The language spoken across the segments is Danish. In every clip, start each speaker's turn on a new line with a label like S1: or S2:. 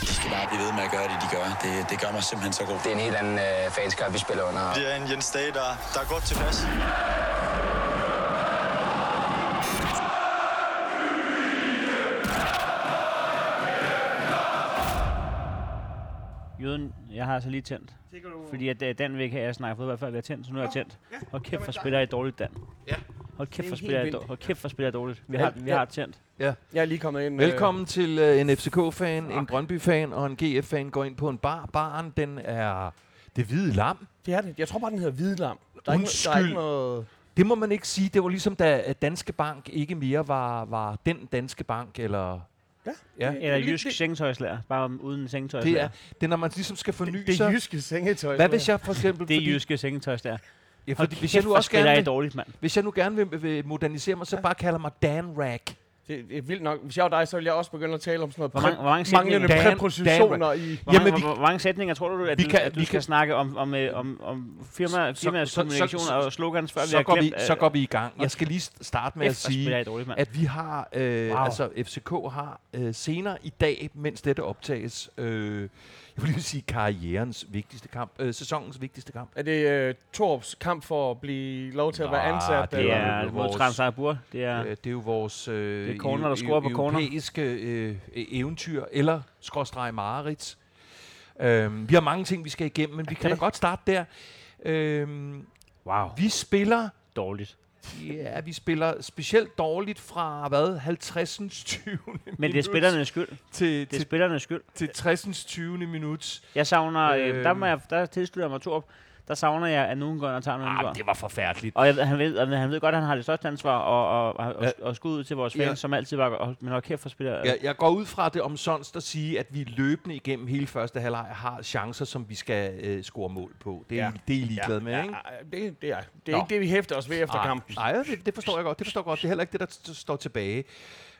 S1: De skal bare blive ved med at gøre det, de gør. Det, det gør mig simpelthen så god.
S2: Det er en helt anden øh, fanskab, vi spiller under.
S3: Det er en Jens Dage, der, der er godt tilpas.
S4: Jøden, jeg har altså lige tændt.
S5: Det kan du...
S4: Fordi at øh, Dan vil ikke have, at jeg snakker fodbold, før vi har tændt, så nu er jeg tændt. Hold kæft, for spiller jeg dårligt, Dan.
S5: Ja.
S4: Hold kæft,
S6: Det
S4: for
S6: er
S4: spiller jeg
S6: helt
S4: dårligt. Hold kæft, for spiller jeg dårligt. Vi
S6: Ja,
S4: har, vi
S6: ja.
S4: har tændt.
S6: Jeg er lige kommet ind. øh,
S7: Velkommen til øh, en FCK-fan, en Brøndby-fan og en GF-fan går ind på en bar. Baren, den er det hvide lam.
S6: Det er det. Jeg tror bare, den hedder Hvidlam. Der er ikke, der er
S7: Undskyld.
S6: ikke noget...
S7: Det må man ikke sige. Det var ligesom, da øh, Danske Bank ikke mere var, var den Danske Bank, eller...
S6: Ja.
S7: ja.
S4: Eller
S6: lidt-
S4: jysk
S6: det-
S4: sengetøjslærer. Bare uden sengetøjslærer.
S7: Det er, det er, når man ligesom skal forny
S6: Det er
S7: sig.
S6: jyske sengetøj.
S7: Hvad hvis jeg for eksempel...
S4: Det er
S7: fordi-
S4: jyske sengetøjslærer.
S7: Ja,
S4: Hold
S7: fordi,
S4: kæft,
S7: hvis, jeg nu
S4: for
S7: også
S4: spiller
S7: gerne
S4: jeg
S7: vil,
S4: dårligt, mand.
S7: hvis jeg nu gerne vil, vil modernisere mig, så bare kalder mig Dan Rack.
S6: Det, det er vildt nok. Hvis jeg var dig, så ville jeg også begynde at tale om sådan noget
S4: Hvor mange,
S6: præ-
S4: hvor mange
S6: manglende
S4: sætninger,
S7: Dan- Dan-
S6: præpositioner i...
S4: hvor mange,
S7: Jamen, vi-
S4: hvor, hvor mange sætninger tror du, at,
S7: Vi
S4: du,
S7: kan-
S4: at du
S7: vi
S4: skal
S7: kan-
S4: snakke om, om, øh, om, om firma,
S7: Så-
S4: firmaets
S7: så- så-
S4: kommunikation
S7: så-
S4: og slogans, før vi
S7: Så
S4: har
S7: går,
S4: glemt,
S7: vi, så
S4: øh,
S7: går vi i gang. Jeg skal lige st- starte med at
S4: kæft, hvor spiller
S7: sige,
S4: jeg dårligt, mand.
S7: at vi har, øh,
S4: Wow.
S7: wow. altså FCK har øh, senere i dag, mens dette optages, øh, jeg vil lige sige karrierens vigtigste kamp, øh, sæsonens vigtigste kamp.
S6: Er det øh, Torps kamp for at blive lov til at være
S7: Nå,
S6: ansat?
S7: det
S4: Det
S6: eller?
S7: er
S4: er mod
S7: jo øh, vores-
S4: Transagur. Det
S7: Ja.
S4: er...
S7: Øh, det er jo vores øh,
S4: Det er corner, der
S7: eu-
S4: scorer på
S7: eu-
S4: corner.
S7: europæiske øh, øh, eventyr, eller skråstreg mareridt. Øh, vi har mange ting, vi skal igennem, men vi kan da
S4: det?
S7: godt starte der. Øh,
S4: Wow.
S7: vi spiller
S4: Dårligt.
S7: Ja, vi spiller specielt dårligt fra, hvad, 50'ens 20.
S4: Men det er spillernes skyld.
S7: til,
S4: Det er
S7: til,
S4: spillernes skyld.
S7: til 60'ens 20. minut.
S4: Jeg savner... Øh,
S7: Øh.
S4: der, må jeg, der tilslutter jeg mig Torp. Der savner jeg, at nogen går ind og tager noget ansvar.
S7: Ah, det var forfærdeligt.
S4: Og jeg, ved- han, ved, og han ved godt, at han har det største ansvar og, og, og, og, og skud ud til vores fans,
S7: Ja.
S4: som altid var... Og, men hold kæft for spiller.
S7: Jeg, jeg går ud fra det om sådan at sige, at vi løbende igennem hele første halvleg har chancer, som vi skal øh, score mål på. Det er,
S6: Ja.
S7: ja. det er I ligeglade ja. med, ikke?
S6: Ja, ej, det, det er, det er
S7: Nå.
S6: ikke det, vi hæfter os ved efter
S7: Nej,
S6: kampen.
S7: Nej, det, det forstår jeg godt. Det forstår jeg godt. Det er heller ikke det, der st- står tilbage.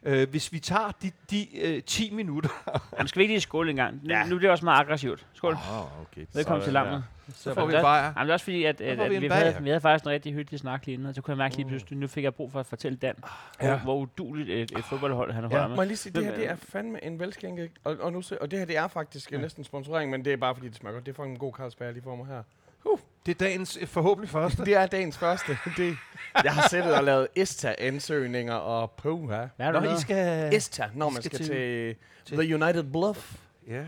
S7: Øh, hvis vi tager de, de øh, 10 minutter...
S4: Jamen, skal vi ikke lige skåle en gang? Nu, nu bliver det også meget aggressivt. Skål.
S7: Oh, okay.
S4: Velkommen til lammet.
S7: Så får vi
S4: Der-
S7: en bajer.
S4: Jamen, det er også fordi, at, at,
S7: får vi
S4: at
S7: en
S4: vi,
S7: bajer. Mm.
S4: havde, vi havde faktisk en rigtig hyggelig snak lige inden, og så kunne jeg mærke lige pludselig, nu fik jeg brug for at fortælle Dan,
S7: Ah, Ja.
S4: hvor, hvor uduligt et, et fodboldhold han holder
S6: Ja,
S4: med.
S6: må jeg lige sige, det
S4: Hvem
S6: her det
S4: er-
S6: er fandme en velskænket, og, og, nu, se- og det her det er faktisk ja. næsten sponsorering, men det er bare fordi, det smager godt. Det er fucking en god Carlsberg, jeg lige får mig her.
S7: Det er dagens øh, forhåbentlig første.
S6: Det er dagens første. Det, jeg har siddet og lavet ESTA-ansøgninger og puha.
S4: Hvad er
S7: Nå,
S4: det,
S7: I skal...
S6: ESTA, når
S7: I
S6: man
S7: skal
S6: skal
S7: til-
S6: til,
S7: til-
S6: The United Bluff.
S7: Ja.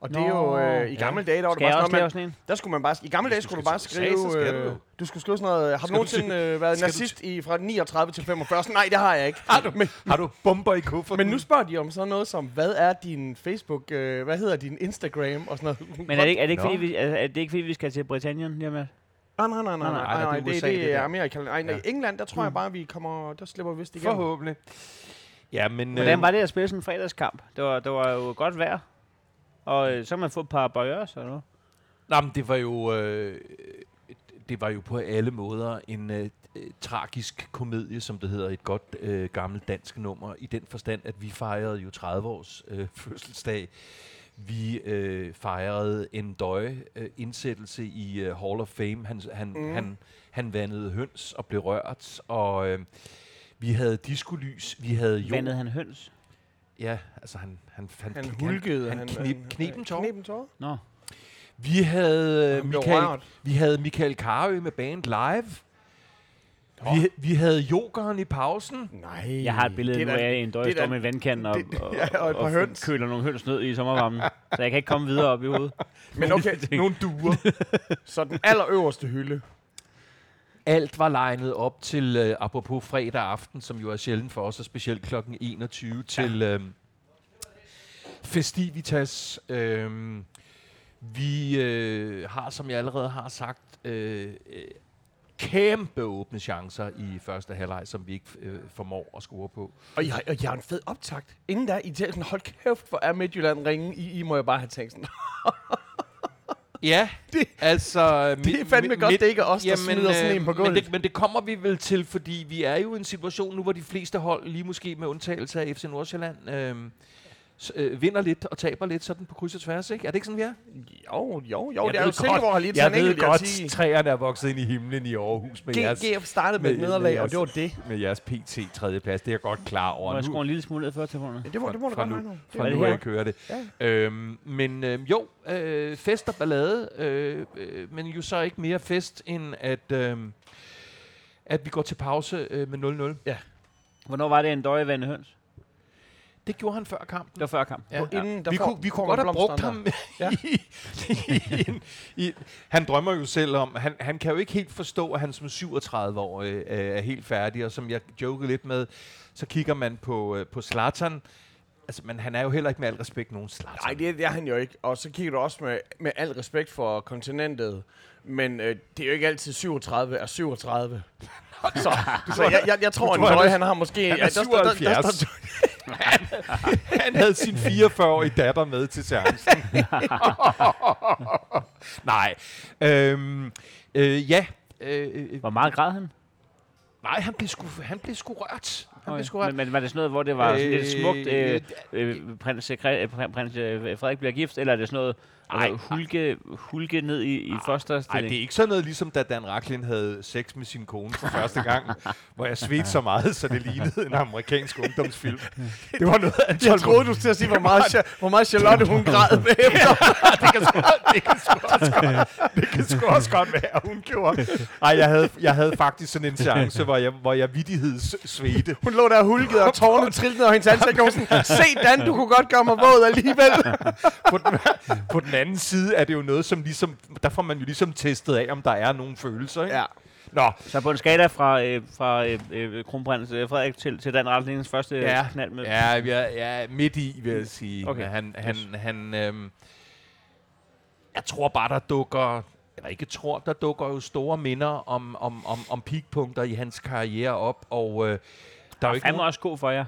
S6: Og det er jo,
S4: Nå.
S6: øh, i gamle dage, der var det
S4: Skal
S6: bare
S4: jeg
S6: sådan
S4: også
S6: noget, man-
S4: lave sådan en?
S6: Der skulle man bare, I gamle
S7: Hvis
S6: dage
S7: du
S6: skulle du
S7: skal
S6: bare
S7: til USA, så
S6: skrive,
S7: skal du
S6: øh,
S7: jo.
S6: du skulle skrive sådan noget, har du
S7: Skal du
S6: nogensinde øh, været
S7: skal du
S6: nazist i, fra 39 til 45? Nej, det har jeg ikke.
S7: Har du, har du bomber i kufferten?
S6: Men nu spørger de om sådan noget som, hvad er din Facebook, øh, hvad hedder din Instagram og sådan noget.
S4: Men er det ikke, er det ikke,
S7: Nå.
S4: fordi, vi, er, er det ikke fordi, vi skal til Britannien lige om lidt?
S6: Nej, nej, nej, nej, nej, nej, nej, det,
S7: USA,
S6: det,
S7: det
S6: det
S7: der.
S6: er Amerika. Nej, nej,
S7: Ja.
S6: England, der tror jeg bare, vi kommer, der slipper vi vist igennem.
S7: Forhåbentlig. Ja, men...
S4: Hvordan var det at spille sådan en fredagskamp? Det var, det var jo godt vejr. Og øh, så kan man få et par bøjers og noget.
S7: Nej, men det var jo... Øh, det var jo på alle måder en øh, øh, tragisk komedie, som det hedder, et godt øh, gammelt dansk nummer, i den forstand, at vi fejrede jo 30-års øh, fødselsdag. Vi øh, fejrede en døje øh, indsættelse i øh, Hall of Fame. Han, han, mm. han, han vandede høns og blev rørt, og øh, vi havde diskolys, vi havde jord.
S4: Vandede han høns?
S7: Ja, altså han... Han, han,
S6: Han hulkede.
S7: Han, han, knib, knib en tår.
S6: Knepen tår.
S4: Nå.
S7: Vi havde, øh,
S6: Han blev
S7: Michael,
S6: rørt.
S7: vi havde Michael Karø med Band Live. Vi, vi havde jokeren i pausen.
S6: Nej.
S4: Jeg har et billede
S6: det
S4: nu
S6: er da-
S4: af en døj,
S6: det er
S4: står
S6: da-
S4: med vandkanden og,
S6: det-
S4: og,
S6: ja, og et par høns.
S4: køler nogle høns ned i sommervarmen. så jeg kan ikke komme videre op i hovedet.
S6: Men okay,
S7: Nogle duer.
S6: så den allerøverste hylde.
S7: Alt var legnet op til, øh, apropos fredag aften, som jo er sjældent for os, og specielt kl. 21, til øh, festivitas. Øh, vi øh, har, som jeg allerede har sagt, øh, øh, kæmpe åbne chancer i første halvleg, som vi ikke øh, formår at score på.
S6: Og jeg, og jeg har en fed optakt. Inden der, I tænker sådan, hold kæft, hvor er Midtjylland ringe i, I må jeg bare have tænkt sådan.
S7: Ja, det, altså...
S6: Det er fandme godt, det ikke er os, der smider sådan en på gulvet.
S7: øh, Men det, men det kommer vi vel til, fordi vi er jo i en situation nu, hvor de fleste hold, lige måske med undtagelse af FC Nordsjælland, øh, s- øh, vinder lidt og taber lidt sådan på kryds og tværs, ikke? Er det ikke sådan, vi er?
S6: Jo, jo, jo.
S7: Jeg
S6: det er
S7: ved
S6: jo Silkeborg har lige taget
S7: jeg
S6: en enkelt,
S7: ved
S6: jeg
S7: godt,
S6: vil sige.
S7: træerne er vokset ind i himlen i Aarhus med jeres,
S6: GF startede med et
S7: med-
S6: nederlag,
S7: med
S6: og det var
S7: jeres-
S6: det.
S7: med jeres PT tredjeplads. Det er jeg godt klar over.
S4: Må jeg
S7: Nu-
S4: skrue en lille smule ned før telefonerne?
S6: Ja, det må, det må du
S7: fra
S6: godt
S7: nu-
S6: regne med. Det
S7: fra
S6: er
S7: nu
S6: det
S7: af
S6: her.
S7: kører det. Øhm, men øhm, jo, øh, fest og ballade, øh, øh, men jo så ikke mere fest, end at, øh, at vi går til pause øh, med 0-0.
S4: Hvornår var det en døje vand høns?
S7: Det gjorde han før kampen.
S4: Det var før kamp.
S6: Ja. Inden, der
S7: vi,
S6: får,
S7: kunne, vi kunne
S6: kommer
S7: godt have brugt
S6: blomsterne
S7: ham. Ja. i, i, en- i, han drømmer jo selv om, han, han kan jo ikke helt forstå, at han som 37 år øh, er helt færdig, og som jeg jokede lidt med, så kigger man på, øh, på Zlatan. Altså, men han er jo heller ikke med al respekt nogen Zlatan.
S6: der. Nej, det, det er han jo ikke. Og så kigger du også med, med al respekt for kontinentet. Men øh, det er jo ikke altid 37 er 37. så, så jeg, jeg, jeg tror, at
S7: tror, han er-
S6: Nøje, han har måske...
S7: han er
S6: ja, der står- der- der står-
S7: 77. han havde sin 44-årige datter med til seancen. Nej. Øhm, øh, ja. Øh, øh,
S4: Hvor meget græd han?
S7: nej, han blev sgu, han blev sgu rørt. Han
S4: Okay.
S7: blev sgu rørt.
S4: Men, men var det sådan noget, hvor det var øh, sådan lidt
S7: Øh,
S4: smukt, øh, øh, prins, Kre- øh, pr- prins øh, Frederik bliver gift, eller er det sådan noget
S7: Ej,
S4: øh, hulke, hulke ned i, i
S7: Nej, det
S4: fosterstilling?
S7: er ikke sådan noget, ligesom da Dan Racklin havde sex med sin kone for første gang, hvor jeg svedte så meget, så det lignede en amerikansk ungdomsfilm. Det var noget af
S6: Jeg troede, du skulle til at sige, hvor meget, Cha- hvor meget Charlotte hun græd bagefter.
S7: det kan sgu, det kan sgu også godt, det kan sgu også godt være, hun gjorde. Ej, jeg havde, jeg havde faktisk sådan en chance, hvor jeg, hvor jeg vittighedssvedte.
S6: Hun lå der hulket, og tårne trillede ned over hendes ansigt. Og hun sådan, se Dan, du kunne godt gøre mig våd alligevel.
S7: På den, på den anden side er det jo noget, som ligesom, der får man jo ligesom testet af, om der er nogle følelser, ikke?
S6: Ja.
S7: Nå,
S4: Så på en skala fra, øh, fra øh, øh, kronprins øh, Frederik til, til Dan Ratlingens første ja. Øh, knald med...
S7: Ja, jeg, jeg er midt i, vil jeg sige.
S4: Okay.
S7: Okay. Han, han, han, øhm, jeg tror bare, der dukker, eller ikke tror, der dukker jo store minder om, om, om, om peakpunkter i hans karriere op, og øh, der, er jo ikke
S4: Han var
S7: nogen,
S4: også god for jer.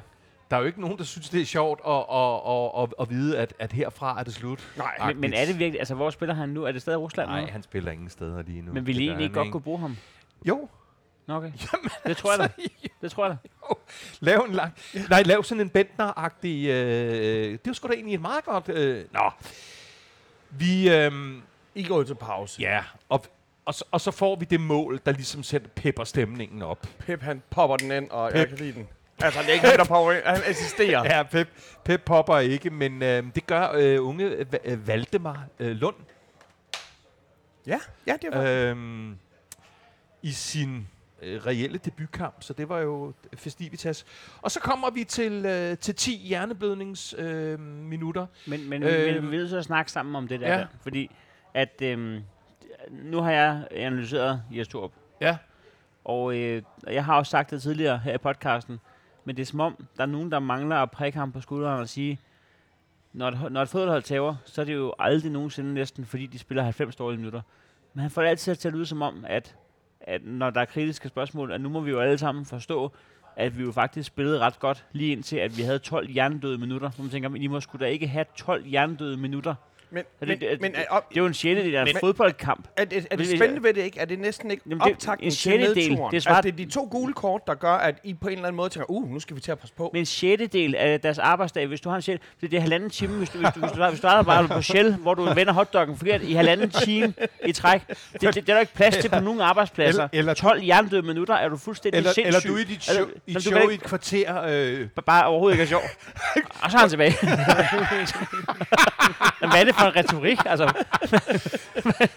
S7: der er jo ikke nogen, der synes, det er sjovt at, at, at, at, at vide, at, at herfra er det slut.
S6: Nej,
S4: Men, men er det virkelig... Altså, hvor spiller han nu? Er det stadig Rusland
S7: Nej,
S4: nu?
S7: han spiller ingen steder lige nu.
S4: Men ville I
S7: Det gør
S4: egentlig ikke
S7: han
S4: godt kunne bruge ham?
S7: Jo,
S4: Nå, okay. Jamen, det tror jeg da.
S7: altså,
S4: Det tror jeg da.
S7: Lav en lang... Nej, lav sådan en Bentner-agtig... Øh, det var sgu da egentlig et meget godt... Øh, nå. Vi... Øh,
S6: I går jo til pause.
S7: ja, og, og, så, og så får vi det mål, der ligesom sætter pepper stemningen op.
S6: Pep, han popper den ind, og jeg kan lide den. Altså, det er ikke ham, der popper ind. Han assisterer.
S7: Ja, Pep, Pep popper ikke, men øh, det gør øh, unge øh, Va- øh, Valdemar øh, Lund
S6: Ja, ja det var
S7: øh, i sin øh, reelle debutkamp, så det var jo festivitas. Og så kommer vi til, øh, til 10 hjerneblødningsminutter. Øh, minutter.
S4: Men, men,
S7: Øh,
S4: øh, men vi er nødt til at snakke sammen om det der.
S7: ja.
S4: der fordi at øhm, nu har jeg analyseret Jes Torp.
S7: ja.
S4: Og øh, og jeg har også sagt det tidligere her i podcasten. Men det er som om, der er nogen, der mangler at prikke ham på skulderen og sige, når et, ho- når et fodboldhold taber, så er det jo aldrig nogensinde næsten, fordi de spiller 90 dårlige minutter. Men han får det altid til at lyde som om, at, at når der er kritiske spørgsmål, at nu må vi jo alle sammen forstå, at vi jo faktisk spillede ret godt, lige indtil at vi havde 12 hjernedøde minutter. Så man tænker, men I må skulle da ikke have 12 hjernedøde minutter.
S6: Men,
S4: Er
S6: men,
S4: det, det,
S6: men
S4: det,
S6: er, op,
S4: det er jo en sjældel af en
S6: Men-
S4: fodboldkamp.
S6: er, det, er det
S4: Men-
S6: spændende ved det ikke? Er det næsten ikke
S4: Jamen, det
S6: Jamen,
S4: er
S6: det, optakten
S4: en
S6: til
S4: sjettedel.
S6: nedturen?
S4: Det
S6: Det
S4: er
S6: er,
S4: svaret-
S6: altså, det er de to gule kort, der gør, at I på en eller anden måde tænker, uh, nu skal vi til at passe på.
S4: med en sjettedel af deres arbejdsdag, hvis du har en sjette, det er det halvanden time, hvis du, hvis du, hvis du, hvis du arbejder på Shell, hvor du vender hotdoggen forkert i halvanden time i træk. Det, det, det er der ikke plads til på nogen arbejdspladser.
S7: Eller- eller-
S4: 12 jerndøde minutter, er du fuldstændig
S7: Eller, eller
S4: sindssyg.
S7: du i dit show,
S4: Altså,
S7: i,
S4: jamen,
S7: et
S4: du kan
S7: show i
S4: ikke-
S7: et kvarter... Øh,
S4: Bare overhovedet ikke er sjov. Og så er han tilbage. Jamen, Hvad er det for en retorik? Altså,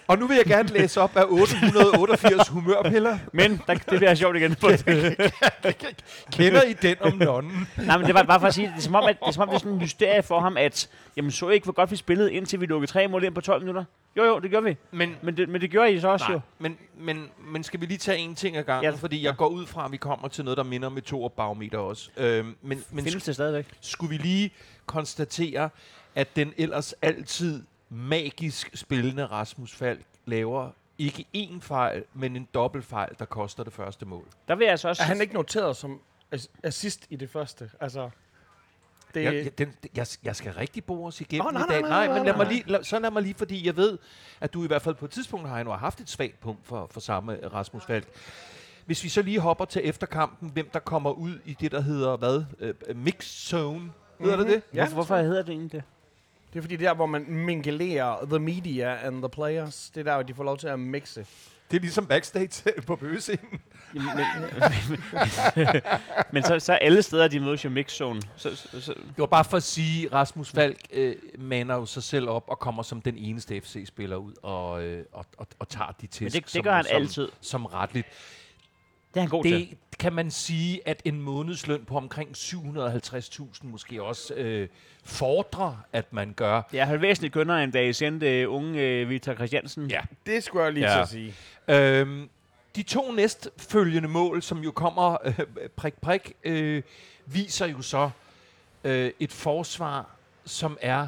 S7: Og nu vil jeg gerne læse op af 888 humørpiller.
S4: men der, det bliver sjovt igen. På det.
S7: Kender I den om nonnen?
S4: Nej, men det var bare for at sige, det er som om, at, det er, som om, det er sådan en mysterie for ham, at jamen, så I ikke, hvor godt vi spillede, indtil vi lukkede tre mål ind på 12 minutter? Jo, jo, det gør vi.
S7: Men,
S4: Men det, men det gjorde I så også
S7: nej,
S4: jo.
S7: men, men, men skal vi lige tage en ting ad gangen?
S4: Ja.
S7: Ja. Fordi jeg går ud fra, at vi kommer til noget, der minder om et to barometer også. Øhm, men men
S4: Findes
S7: sk-
S4: det stadigvæk?
S7: skulle vi lige konstatere, at den ellers altid magisk spillende Rasmus Falk laver ikke én fejl, men en dobbeltfejl, der koster det første mål.
S4: Der vil jeg altså også...
S6: Er han ikke noteret som as- assist i det første? Altså, det,
S7: Jeg, jeg, den, jeg, jeg skal rigtig bores igennem
S6: Nå, nej,
S7: i dag.
S6: nej,
S7: Øh.
S6: nej,
S7: Nej, men
S6: nej,
S7: lad mig
S6: nej.
S7: lige, lad, så lad mig lige, fordi jeg ved, at du i hvert fald på et tidspunkt, Heino, har haft et svagt punkt for, for samme øh, Rasmus Falk. Hvis vi så lige hopper til efterkampen, hvem der kommer ud i det, der hedder hvad? Øh, mix øh, zone. Hedder det det?
S6: Ja,
S4: Mm-hmm. Hvorfor, hvorfor hedder det egentlig det?
S6: Det er fordi det er der, hvor man mingelerer the media and the players. Det er der, hvor de får lov til at mixe.
S7: Det er ligesom backstage på bøgescenen.
S4: Jamen, men, men så, så alle steder, de mødes jo mix zone. Så, så, så,
S7: Det var bare for at sige, Rasmus Falk øh, mander jo sig selv op og kommer som den eneste FC-spiller ud og, øh, og, og, og tager de tæsk,
S4: men det,
S7: som,
S4: det gør han
S7: som,
S4: altid.
S7: som retligt.
S4: Det er han god til.
S7: Det kan man sige, at en månedsløn på omkring 750.000 måske også øh, fordrer, at man gør.
S4: Ja, han er væsentligt kønnere, end da I sendte øh, unge øh, Victor Christiansen.
S7: Ja.
S6: Det skulle jeg lige
S7: Ja.
S6: til at sige.
S7: Øhm, de to næstfølgende mål, som jo kommer øh, prik prik, øh, viser jo så øh, et forsvar, som er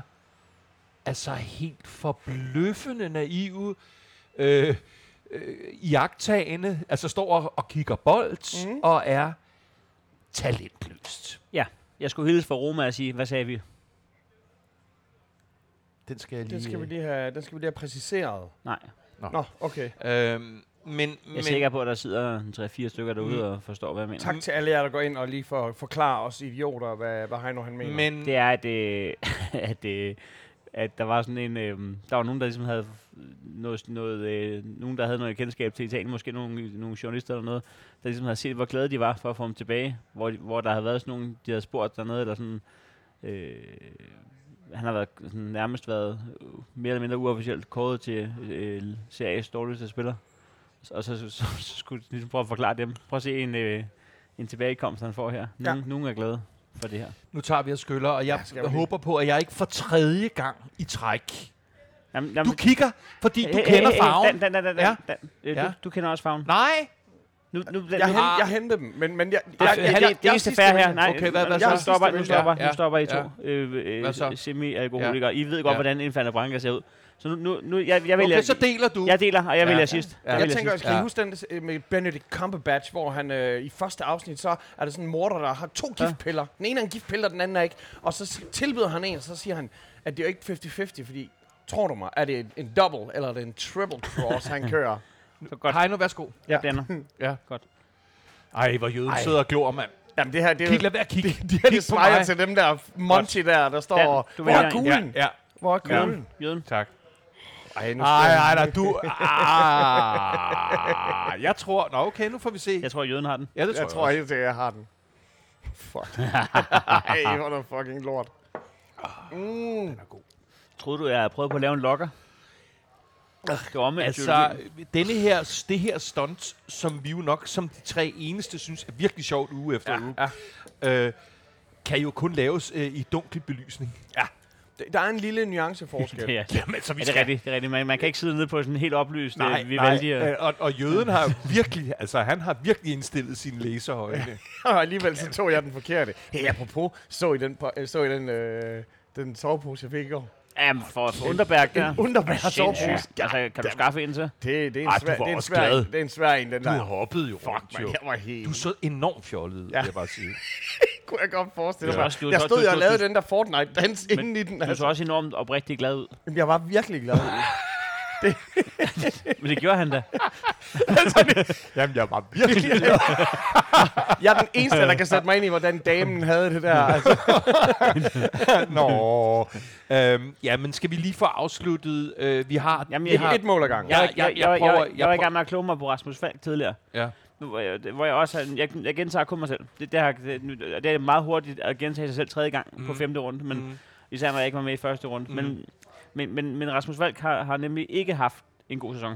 S7: altså helt forbløffende naive, øh, øh, iagtagende, altså står og, og kigger bold mm. og er talentløst.
S4: Jeg skulle hilse fra Roma og sige, hvad sagde vi?
S7: Den skal jeg lige...
S6: Den skal vi lige have, den skal vi lige have præciseret.
S4: Nej.
S6: Nå, okay.
S7: Øhm, men,
S4: Jeg er
S7: men, Mm.
S4: sikker på, at der sidder en 3-4 stykker derude og forstår, hvad jeg mener.
S6: Tak til alle jer, der går ind og lige for, forklarer os idioter, hvad, hvad Heino han mener. Men,
S7: men
S4: Det er, at, øh, at, øh, at der var sådan en... Øh, der var nogen, der ligesom havde noget, noget, øh, nogen, der havde noget kendskab til Italien, måske nogle, nogle journalister eller noget, der ligesom havde set, hvor glade de var for at få ham tilbage, hvor, de- hvor der havde været sådan nogle, de havde spurgt dernede, eller sådan... Øh, han har været, sådan, nærmest været øh, mere eller mindre uofficielt kåret til øh, CA's dårligste spiller. Og så, så, så, så skulle de ligesom prøve at forklare dem. Prøv at se en, øh, en tilbagekomst, han får her. Nogen, ja. nogen er glade for det her.
S7: nu tager vi os skyller, og jeg
S6: skal vi
S7: ja,
S6: lige.
S7: håber på, at jeg ikke for tredje gang i træk
S4: Jamen, jamen,
S7: Du kigger, fordi du
S4: Hey, hey,
S7: kender
S4: hey,
S7: farven.
S4: Dan, dan, dan, dan,
S7: Ja.
S4: dan. Øh,
S7: Ja.
S4: Du, du kender også farven.
S7: Nej.
S4: Nu, nu, nu,
S6: jeg,
S4: nu-
S6: hen, jeg henter dem, men, men jeg, jeg,
S4: det,
S6: jeg,
S4: det,
S6: jeg,
S4: det, det, det er ikke
S6: sidste
S4: fair
S6: vil-
S4: her. Nej,
S7: Okay, hvad- hvad
S4: nu-
S6: så?
S4: Nu stopper,
S6: Ja,
S4: nu stopper,
S7: ja.
S4: nu stopper I to
S7: Ja.
S4: øh,
S7: Hvad så?
S4: øh, semi-alkoholikere. I ved godt,
S7: Ja.
S4: hvordan Infanta Branca ser ud. Så nu, nu, nu jeg, jeg vælger...
S7: Okay, så deler du.
S4: Jeg deler, og jeg
S7: Ja.
S4: vælger sidst.
S7: Ja.
S4: Jeg
S6: Jeg
S4: vælger
S6: tænker,
S4: sidst.
S6: kan I
S7: Ja.
S6: huske den øh, med Benedict Cumberbatch, hvor han øh, i første afsnit, så er der sådan en morder, der har to giftpiller. Den ene er en giftpiller, den anden er ikke. Og så s- tilbyder han en, og så siger han, at det er jo ikke 50-50, fordi, tror du mig, er det en, en double eller er det en triple cross, han kører?
S4: Så godt,
S7: Heino, værsgo.
S6: Ja.
S4: Danner.
S7: Ej, hvor jøden
S6: Ej.
S7: sidder og glor, mand.
S6: Jamen det her, det er
S7: Kig,
S6: jo...
S7: lad være at kigge.
S6: Det, det her,
S7: Kig
S6: det
S7: på
S6: svarer
S7: mig.
S6: til dem der Monty der, der står
S4: Dan,
S6: og...
S4: du
S6: Hvor
S4: vælger
S6: er
S4: en.
S6: kuglen?
S7: Ja,
S6: Hvor er
S4: Ja.
S6: kuglen?
S4: Jøden.
S7: tak.
S6: Ej, nu
S7: Ej, ej, nej, du... Ah, jeg tror... Nå, okay, nu får vi se.
S4: Jeg tror, jøden har den.
S7: Ja, det
S6: jeg tror helt til, at jeg har den. Fuck. Ej, hvor er fucking lort. Mm.
S4: Troede du, jeg havde prøvet på at lave en lokker? Det var omvendt.
S7: Altså,
S4: Altså,
S7: denne her, det her stunt, som vi jo nok som de tre eneste synes er virkelig sjovt uge efter uge, øh, kan jo kun laves øh, i dunkel belysning.
S6: Der er en lille nuanceforskel.
S4: det er,
S7: øh, Jamen, så vi
S4: Ja, det er rigtigt. Det er rigtigt. Man, man kan ikke sidde nede på sådan en helt oplyst
S7: Nej,
S4: vi
S7: nej.
S4: valgte
S7: Øh, Og, og jøden har jo virkelig, altså han har virkelig indstillet sine læserøjne.
S6: Og alligevel så tog jeg den forkerte. Hey, apropos, så I den, po- øh, så I den, øh, den sovepose, jeg fik i går?
S4: Jamen, for for Underberg der.
S6: Underbær sovepose.
S4: Sindssygt. Altså, kan du skaffe en til?
S6: Det, det, er
S7: Ej,
S6: en
S7: du
S6: svær,
S7: var
S6: det, er en
S7: også
S6: svær,
S7: glad.
S6: det er en svær en, den der.
S7: hoppet jo rundt,
S6: Fuck, man, jeg var helt...
S7: Du så enormt fjollet, ja. vil jeg bare sige.
S6: kunne jeg godt forestille
S4: Ja.
S6: mig.
S4: Også, du-
S6: Jeg
S4: du-
S6: stod
S4: du-
S6: jo og
S4: du-
S6: lavede
S4: du-
S6: den der Fortnite-dans
S4: Men
S6: inden i den.
S4: Du
S6: Altså.
S4: så også enormt oprigtigt glad ud.
S6: Jamen, Jeg var virkelig glad.
S4: Men det gjorde han da.
S7: Jamen, jeg var virkelig...
S6: Jeg er den eneste, der kan sætte mig ind i, hvordan damen havde det der. Altså,
S7: Nå. øhm, jamen, skal vi lige få afsluttet? Øh, vi har...
S4: Jamen,
S7: vi
S4: jeg-
S7: har,
S6: et mål ad gangen.
S7: Ja.
S4: Jeg, jeg, jeg, jeg,
S7: prøver-
S4: jeg,
S7: jeg
S4: jeg var i
S7: prøver-
S4: gang med at kloge mig på Rasmus Falk tidligere.
S7: Ja.
S4: Nu, Hvor jeg, hvor jeg også har, jeg, jeg gentager kun mig selv. Det, det, har, det, nu- det er meget hurtigt at gentage sig selv tredje gang mm. på femte runde, men mm. især når jeg ikke var med i første runde. Mm. Men, men, men, men Rasmus Falk har, har nemlig ikke haft en god sæson.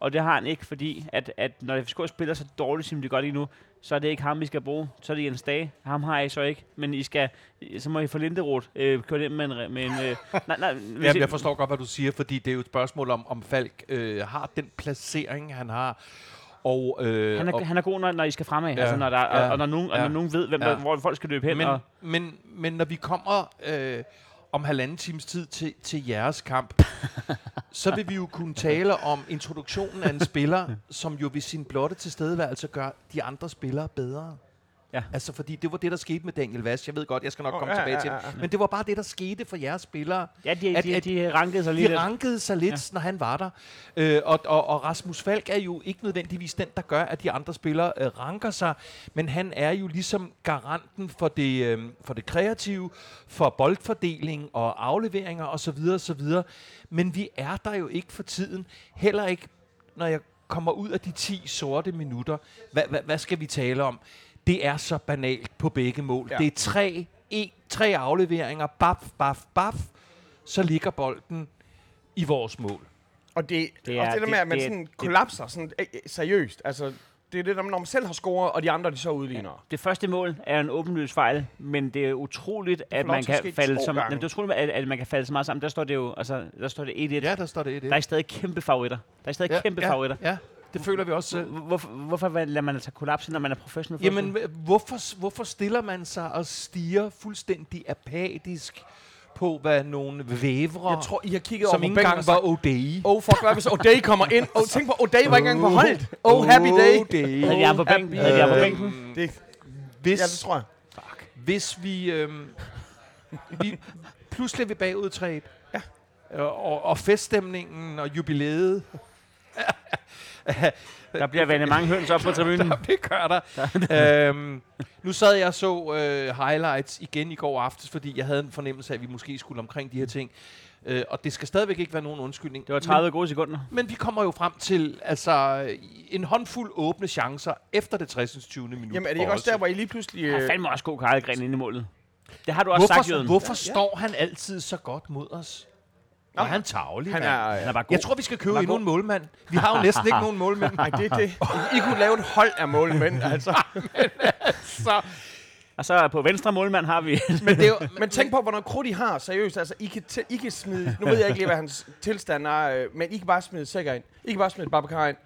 S4: Og det har han ikke, fordi at, at når FCK spiller så dårligt, som de gør lige nu, så er det ikke ham, vi skal bruge. Så er det Jens Dage. Ham har I så ikke. Men I skal, så må I få Linderoth øh, kørt ind med en... re- Med en øh, nej, nej, hvis
S7: Jamen,
S4: I-
S7: jeg forstår godt, hvad du siger, fordi det er jo et spørgsmål om, om Falk øh, har den placering, han har. Og, øh,
S4: Han er,
S7: og
S4: han er god, når, når I skal fremad, ja. altså, når der,
S7: ja,
S4: ja. og, når nogen, ja. og
S7: ja.
S4: når nogen ved, hvem,
S7: Ja.
S4: ja. hvor folk skal løbe hen.
S7: men,
S4: og,
S7: men, men når vi kommer øh, om halvanden times tid til, til jeres kamp, så vil vi jo kunne tale om introduktionen af en spiller, som jo ved sin blotte tilstedeværelse gør de andre spillere bedre.
S4: Ja.
S7: Altså, fordi det var det, der skete med Daniel Vass. Jeg ved godt, jeg skal nok
S6: Åh,
S7: oh, komme
S6: ja,
S7: ja, tilbage
S6: ja,
S7: til
S6: ja,
S7: det. Men det var bare det, der skete for jeres spillere.
S4: Ja, de,
S7: At-
S4: de,
S7: at-
S4: de rankede sig lige
S7: De
S4: lidt.
S7: rankede sig lidt, ja. når han var der. Øh, og, og, og Rasmus Falk er jo ikke nødvendigvis den, der gør, at de andre spillere øh, ranker sig, men han er jo ligesom garanten for det, øh, for det kreative, for boldfordeling og afleveringer osv. osv. Men vi er der jo ikke for tiden. Heller ikke, når jeg kommer ud af de 10 sorte minutter. Hvad, hvad, hvad skal vi tale om? Det er så banalt på begge mål.
S6: Ja.
S7: Ja. Det er tre, en, tre afleveringer. Baf, baf, baf. Så ligger bolden i vores mål.
S6: Og det,
S4: Det
S6: det
S4: er-
S6: er, også det der
S4: det-
S6: med, at man
S4: det er-
S6: sådan
S4: det-
S6: kollapser sådan, øh, øh, seriøst. Altså, det er det, der, når man selv har scoret, og de andre de så udligner.
S4: Det første mål er en åbenløs fejl, men det er utroligt, at
S6: lov
S4: man
S6: til at
S4: kan
S6: ske
S4: falde
S6: to
S4: som,
S6: gange.
S4: jamen, det er utroligt, at, at man kan falde så meget sammen. Der står det jo, altså, der står det 1-1. Ja. Der
S7: der står det
S4: er stadig kæmpe favoritter. Der er stadig ja, kæmpe ja.
S7: ja,
S4: favoritter.
S7: ja, det føler vi også øh, selv.
S4: Hvorfor, hvorfor lader man altså kollapse, når man er professionel?
S7: Jamen, hva- hvorfor, hvorfor stiller man sig og stiger fuldstændig apatisk på, hvad nogle vævre,
S6: Jeg tror, I har kigget over
S7: som
S6: på
S7: ikke
S6: bænken og
S7: engang var
S6: sagt,
S7: ODI.
S6: oh fuck, hvad hvis O'Day kommer ind? Oh, tænk på, O'Day var ikke engang på holdet. Oh, happy day.
S7: O'Day.
S4: havde de ham på bænken? Havde de ham på
S6: øh,
S4: bænken?
S6: Det,
S7: Hvis,
S6: ja, det tror jeg.
S7: hvis vi, øhm, vi pludselig er vi bagud 3 ja. og, og feststemningen og jubilæet,
S4: Der bliver vandet mange høns op på tribunen.
S7: det gør der. øhm, nu sad jeg og så øh, highlights igen i går aftes, fordi jeg havde en fornemmelse af, at vi måske skulle omkring de her ting. Øh, og det skal stadigvæk ikke være nogen undskyldning.
S4: Det var 30 gode sekunder.
S7: Men vi kommer jo frem til altså, en håndfuld åbne chancer efter det 60. 20. minut.
S6: Jamen, er det ikke også der, hvor I lige pludselig...
S4: Der er
S6: Øh,
S4: fandme også god karlgren inde i målet. Det har du også sagt,
S7: hvorfor,
S4: Jøden.
S7: hvorfor står han altid så godt mod os? Nå, han tavlig,
S6: han
S7: mand.
S6: er...
S4: Han er bare god.
S7: Jeg tror, vi skal købe endnu en målmand. Vi har jo næsten ikke nogen målmænd.
S6: Nej, det er det. I, I kunne lave et hold af målmænd, altså.
S7: Så,
S4: Og så på venstre målmand har vi...
S6: Men, det er jo, men tænk på, hvor noget krudt I har, seriøst. Altså, I kan, tæ- I kan smide... Nu ved jeg ikke lige, hvad hans tilstand er, øh, men I kan bare smide Sækker ind. I kan bare smide Babacar ind.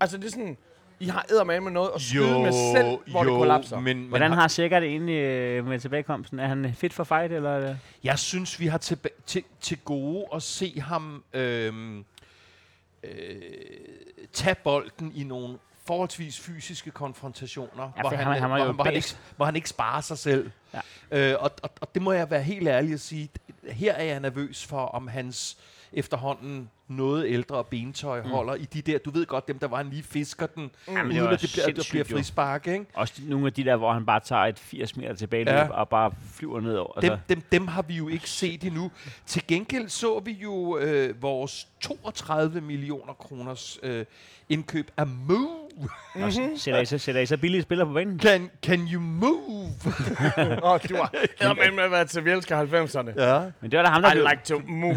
S6: Altså, det er sådan... I har eddermame med noget at skyde med selv, hvor det kollapser. Men,
S7: men
S4: Hvordan har sikkert egentlig øh, med tilbagekomsten? Er han fit for fight, eller... øh?
S7: Jeg synes, vi har til, til, til gode at se ham øhm, øh, tage bolden i nogle forholdsvis fysiske konfrontationer,
S4: for han- han var
S7: hvor,
S4: jo
S7: hvor, han ikke,
S4: bedst.
S7: hvor han ikke sparer sig selv.
S4: Ja.
S7: Øh, og, og, og det må jeg være helt ærlig at sige, her er jeg nervøs for, om hans efterhånden noget ældre bentøj holder i de der, du ved godt, dem der var, han lige fisker den,
S4: Mm. det
S7: mm.
S4: var
S7: uden at det bliver, at der
S4: sindssygt
S7: bliver
S4: jo.
S7: frispark, ikke?
S4: Også de- nogle af de der, hvor han bare tager et 80 meter tilbage
S7: Ja.
S4: ja. og bare flyver nedover.
S7: Dem,
S4: Altså,
S7: dem, dem har vi jo ikke set endnu. Til gengæld så vi jo øh, vores 32 millioner kroners øh, indkøb af Move.
S4: mm-hmm. sætter, I så, sætter I så billige spillere på banen?
S7: Can, can you move?
S6: Åh, du har eddermame med at være til Vielske 90'erne.
S7: Ja.
S4: Men det var da ham, der
S6: I
S4: blev,
S6: like to move.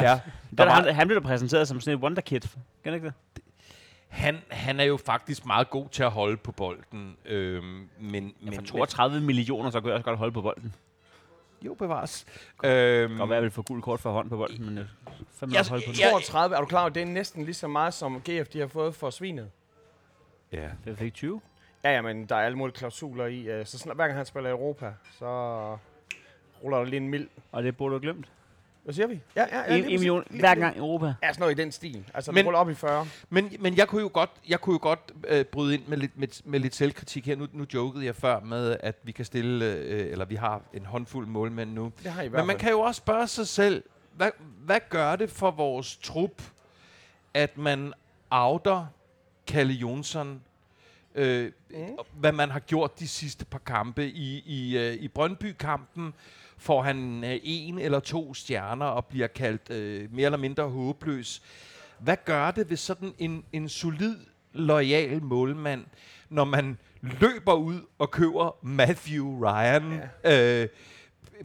S7: ja.
S4: det var da ham, han blev da præsenteret som sådan et wonderkid. Kan det ikke det?
S7: Han, han er jo faktisk meget god til at holde på bolden. Øhm, men, men,
S4: For 32 millioner, så kunne jeg også godt holde på bolden. Det
S7: men, jo, bevares. Øhm,
S4: kan godt være, jeg ville få gul kort for hånd på bolden, men jeg fandme
S7: Jeg-
S4: også holde på den.
S7: jeg-
S6: 32, er du klar over, det er næsten lige så meget, som GF de har fået for svinet?
S7: ja.
S4: Jeg fik 20.
S6: Ja, ja, men der er alle mulige klausuler i. øh, Så snart, hver gang han spiller i Europa, så ruller der lige en mild.
S4: Og det burde du have glemt.
S6: Hvad siger vi? Ja, ja,
S4: En,
S6: ja. lige
S4: en
S6: præcis.
S4: million
S6: Lige-
S4: hver gang i Europa.
S6: Ja, sådan noget i den stil. Altså,
S7: Men-
S6: men, ruller op i 40.
S7: Men, men jeg kunne jo godt, jeg kunne jo godt øh, bryde ind med lidt, med, med lidt selvkritik her. Nu, nu jokede jeg før med, at vi kan stille, øh, eller vi har en håndfuld målmænd nu.
S6: Det har I i hvert
S7: Men man
S6: fald.
S7: kan jo også spørge sig selv, hvad, hvad gør det for vores trup, at man outer Kalle Jonsson, øh, mm. hvad man har gjort de sidste par kampe. I, i, øh, i Brøndby-kampen får han øh, en eller to stjerner og bliver kaldt øh, mere eller mindre håbløs. Hvad gør det ved sådan en, en solid, lojal målmand, når man løber ud og køber Matthew Ryan ja. øh,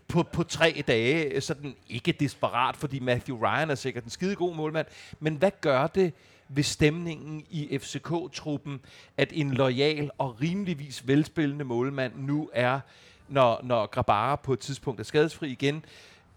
S7: på, på tre dage, øh, sådan ikke desperat, fordi Matthew Ryan er sikkert en skidegod målmand, men hvad gør det ved stemningen i FCK-truppen, at en lojal og rimeligvis velspillende målmand nu er, når, når Grabara på et tidspunkt er skadesfri igen,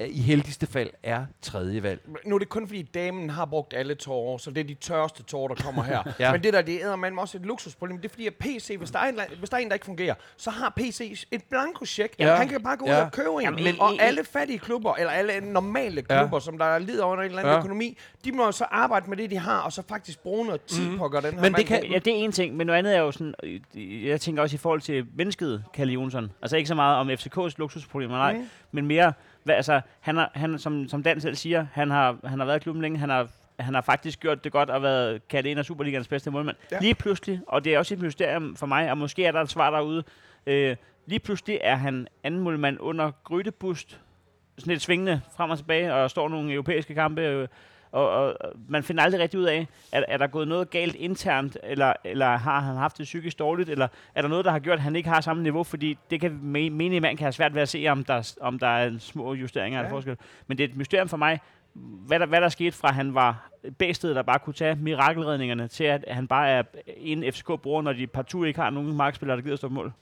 S7: øh, i heldigste fald er tredje valg.
S6: Nu er det kun fordi damen har brugt alle tårer, så det er de tørste tårer, der kommer her.
S7: Ja.
S6: ja. Men det der, det æder man også et luksusproblem. Det er fordi, at PC, hvis der er en, hvis der, er en der ikke fungerer, så har PC et blanko check.
S7: Ja.
S6: Ja. Han kan bare gå ud
S7: Ja.
S6: og købe en.
S4: Jamen, men-
S6: og alle fattige klubber, eller alle normale
S7: Ja.
S6: klubber, som der lider under en eller anden
S7: Ja.
S6: ja. økonomi, de må jo så arbejde med det, de har, og så faktisk bruge noget tid mm. på at gøre den her
S7: Mhm. Men det
S6: mand
S7: kan-
S6: god.
S4: Ja, det er en ting, men noget andet er jo sådan, øh, jeg tænker også i forhold til mennesket, Kalle Jonsson. Altså ikke så meget om FCK's luksusproblemer, nej, mm. men mere, hvad, altså, han, har, han som, som Dan selv siger, han har, han har været i klubben længe, han har, han har faktisk gjort det godt og været kaldt en af Superligans bedste målmænd. Ja.
S6: Ja.
S4: Lige pludselig, og det er også et mysterium for mig, og måske er der et svar derude, øh, lige pludselig er han anden målmand under Grøtebust, sådan lidt svingende frem og tilbage, og står nogle europæiske kampe, øh, og, og, og man finder aldrig rigtig ud af, er, er der gået noget galt internt, eller, eller har han haft det psykisk dårligt, eller er der noget, der har gjort, at han ikke har samme niveau, fordi det kan me- menige mand kan have svært ved at se, om der, s- om der er små justeringer ja. eller forskel. Men det er et mysterium for mig, hvad der, hvad der skete fra, at han var bæstet, der bare kunne tage mirakelredningerne, til at han bare er en FCK-bruger, når de partout ikke har nogen markspillere, der gider stå på mål.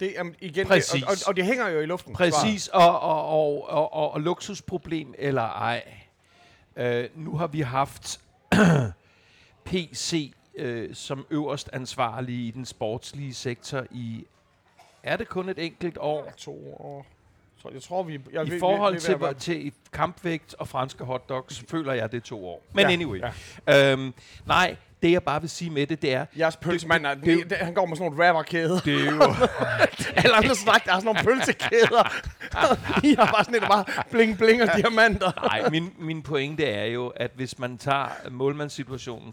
S6: det, um, igen,
S7: Præcis.
S6: Det, og, og, og, det hænger jo i luften. svaret.
S7: Præcis, og, og, og, og, og, og luksusproblem eller ej. Øh, nu har vi haft PC øh, som øverst ansvarlig i den sportslige sektor i, er det kun et enkelt år?
S6: To år. Så jeg tror, vi... Jeg,
S7: I forhold
S6: vi, vi,
S7: til,
S6: vi, vi, vi,
S7: til kampvægt og franske hotdogs, føler jeg, det er to år. Men
S6: Mm. Ja,
S7: anyway. Ja. Øhm, nej, det jeg bare vil sige med det, det er,
S6: Jeres pølsemand, er,
S7: det-
S6: det, det, han går med sådan nogle rapperkæder.
S7: det er jo...
S6: Alle andre snak, der har sådan nogle pølsekæder. I har bare sådan et bare bling, bling og diamanter.
S7: Nej, min, min pointe er jo, at hvis man tager målmandssituationen,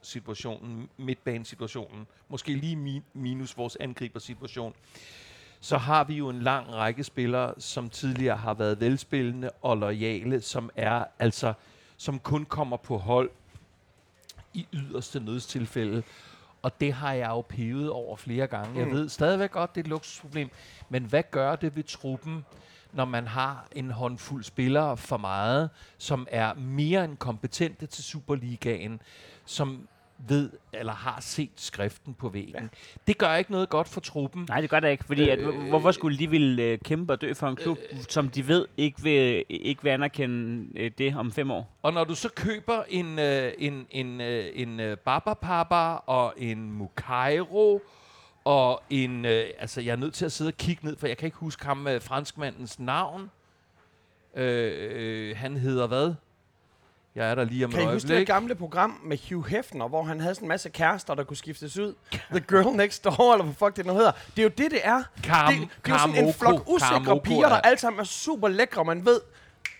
S7: forsvarssituationen, midtbanesituationen, måske lige mi- minus vores angribersituation, så har vi jo en lang række spillere, som tidligere har været velspillende og lojale, som er altså, som kun kommer på hold i yderste nødstilfælde. Og det har jeg jo pivet over flere gange. Jeg ved stadigvæk godt, det er et luksusproblem. Men hvad gør det ved truppen, når man har en håndfuld spillere for meget, som er mere end kompetente til Superligaen, som ved eller har set skriften på væggen. Ja. Det gør ikke noget godt for truppen.
S4: Nej, det gør det ikke, fordi at, hvor- hvorfor skulle de ville øh, kæmpe og dø for en klub, som de ved ikke vil, ikke vil anerkende øh, det om fem år?
S7: Og når du så køber en, øh, en, en, øh, en øh, Baba Papa og en Mukairo og en... Øh, altså, jeg er nødt til at sidde og kigge ned, for jeg kan ikke huske ham øh, franskmandens navn. Øh, øh, han hedder hvad? Jeg er der lige om
S6: Kan
S7: et
S6: I huske det
S7: øjeblik.
S6: gamle program med Hugh Hefner, hvor han havde sådan en masse kærester, der kunne skiftes ud? The Girl Next Door, eller hvad fuck det nu hedder. Det er jo det, det er.
S7: Kar-
S6: det, det er jo sådan
S7: Karmoko.
S6: en flok usikre
S7: Karmoko,
S6: piger, der
S7: ja.
S6: alle sammen er super lækre, man ved.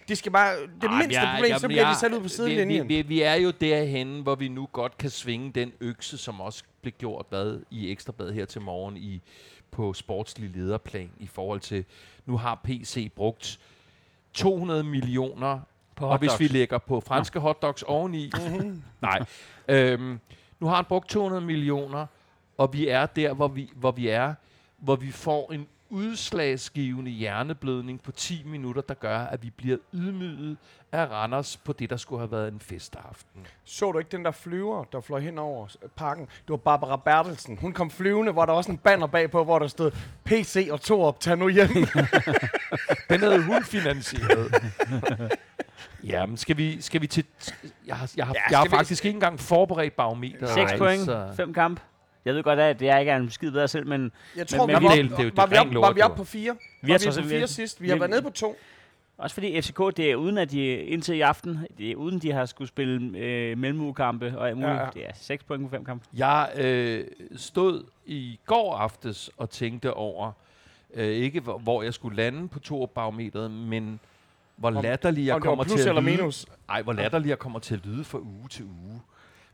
S6: De skal bare, det
S7: Ej,
S6: mindste
S7: jeg-
S6: problem,
S7: jeg-
S6: så bliver
S7: jeg-
S6: de sat ud på
S7: Vi,
S6: sidelinjen.
S7: vi, vi, vi er jo derhen, hvor vi nu godt kan svinge den økse, som også blev gjort hvad, i Ekstrabladet her til morgen i, på sportslig lederplan i forhold til, nu har PC brugt 200 millioner, på og hvis vi lægger på franske hotdogs oveni, nej, øhm, nu har han brugt 200 millioner, og vi er der, hvor vi, hvor vi er, hvor vi får en udslagsgivende hjerneblødning på 10 minutter, der gør, at vi bliver ydmyget af Randers på det, der skulle have været en festaften.
S6: Så du ikke den der flyver, der fløj hen over øh, parken? Det var Barbara Bertelsen. Hun kom flyvende, hvor der var sådan en banner bagpå, hvor der stod PC og to op, tag nu hjem.
S7: Den havde hun finansieret. Jamen, skal vi, skal vi til... Jeg har, jeg har, ja, jeg har
S6: skal vi-
S7: faktisk ikke engang forberedt barometeret.
S4: 6
S7: altså.
S4: point, 5 kamp. Jeg ved godt, at det er ikke er en skid bedre selv, men
S6: Jeg tror,
S4: men
S6: vi,
S4: vi-
S6: var,
S7: det er jo- det er jo
S6: var,
S7: det
S6: vi
S7: rene
S6: op, var
S7: lort,
S6: vi
S7: jo.
S6: oppe på fire?
S4: Vi
S6: Vi
S4: er
S6: var
S4: trods
S6: vi
S4: alt-
S6: på
S4: vi er-
S6: fire sidst. Vi
S4: vi
S6: har
S4: er-
S6: været nede på to.
S4: også fordi FCK, det er uden at de indtil i aften, det er uden de har skulle spille øh, mellemugekampe og alt muligt. Ja,
S6: Ja,
S4: ja.
S6: ja.
S4: Det er 6 point på 5 kampe.
S7: Jeg øh, stod i går aftes og tænkte over, øh, ikke hvor, hvor jeg skulle lande på to barometeret, men hvor latterlig jeg
S6: om det var
S7: kommer
S6: plus
S7: til at
S6: eller
S7: lyde.
S6: minus.
S7: Ej, hvor latterlig jeg kommer til at lyde fra uge til uge,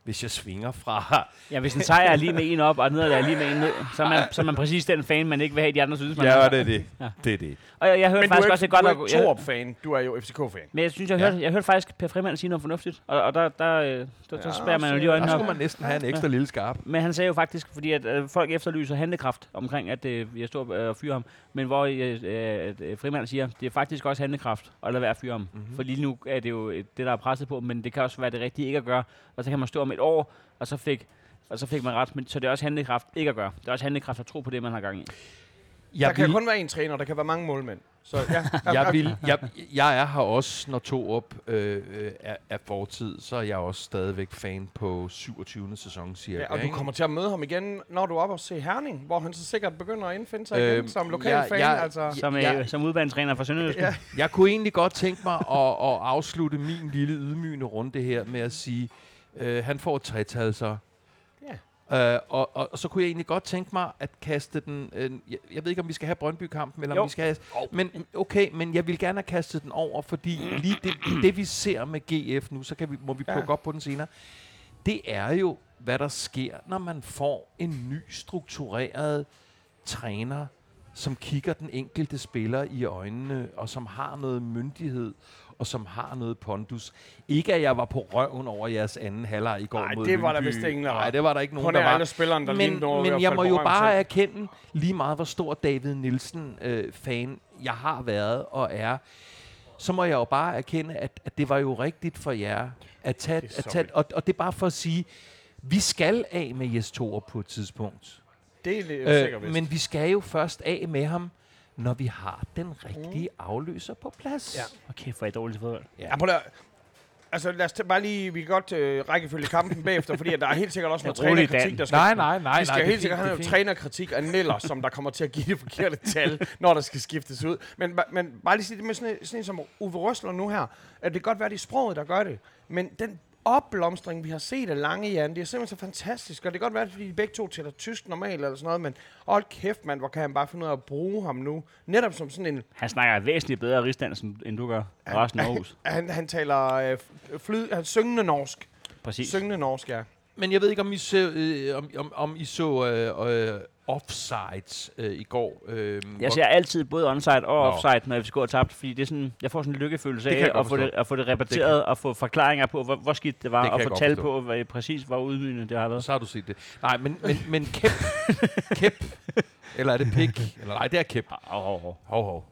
S7: hvis jeg svinger fra
S4: Ja, hvis en sejr er lige med en op, og nederlag er lige med en ned, så er man, så er man præcis den fan, man ikke vil have, de andre synes, man er.
S7: det er det. det, er det.
S4: Og jeg, jeg hørte
S6: Men du
S4: faktisk
S6: er
S4: også,
S6: ikke,
S4: det er
S6: du er
S4: godt nok...
S6: ikke
S4: jeg-
S6: Torup-fan. Du er jo FCK-fan.
S4: Men jeg synes, jeg,
S7: Ja.
S4: ja. hørte, jeg hørte faktisk Per Frimand sige noget fornuftigt, og, og der, der, øh, der, der ja,
S6: Ja,
S4: spærer man jo
S6: så-
S4: lige
S7: Der
S4: øjnene op.
S7: skulle man næsten have en ekstra lille skarp.
S4: Men han sagde jo faktisk, fordi at øh, folk efterlyser handlekraft omkring, at øh, jeg står og øh, fyrer ham, men hvor øh, øh, frimand siger, det er faktisk også handlekraft at lade være at fyre ham. Mm-hmm. For lige nu er det jo øh, det, der er presset på, men det kan også være det rigtige ikke at gøre. Og så kan man stå om et år, og så fik, og så fik man ret. Men, så det er også handlekraft ikke at gøre. Det er også handlekraft at tro på det, man har gang i.
S6: Jeg der kan kun være en træner, der kan være mange målmænd. Så ja,
S7: jeg, vil, jeg, jeg er her også, når to op øh, øh, er, er fortid, så er jeg også stadigvæk fan på 27. sæson, siger
S6: ja, og du
S7: ikke?
S6: kommer til at møde ham igen, når du er oppe og se Herning, hvor han så sikkert begynder at indfinde sig øhm,
S7: Øhm,
S6: igen som lokal
S7: jeg-
S6: fan.
S7: jeg-
S6: altså. Ja.
S4: Som, Øh, ja.
S7: Ja.
S4: øh, som udbandstræner for Sønderjysk. Ja.
S7: Jeg kunne egentlig godt tænke mig at, at afslutte min lille ydmygende runde her med at sige, øh, han får et tretal så. Øh, og, og, og så kunne jeg egentlig godt tænke mig at kaste den... Øh, jeg, jeg ved ikke, om vi skal have Brøndby-kampen, eller jo.
S4: Jo.
S7: om vi skal have... Men okay, men jeg vil gerne have kastet den over, fordi lige det, det vi ser med GF nu, så kan vi, må vi
S6: Ja.
S7: plukke op på den senere. Det er jo, hvad der sker, når man får en ny struktureret træner, som kigger den enkelte spiller i øjnene, og som har noget myndighed, og som har noget pondus. Ikke at jeg var på røven over jeres anden halvleg i går
S6: Ej,
S7: mod
S6: det var der
S7: Lyngby.
S6: vist ingen, der var.
S7: Nej, det var der ikke
S6: På
S7: nogen, der
S6: nær
S7: var
S6: alle spillerne, der
S7: men,
S6: lignede over ved
S7: men
S6: at
S7: jeg
S6: falde
S7: må
S6: på
S7: jo
S6: røven
S7: bare
S6: selv.
S7: erkende lige meget, hvor stor David Nielsen-fan jeg har været og er. Så må jeg jo bare erkende, at, at det var jo rigtigt for jer. At tage,
S6: Det er
S7: at
S6: så
S7: tage,
S6: vildt.
S7: og, og det er bare for at sige, vi skal af med Jes Torup på et tidspunkt.
S6: Det er lidt øh, sikkert
S7: Øh,
S6: vist.
S7: men vi skal jo først af med ham, når vi har den rigtige afløser på plads.
S6: Ja.
S4: Okay, for I dårligt til fodbold.
S6: Ja, prøv lige at- Altså, lad os tæ- bare lige, vi kan godt øh, rækkefølge kampen bagefter, fordi at der er helt sikkert også noget
S4: Ja, rolig, Dan.
S6: trænerkritik, der skal...
S7: Nej, nej, nej.
S6: vi skal nej,
S7: nej, det er
S6: helt sikkert
S7: fint,
S6: have
S7: det
S6: noget
S7: er
S6: trænerkritik af Neller, som der kommer til at give det forkerte tal, når der skal skiftes ud. Men, ba- men bare lige sige det med sådan en, sådan en som Uwe Røsler nu her, at det kan godt være, det er sproget, der gør det, men den opblomstring, vi har set af lange Jan, det er simpelthen så fantastisk, og det kan godt være, fordi de begge to tæller tysk normalt eller sådan noget, men hold kæft, mand, hvor kan han bare finde ud af at bruge ham nu, netop som sådan en
S4: Han snakker væsentligt bedre rigsdans, end du gør. Og resten af Aarhus.
S6: Han, han taler øh, f- flyd, han, syngende norsk.
S4: Præcis.
S6: Syngende norsk, ja.
S7: Men jeg ved ikke, om I så, øh, om, om, om I så øh, øh, offsides øh, i går. Øh,
S4: Jeg ser altid både onside og
S7: Nå.
S4: offside, når FCK har tabt, fordi det er sådan, jeg får sådan en lykkefølelse
S7: Det kan jeg
S4: af
S7: godt
S4: at få, det,
S7: forstå.
S4: at få det repeteret og få forklaringer på, hvor, hvor skidt det var,
S7: Det kan
S4: og
S7: jeg
S4: få
S7: godt
S4: tal
S7: forstå.
S4: på, hvad præcis hvor udvidende det har været.
S7: Så har du set det. Nej, men, men, men kæp. kæp. Eller er det pik? Eller, nej, det er kæp.
S4: Au, au, au.
S7: Hov, hov.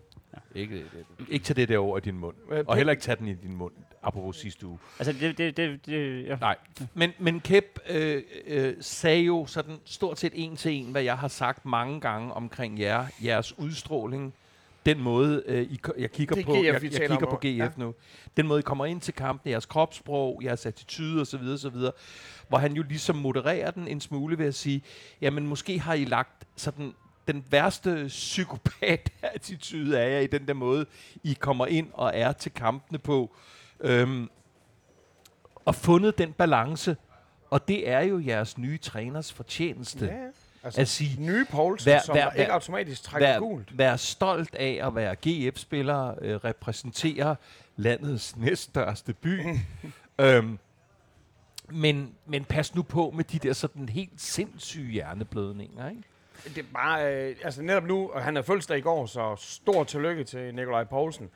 S7: Ikke, øh, ikke tage det der over i din mund. Og heller ikke tage den i din mund. Apropos sidste uge.
S4: Altså, det, det, det, det ja.
S7: Nej, men, men Kep øh, øh, sagde jo sådan stort set en til en, hvad jeg har sagt mange gange omkring jer, jeres udstråling, den måde, øh, I, ko- jeg kigger
S6: Det er
S7: på,
S6: GF,
S7: jeg,
S6: vi
S7: jeg
S6: taler
S7: kigger
S6: om
S7: på GF
S6: nu. Ja.
S7: nu, den måde, I kommer ind til kampen, jeres kropssprog, jeres attitude osv., osv., hvor han jo ligesom modererer den en smule ved at sige, jamen måske har I lagt sådan den værste psykopat-attitude af jer i den der måde, I kommer ind og er til kampene på. Øhm, og fundet den balance. Og det er jo jeres nye træners fortjeneste. Yeah.
S6: ja. Altså,
S7: At sige,
S6: nye Poulsen,
S7: Hver-
S6: som
S7: hver-
S6: der ikke
S7: hver-
S6: automatisk trækker
S7: vær,
S6: gult.
S7: vær stolt af at være GF-spiller, øh, repræsentere landets næststørste by. øhm, men, men pas nu på med de der sådan helt sindssyge hjerneblødninger, ikke?
S6: Det er bare, øh, altså netop nu, og han havde fødselsdag i går, så stor tillykke til Nikolaj Poulsen.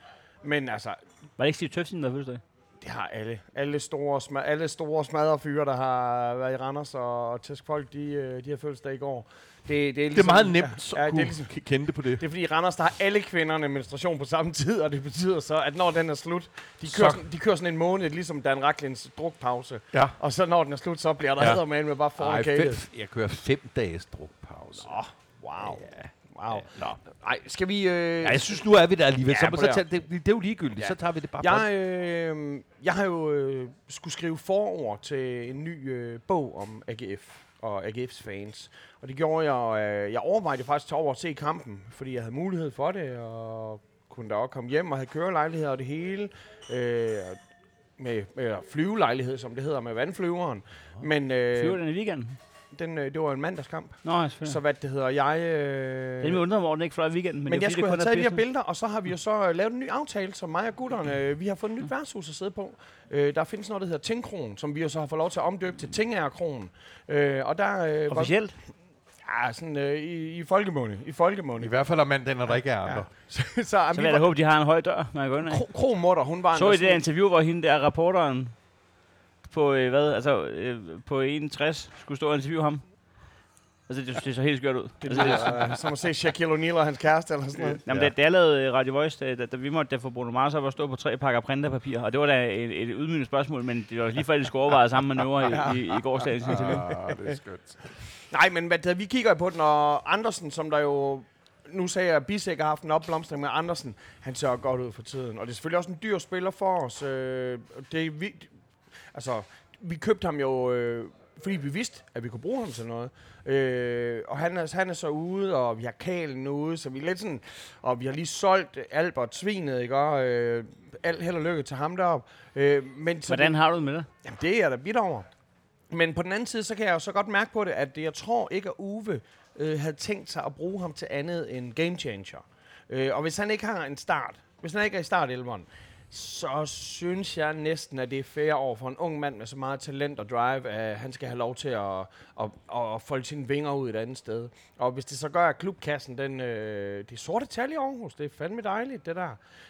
S6: Men altså,
S4: Var det ikke Steve Tøfsen, der havde fødselsdag?
S6: det har alle. Alle store, sma- alle store smadrefyre, der har været i Randers og, og Tæsk Folk, de, øh, de har fødselsdag i går. Det, det, er,
S7: Det er
S6: ligesom,
S7: meget nemt
S6: Ja,
S7: at
S6: ja, det,
S7: kunne
S6: er ligesom,
S7: kende det på det.
S6: det er fordi i Randers, der har alle kvinderne menstruation på samme tid, og det betyder så, at når den er slut, de kører,
S7: Så-
S6: sådan, de kører sådan en måned, ligesom Dan Racklins drukpause.
S7: Ja.
S6: Og så når den er slut, så bliver der
S7: Ja.
S6: ja. med bare
S7: Ej,
S6: fornicated.
S7: fem, jeg kører fem dages drukpause.
S6: Åh, wow.
S7: Ja.
S6: Wow.
S7: Nå.
S6: Ej, skal vi... Øh,
S7: Ja, jeg synes, nu er vi der alligevel.
S6: Ja,
S7: Ja, så,
S6: prøv
S7: så
S6: at-
S7: tager, det, det er jo ligegyldigt. Ja. Så tager vi det bare
S6: jeg, øh, jeg har jo øh, skulle skrive forord til en ny øh, bog om AGF og AGF's fans. Og det gjorde jeg... Øh, jeg overvejede faktisk at tage over og se kampen, fordi jeg havde mulighed for det, og kunne da også komme hjem og have kørelejligheder og det hele. Øh, med, med flyvelejlighed, som det hedder, med vandflyveren. Men
S4: Flyver
S6: øh,
S4: den i weekenden?
S6: den, øh, det var en mandagskamp.
S4: Nå, selvfølgelig.
S6: Så
S4: Så,
S6: hvad det hedder, jeg... Øh,
S4: det er nemlig undret, mig over, den ikke fløj i weekenden. Men,
S6: Men
S4: det er,
S6: jeg
S4: fordi,
S6: skulle have
S4: det
S6: taget de
S4: kun er
S6: her
S4: bedste.
S6: billeder, og så har vi jo så øh, lavet en ny aftale, som mig og gutterne, øh, vi har fået et nyt værtshus at sidde på. Øh, der findes noget, der hedder Tingkron, som vi jo så har fået lov til at omdøbe til Tingærkron. Øh, og der... Øh, var-
S4: Officielt?
S6: Ja, sådan øh, i, i folkemåne. I folkemåne.
S7: I hvert fald om mandagen, når der ikke er andre.
S6: Ja. Så, så, jamen,
S4: Så
S6: vi
S4: vil jeg da håbe, de har en høj dør, når jeg går ind af.
S6: var, Kro- Kromutter, hun var... en-
S4: Så i det der interview, hvor hende der reporteren på, øh, hvad, altså, øh, på 61 skulle stå og interviewe ham. Altså, det, det så helt skørt ud.
S6: Det lyder, øh, som at se Shaquille O'Neal og hans kæreste eller sådan noget.
S4: Jamen, ja. da, da jeg lavede øh, Radio Voice, da, da, da vi måtte da få Bruno Mars op og stå på tre pakker printerpapir, og det var da et, et ydmygende spørgsmål, men det var lige før, de skulle overveje samme manøvre i, i, i gårsdagens interview.
S7: Ah, det er skønt.
S6: Nej, men hvad, det hedder, vi kigger jo på den, og Andersen, som der jo nu sagde jeg, at Bisek har haft en opblomstring med Andersen. Han ser godt ud for tiden. Og det er selvfølgelig også en dyr spiller for os. Øh, det er vi, altså, vi købte ham jo, øh, fordi vi vidste, at vi kunne bruge ham til noget. Øh, og han er, han er så ude, og vi har Kalen ude, så vi er lidt sådan... Og vi har lige solgt Albert Svinet, ikke? Og, øh, alt held og lykke til ham deroppe. Øh, men så
S4: Hvordan har du det med det?
S6: Jamen, det er jeg da vidt over. Men på den anden side, så kan jeg jo så godt mærke på det, at det, jeg tror ikke, at Uwe øh, havde tænkt sig at bruge ham til andet end game changer. Øh, og hvis han ikke har en start, hvis han ikke er i start så synes jeg næsten, at det er fair over for en ung mand med så meget talent og drive, at han skal have lov til at, at, at, at folde sine vinger ud et andet sted. Og hvis det så gør, at klubkassen, den, øh, det er sorte tal i Aarhus, det er fandme dejligt, det der.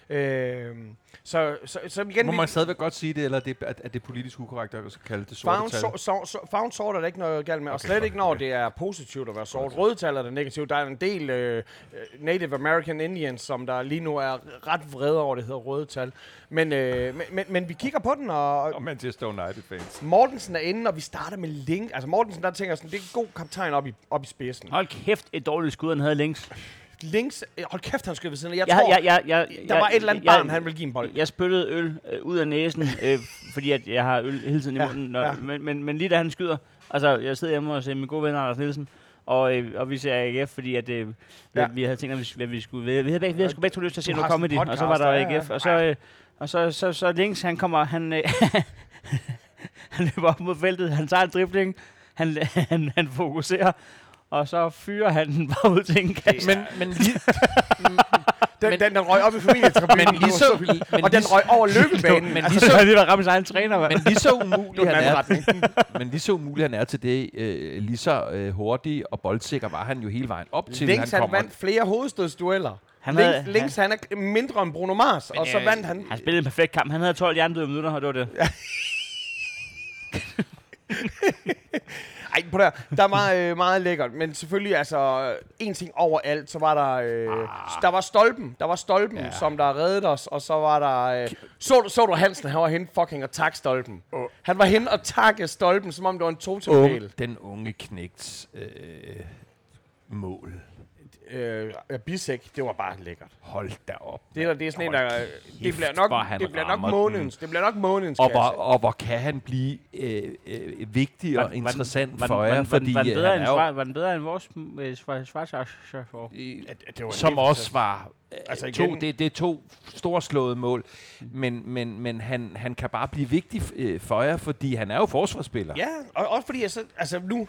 S6: Øh, så, så, så igen,
S7: Må
S6: vi-
S7: man stadigvæk godt sige det, eller er det, at, at det er politisk ukorrekt at kalde det sorte
S6: Found,
S7: tal?
S6: so, so, so, found sort er der ikke noget galt med, og slet ikke når det er positivt at være sort. Røde tal er det negativt. Der er en del øh, øh, Native American Indians, som der lige nu er ret vrede over, det hedder røde tal. Men, øh, men, men, men vi kigger på den, og
S7: Og Manchester United-fans.
S6: Mortensen er inde, og vi starter med Link. Altså Mortensen, der tænker jeg sådan, det er en god kaptajn op i, op i spidsen.
S4: Hold kæft, et dårligt skud, han havde længst. Jeg,
S6: Links, øh, hold kæft, han skød ved siden af. Jeg,
S4: jeg,
S6: tror,
S4: jeg, jeg, jeg,
S6: der
S4: jeg-
S6: var et eller andet
S4: jeg-
S6: barn, han ville give en bold.
S4: Jeg spyttede øl øh, ud af næsen, øh, fordi at jeg har øl hele tiden i
S6: Ja,
S4: munden. Når,
S6: ja.
S4: men, men, men lige da han skyder, altså jeg sidder hjemme og ser min gode ven Anders Nielsen, og, øh, og vi ser AGF, fordi at, øh,
S6: Ja.
S4: ja. vi havde tænkt, at vi, skulle- at vi skulle ved. Vi havde, begge- vi havde sgu begge to lyst til at se
S6: Du
S4: noget
S6: har sådan
S4: comedy,
S6: en
S4: og så var
S6: podcast,
S4: der
S6: ja, ja.
S4: AGF. Og så, øh, og så, så, så, så links, han kommer, han, øh, han løber op mod feltet, han tager en dribling, han, han, han fokuserer, og så fyrer han den bare ud til en kasse.
S7: Men, men lige,
S6: Den, men, den, den røg op i familietribunen,
S7: Men lige så- men
S6: og den
S7: lige-
S6: røg over løbebanen.
S7: men
S6: Altså,
S4: Så
S7: lige så,
S4: er det var ramt sin egen træner, mand.
S7: men lige så
S6: det var
S7: umulig
S6: den
S7: han
S6: anden
S7: er
S6: retning.
S7: Men lige så umulig han er til det, øh, lige så øh, hurtig og boldsikker var han jo hele vejen op til,
S6: Links
S7: han
S6: han,
S7: kommer.
S6: vandt flere hovedstødsdueller.
S4: Han
S6: Han
S4: havde-
S6: Links, Links han, er mindre end Bruno Mars, og
S7: øh,
S6: så vandt han...
S4: Han spillede en perfekt kamp. Han havde 12 jerndøde minutter, og det var det. Ja.
S6: Ej, på der, der var øh, meget lækkert, men selvfølgelig, altså, en ting overalt, så var der... Øh,
S7: Ah.
S6: Der var Stolpen, der var Stolpen, ja. som der reddede os, og så var der... Øh, så, du- så du Hansen, han var henne fucking og tak Stolpen. Oh. Han var henne og takke Stolpen, som om det var en
S7: Unge,
S6: totemdel.
S7: den unge knægts øh, mål.
S6: Øh, ja, Bisek, det var bare lækkert.
S7: Hold da op.
S6: Det, der, det er sådan en,
S7: Hold
S6: der... Det bliver
S7: hvor han
S6: nok, det bliver nok
S7: rammer den.
S6: månedens, det bliver nok månedens,
S7: Og
S6: kan jeg
S7: hvor,
S6: se.
S7: og hvor kan han blive øh, øh, vigtig
S4: Var
S7: og
S4: den-
S7: interessant
S4: Var, den-
S7: for
S4: var,
S7: jer,
S4: den- var,
S7: fordi
S4: den- var, den
S7: øh,
S4: bedre
S7: han
S4: end
S7: er jo,
S4: Schwar- var den bedre end vores øh, Schwar- Schwarzschaffenberg?
S6: det var en
S7: som
S6: helt
S7: også var øh,
S6: Altså
S7: altså
S6: igen-
S7: to, det, det er to storslåede mål, men, men, men han, han kan bare blive vigtig øh, for jer, fordi han er jo forsvarsspiller.
S6: Ja, og også fordi, jeg så, altså nu,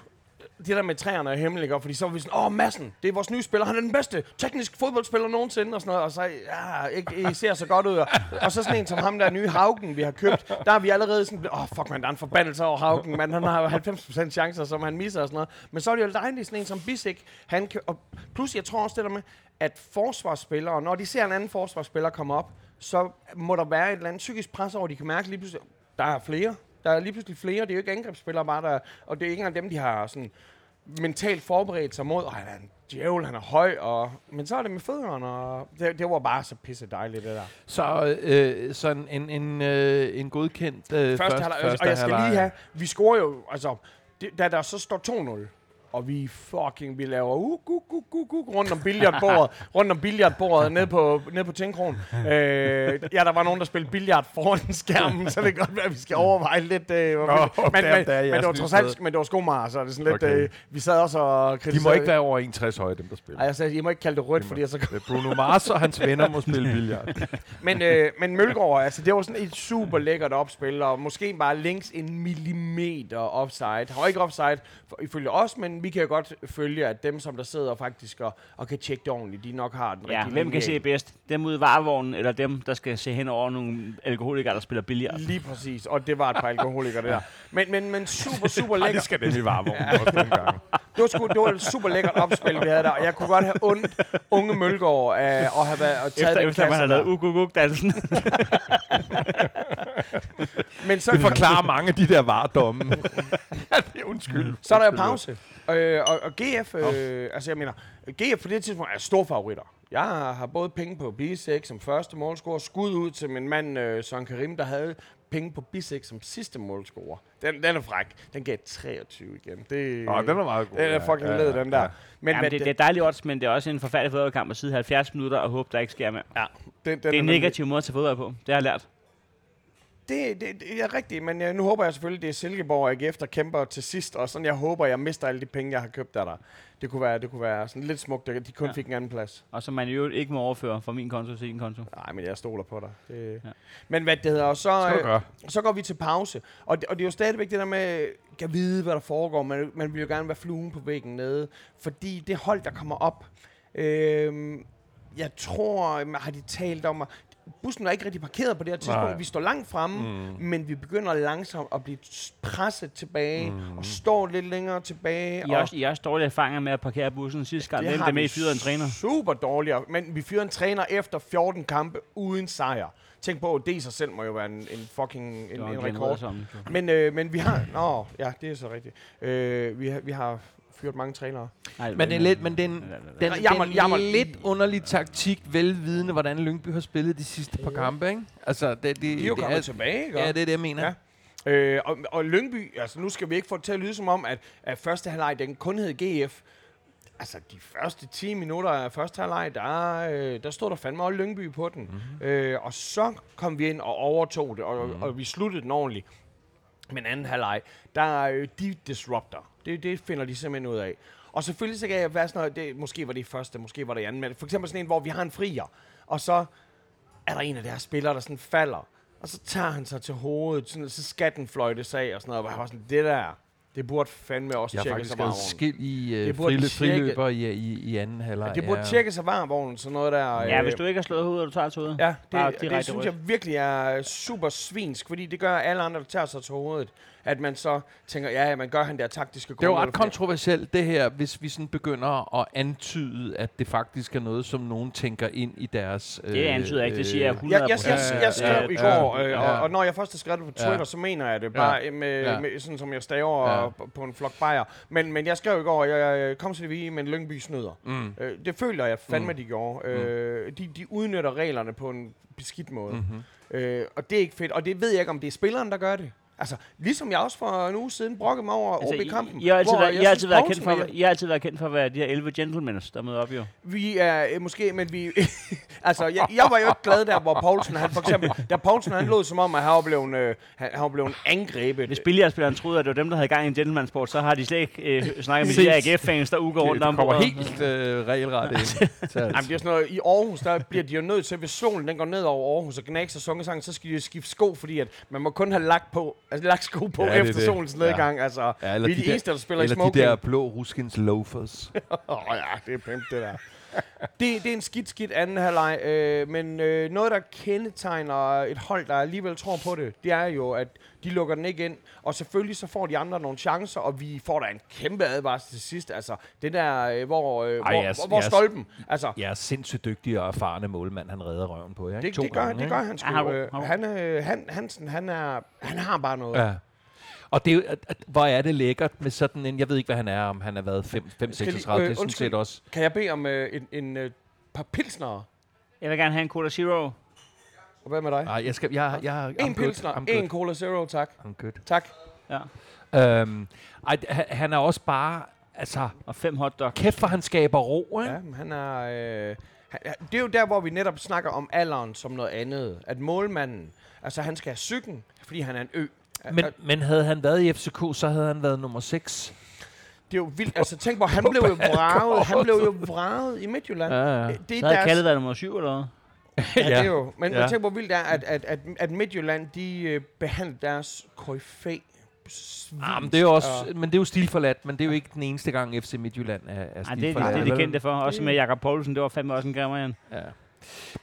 S6: det der med træerne er hemmeligt, ikke? fordi så var vi sådan, åh, Madsen, det er vores nye spiller, han er den bedste teknisk fodboldspiller nogensinde, og sådan noget, og så, ja, ikke, I ser så godt ud, og, og så sådan en som ham der nye Haugen, vi har købt, der er vi allerede sådan, blevet, åh, fuck man, der er en forbandelse over Haugen, man, han har jo 90% chancer, som han misser og sådan noget, men så er det jo dejligt sådan en som Bisik, han kan, og plus jeg tror også det der med, at forsvarsspillere, når de ser en anden forsvarsspiller komme op, så må der være et eller andet psykisk pres over, de kan mærke lige pludselig, der er flere, der er lige pludselig flere, det er jo ikke angrebsspillere bare, der, og det er ikke engang dem, de har sådan mentalt forberedt sig mod, og han er en djævel, han er høj, og, men så er det med fødderne, og det, det var bare så pisse dejligt, det der.
S7: Så øh, sådan en, en, øh, en godkendt øh,
S6: Første, første, første og jeg skal lige have, vi scorer jo, altså, det, da der så står 2-0, og vi fucking, vi laver uh, gu, gu, gu, gu, rundt om billiardbordet, rundt om billiardbordet, ned på, ned på Tinkron. Øh, ja, der var nogen, der spillede billiard foran skærmen, så det kan godt være, at vi skal overveje lidt. Øh, Nå, men, men,
S7: der-
S6: men,
S7: der er jeres
S6: det var trods alt,
S7: lyssted.
S6: men det var skomager, så er det sådan lidt,
S7: Okay.
S6: øh, vi sad også og
S7: De
S6: kritiserede.
S7: må ikke være over 61 høje, dem der spiller.
S6: Ej, jeg sagde, I må ikke kalde det rødt, fordi jeg så
S7: Øh, Bruno Mars og hans venner må spille billard.
S6: Men, øh, men Mølgaard, altså, det var sådan et super lækkert opspil, og måske bare links en millimeter offside. Han var ikke offside for, ifølge os, men vi kan jo godt følge, at dem, som der sidder faktisk og, og kan tjekke det ordentligt, de nok har den
S4: Ja,
S6: rigtige
S4: hvem kan se
S6: linje.
S4: bedst? Dem ude i varevognen, eller dem, der skal se hen over nogle alkoholikere, der spiller billiard?
S6: Lige præcis, og det var et par alkoholikere, det der. Men, men, men super, super
S7: Ej, det
S6: lækkert.
S7: skal den i varme også nogle gange.
S6: Det var, sgu, det var et super lækkert opspil, vi havde der, og jeg kunne godt have ondt unge Mølgaard af at have været, og taget
S4: Efter,
S6: den
S4: efter man
S6: kasse
S4: har
S6: der.
S4: lavet uk uk dansen
S6: Men så,
S7: Det forklarer mange af de der vardomme. det er undskyld.
S6: Så er der jo pause. Øh, og, og GF, øh, altså jeg mener, GF på det tidspunkt er store favoritter. Jeg har har både penge på bisæk som første målscorer, skud ud til min mand øh, Søren Karim, der havde penge på bisæk som sidste målscorer. Den, den er fræk. Den gav 23 igen. Det,
S5: Åh, den er meget god.
S6: Den er
S5: ja.
S6: fucking ja, led, den der. Ja. Men,
S4: Jamen, det, det, er dejligt odds, men det er også en forfærdelig fodboldkamp at sidde 70 minutter og håbe, der ikke sker mere. Ja.
S6: den, den
S4: Det er en
S6: nemlig-
S4: negativ måde at tage fodbold på. Det har jeg lært.
S6: Det, det, det er rigtigt, men jeg, nu håber jeg selvfølgelig, det er Silkeborg og AGF, der kæmper til sidst, og sådan jeg håber, jeg mister alle de penge, jeg har købt af dig. Det kunne være, det kunne være sådan lidt smukt, at de kun
S4: Ja.
S6: ja. fik en anden plads.
S4: Og som man i øvrigt ikke må overføre fra min konto til din konto.
S6: Nej, men jeg stoler på dig. Det...
S4: Ja.
S6: Ja. Men hvad det hedder, og så,
S5: Skal du
S6: øh,
S5: gøre.
S6: så går vi til pause. Og det, og det er jo stadigvæk det der med, kan vide, hvad der foregår. Man, man vil jo gerne være fluen på væggen nede, fordi det hold, der kommer op, øh, jeg tror, øhm, har de talt om, at bussen var ikke rigtig parkeret på det her tidspunkt.
S5: Nej.
S6: Vi står langt fremme, mm. men vi begynder langsomt at blive s- presset tilbage, mm. og står lidt længere tilbage.
S4: I har
S6: og
S4: også, I har også dårlige erfaringer med at parkere bussen sidste gang. Hvem
S6: har
S4: der med
S6: vi
S4: i fyret en træner?
S6: Super dårligere, men vi fyrer en træner efter 14 kampe uden sejr. Tænk på, det i sig selv må jo være en, en fucking en,
S4: Det var
S6: en
S4: Glenn
S6: rekord.
S4: Ederson.
S6: Men, øh, men vi har... Nå, ja, det er så rigtigt. Øh, vi, har, vi har fyret mange trænere.
S4: Nej, det var
S7: Men, det er
S4: ikke-
S7: lidt, men det er en, den,
S6: Jammer-
S7: den
S6: jammer.
S7: lidt underlig taktik, velvidende, hvordan Lyngby har spillet de sidste par kampe, ikke? Altså, det, det,
S6: De er jo
S7: det
S6: kommet tilbage, ikke?
S7: Ja, det er det, jeg mener.
S6: Ja. Øh, og, og Lyngby, altså nu skal vi ikke få det til at lyde som om, at, at første halvleg, den kun hed GF. Altså, de første 10 minutter af første halvleg, der, øh, der stod der fandme også Lyngby på den.
S7: Mhm.
S6: Mm-hmm. Øh, og så kom vi ind og overtog det, og, mm-hmm. og vi sluttede den ordentligt. Men anden halvleg, der er øh, de disruptor. Det, det finder de simpelthen ud af. Og selvfølgelig så kan jeg være sådan noget, det, måske var det i første, måske var det i anden, men for eksempel sådan en, hvor vi har en frier, og så er der en af deres spillere, der sådan falder, og så tager han sig til hovedet, sådan, så skal den fløjtes af og sådan noget, og jeg var sådan, det der, det burde fandme også
S7: Jeg har
S6: tjekkes
S7: faktisk
S6: af
S7: skrevet
S6: varevognen.
S7: skil i øh,
S6: Det burde
S7: frile,
S6: tjekke-
S7: friløber i, i, i anden halvleg.
S6: Det burde tjekkes af varevognen, sådan noget der.
S4: Ja,
S6: øh,
S4: hvis du ikke har slået hovedet, og du tager til hovedet.
S6: Ja,
S4: Bare
S6: det,
S4: direkte
S6: det synes
S4: rødt.
S6: jeg virkelig er super svinsk, fordi det gør alle andre, der tager sig til hovedet. At man så tænker, ja, ja, man gør han der taktiske
S7: Det er jo
S6: grunde,
S7: ret
S6: fordi-
S7: kontroversielt, det her, hvis vi sådan begynder at antyde, at det faktisk er noget, som nogen tænker ind i deres... øh,
S4: Det antyder jeg ikke, det siger jeg 100%.
S6: Jeg, jeg, jeg, jeg, jeg
S7: Ja,
S6: skrev
S7: ja,
S6: i
S7: ja.
S6: går, øh,
S7: Ja.
S6: og, og når jeg først har skrevet det på
S7: Ja.
S6: Twitter, så mener jeg det
S7: Ja.
S6: bare øh, med,
S7: Ja.
S6: med, sådan som jeg staver
S7: Ja.
S6: ja. på en flok bajer. Men, men jeg skrev i går, at jeg øh, kom til vi men Lyngby snyder. Mm. Øh, det føler jeg fandme, mm. de gjorde. Øh, de, de udnytter reglerne på en beskidt
S7: Mm.
S6: måde. Mm-hmm. Øh, og det er ikke fedt. Og det ved jeg ikke, om det er spilleren, der gør det. Altså, ligesom jeg også for en uge siden brokkede mig over
S4: Altså, I,
S6: OB-kampen.
S4: I, har altid
S6: hvor
S4: været, I, har altid
S6: synes,
S4: været
S6: Poulsen
S4: kendt for,
S6: og jeg-
S4: I har altid været kendt for at være de her 11 gentlemen, der møder op, jo.
S6: Vi er øh, måske, men vi... altså, jeg, jeg var jo ikke glad der, hvor Poulsen, han for eksempel... Da Poulsen, han lod som om, at han var blevet, øh, han, han var blevet angrebet.
S4: Hvis billiardspilleren troede, at det var dem, der havde gang i en gentlemansport, så har de slet ikke øh, snakket med de her AGF-fans, der uger rundt om
S7: Det kommer
S4: bordet.
S7: helt øh, regelret ind. til alt.
S6: Jamen, det er sådan noget, i Aarhus, der bliver de jo nødt til, hvis solen den går ned over Aarhus og gnægs og sungesang, så skal de jo skifte sko, fordi at man må kun have lagt, på, altså, lagt sko på
S7: Ja,
S6: ja,
S7: det er
S6: efter
S7: det.
S6: solens nedgang. Altså,
S7: Ja,
S6: ja,
S7: eller
S6: vi er
S7: de
S6: de,
S7: der-
S6: eneste, der spiller i
S7: Eller
S6: smoking.
S7: de der blå ruskins loafers.
S6: Åh oh, ja, det er pimp, det der. det, det er en skidt, skidt anden halvleg, øh, men øh, noget, der kendetegner et hold, der alligevel tror på det, det er jo, at de lukker den ikke ind, og selvfølgelig så får de andre nogle chancer, og vi får da en kæmpe advarsel til sidst, altså det der, øh, hvor, øh, Ej, hvor,
S7: jeg-
S6: hvor, hvor
S7: jeg-
S6: stolpen, altså
S7: Jeg er sindssygt dygtig og erfarne målmand, han redder røven på jer. ikke?
S6: det,
S7: To
S6: det, gør,
S7: gange,
S6: det
S7: ikke?
S6: gør han sgu.
S4: Ja, har du-
S6: øh,
S4: har du-
S6: Han, øh, han, Hansen, han, er, han har bare noget.
S7: Ja. Og det, er jo- at, at, hvor er det lækkert med sådan en... Jeg ved ikke, hvad han er, om han har været 5, 5
S6: Skal lige-
S7: 36.
S6: øh,
S7: det er sådan
S6: undskyld.
S7: set også...
S6: Kan jeg bede om øh, en, en øh, par pilsnere?
S4: Jeg vil gerne have en Cola Zero.
S6: Og hvad med dig?
S7: Nej, jeg skal... Jeg, jeg, I'm
S6: en
S7: good,
S6: pilsner,
S7: I'm
S6: en
S7: good,
S6: Cola Zero, tak.
S7: I'm good.
S6: Tak.
S4: Ja.
S7: Øhm, ej, han, han er også bare... Altså,
S4: Og fem hotdog.
S7: kæft, hvor han skaber ro, ikke?
S6: Ja, men han er... Øh, han, ja, det er jo der, hvor vi netop snakker om alderen som noget andet. At målmanden, altså han skal have cyklen, fordi han er en ø.
S7: Men, men havde han været i FCK, så havde han været nummer 6.
S6: Det er jo vildt. Altså tænk hvor han blev jo vraget. Han blev jo vraget i Midtjylland.
S7: ja.
S6: Øh, Det, det
S4: Så
S6: er
S4: havde Kalle
S6: deres,
S4: været nummer syv eller hvad?
S6: ja, det er jo. Men
S7: Ja.
S6: ja. tænk hvor vildt det er, at, at, at, at Midtjylland, de øh, behandler deres koryfæ.
S7: Ah, men, det er jo også, men det er jo stilforladt, men det er jo ikke den eneste gang FC Midtjylland er, er
S4: Ej, det er
S7: stilforladt.
S4: det, det,
S7: vel?
S4: de kendte for. Også med Jakob Poulsen, det var fandme også en grimmer igen.
S7: Ja.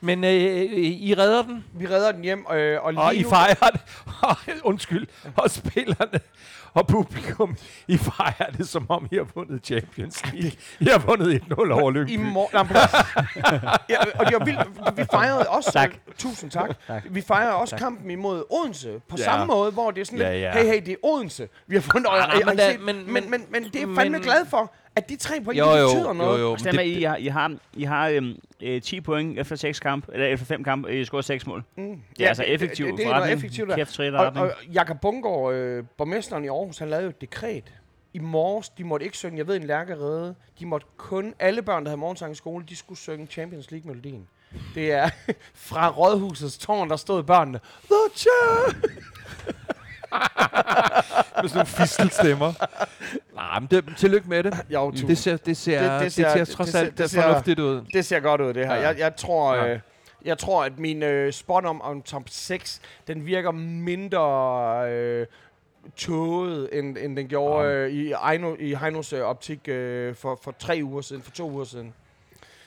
S7: Men øh, I redder den,
S6: Vi redder den hjem, øh, og lige
S7: og I
S6: nu-
S7: fejrer det. Og Undskyld, og spillerne og publikum, I fejrer det, som om I har vundet Champions League. I har vundet 1-0 over
S6: i
S7: Lyngby.
S6: morgen. Nej, men prøv at- ja, og det var vildt. Vi fejrede også...
S4: Tak.
S6: Tusind tak. tak. Vi fejrede også tak. kampen imod Odense på
S7: Ja.
S6: ja. samme måde, hvor det er sådan
S7: Ja,
S6: lidt,
S7: ja.
S6: hey, hey, det er Odense. Vi har fundet...
S7: Ah,
S6: Ah,
S7: nej,
S6: men,
S7: men da-
S6: men,
S7: men-
S6: men, men, men det er jeg
S7: men-
S6: fandme glad for, at de tre point
S7: Jo,
S6: jo, jo,
S7: jo,
S6: betyder noget.
S7: jo, jo.
S6: Jo,
S4: Og
S7: men
S4: stem
S7: det-
S4: I, I har, I har, I har øhm, øh, 10 point efter 6 kamp, eller efter 5 kamp, øh, I scorer 6 mål. Det
S6: Mm.
S4: er ja, altså effektiv
S6: det, det, det er noget
S4: forretning.
S6: effektivt. der.
S4: Kæft træt
S6: Og,
S4: retning.
S6: og Jakob Bungård, øh, borgmesteren i Aarhus, han lavede jo et dekret. I morges, de måtte ikke synge, jeg ved en lærkerede. De måtte kun, alle børn, der havde morgensang i skole, de skulle synge Champions League-melodien. Det er fra Rådhusets tårn, der stod børnene. The Champions!
S7: Med sådan nogle fisselstemmer. Nej, men det, tillykke med det.
S6: Jo,
S7: Mm. Det ser, det ser, det, det ser, det ser trods
S6: det ser-
S7: alt
S6: det
S7: det
S6: ser-
S7: fornuftigt ud.
S6: Det ser godt ud, det her.
S7: Ja.
S6: Jeg, jeg, tror,
S7: Ja.
S6: øh, jeg tror, at min øh, spot om, om top 6, den virker mindre øh, tåget, end, end den gjorde
S7: Ja.
S6: øh, i, Heino, i Heinos øh, optik øh, for, for tre uger siden, for to uger siden.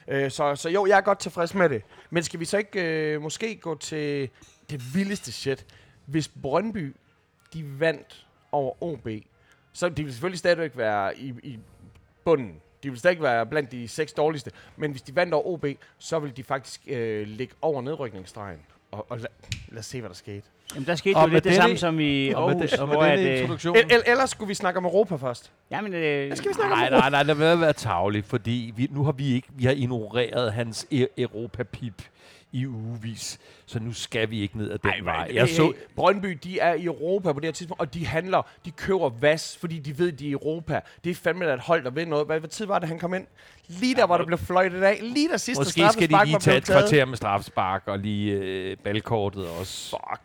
S6: Øh, så, så jo, jeg er godt tilfreds med det. Men skal vi så ikke øh, måske gå til det vildeste shit? Hvis Brøndby, de vandt over OB, så de vil selvfølgelig stadigvæk være i, i bunden. De vil stadig være blandt de seks dårligste. Men hvis de vandt over OB, så vil de faktisk øh, ligge over nedrykningsstregen. Og, og la, lad os se, hvad der skete.
S4: Jamen, der skete
S7: Og
S4: jo
S7: med
S4: lidt det
S7: denne-
S4: samme som i
S7: Og med,
S4: Aarhus,
S7: det, og med
S4: hvor at...
S7: denne
S4: øh,
S7: introduktion...
S6: El, el, ellers skulle vi snakke om Europa først.
S4: Jamen, øh,
S6: Skal vi snakke
S7: Nej,
S6: om Europa?
S7: nej, nej, lad være at være tavlig, fordi vi, nu har vi ikke, vi har ignoreret hans e- Europa-pip i ugevis, så nu skal vi ikke ned ad den Ej, vej. Jeg så,
S6: Brøndby, de er i Europa på det her tidspunkt, og de handler, de køber vas, fordi de ved, de er i Europa. Det er fandme da et hold, der ved noget. Hvad, hvad tid var det, han kom ind? Lige der, hvor der blev fløjtet af. Lige der sidste
S7: måske skal de
S6: straffespark
S7: lige
S6: var
S7: tage
S6: blevet
S7: et
S6: taget.
S7: kvarter med strafspark og lige øh, balkortet også.
S6: Fuck,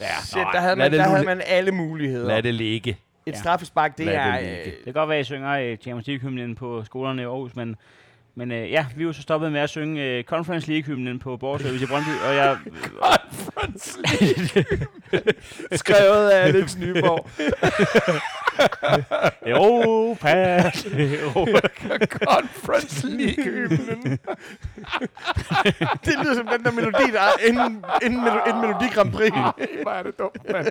S7: Ja,
S6: Shit,
S7: nej,
S6: der havde,
S7: lad,
S6: man,
S7: det,
S6: der havde
S7: nu-
S6: man alle muligheder.
S7: lad det ligge.
S6: Et
S4: Ja.
S6: straffespark, det
S7: Lad det
S6: er...
S7: ligge.
S6: øh,
S4: Det kan godt være, at I synger øh, Champions League-hymnen på skolerne i Aarhus, men, men øh, ja, vi er jo så stoppet med at synge øh, Conference League-hymnen på Borgerservice i Brøndby, og jeg...
S6: Skrevet af Alex Nyborg.
S4: Europa! Europa.
S6: Conference League-hymnen. det lyder som den der melodi, der er inden, inden, melo- inden Melodi Grand Prix. Hvor er det dumt, mand.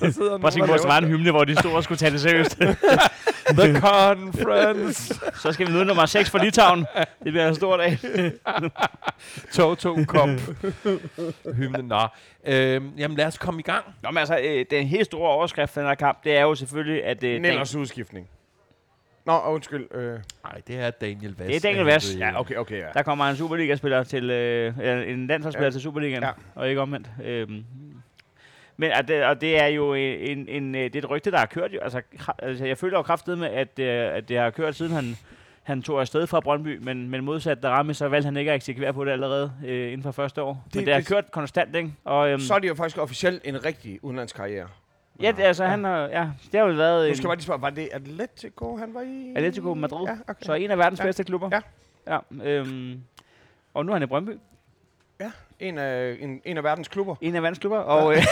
S6: Der sidder nogen
S4: Prøv at tænke på,
S6: og
S4: at der var en hymne, hvor de store skulle tage det seriøst.
S7: The Conference!
S4: så skal vi møde nummer 6 fra Litauen. Det bliver en stor dag.
S7: Toto Cup. Hymnen, nå. Øhm, jamen lad os komme i gang.
S4: Nå, men altså, øh, den helt store overskrift for den her kamp, det er jo selvfølgelig, at... Øh,
S6: laver-
S4: Dan-
S6: Nellers udskiftning. Nå, undskyld. Øh,
S7: Nej, det er Daniel Vass.
S4: Det er Daniel Vass.
S6: ja, okay, okay, ja.
S4: der kommer en Superliga-spiller til... Øh, eller en landsholdsspiller
S6: Ja.
S4: til Superligaen,
S6: Ja.
S4: og ikke omvendt. Øhm. Men og det, og det er jo en, en, øh, det er et rygte, der har kørt. Jo. Altså, kra- altså, jeg føler jo kraftedet med, at, øh, at det har kørt siden han, han tog afsted fra Brøndby, men, men modsat der ramme, så valgte han ikke at eksekvere på det allerede øh, inden for første år. Det, men det har
S6: det-
S4: kørt konstant, ikke? Og, øhm,
S6: Så er det jo faktisk officielt en rigtig udenlandskarriere.
S4: ja, det, altså, han har, ja, det har jo været...
S6: Nu skal jeg
S4: en-
S6: bare lige spørge, var det Atletico, han var i?
S4: Atletico Madrid.
S6: Ja, okay.
S4: Så en af verdens
S6: Ja.
S4: ja. bedste klubber.
S6: Ja.
S4: ja øhm, og nu er han i Brøndby.
S6: En af, en, en af verdens klubber.
S4: En af verdens klubber. Og, øh,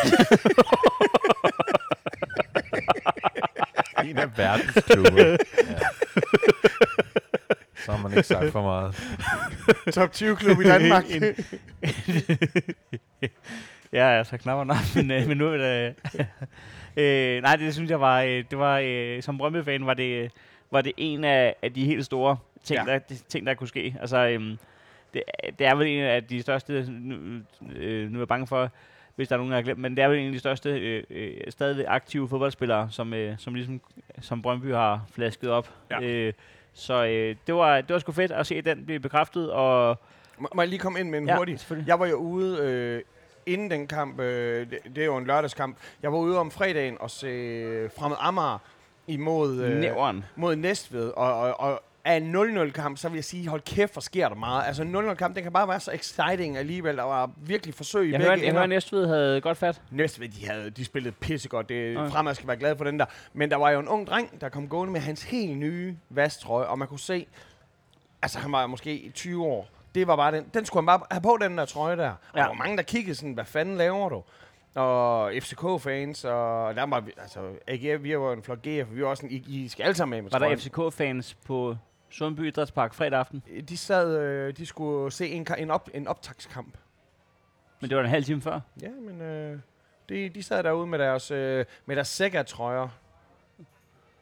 S7: En af verdens klubber. Ja. Så har man ikke sagt for meget.
S6: Top 20 klub i Danmark.
S4: ja, jeg så knapper nok, men, øh, men nu er det... Øh, nej, det synes jeg var... Øh, det var øh, som Brøndby-fan var det, øh, var det en af, af de helt store ting, ja.
S6: Ja.
S4: der, de, ting, der kunne ske. Altså, øhm, det, er- det er vel en af de største... Nu, øh, nu er jeg bange for hvis der er nogen, der har glemt, men det er vel en af de største øh, øh, stadig aktive fodboldspillere, som, øh, som, ligesom, som Brøndby har flasket op.
S7: Ja.
S4: Øh, så øh, det, var, det var sgu fedt at se den blive bekræftet, og
S6: Må, må jeg lige komme ind med en
S4: Ja,
S6: hurtig?
S4: selvfølgelig.
S6: Jeg var jo ude øh, inden den kamp, øh, det, det er jo en lørdagskamp, jeg var ude om fredagen og se Fremad Amager imod
S4: øh, nævren.
S6: mod Næstved, og, og, og af en 0-0-kamp, så vil jeg sige, hold kæft, hvor sker der meget. Altså, en 0-0-kamp, den kan bare være så exciting alligevel, der var virkelig forsøg i
S4: Jeg
S6: begge
S4: hører, jeg
S6: ender.
S4: hører Næstved havde godt fat.
S6: Næstved, de, havde, de spillede pissegodt. Det,
S4: Ja.
S6: Fremad skal være glad for den der. Men der var jo en ung dreng, der kom gående med hans helt nye vastrøje, og man kunne se, altså han var måske 20 år. Det var bare den. Den skulle han bare have på, den der trøje der. Ja. Og
S4: Ja.
S6: der var mange, der kiggede sådan, hvad fanden laver du? Og FCK-fans, og der var, vi- altså, AGF, vi var en flok GF, vi var også sådan, I, I skal alle sammen med med
S4: Var der
S6: trøjen.
S4: FCK-fans på Sundby Idrætspark fredag aften?
S6: De sad, øh, de skulle se en, ka- en, op, en optagskamp.
S4: Men det var en halv time før.
S6: Ja, men øh, de, de sad derude med deres, øh, med deres Sega-trøjer.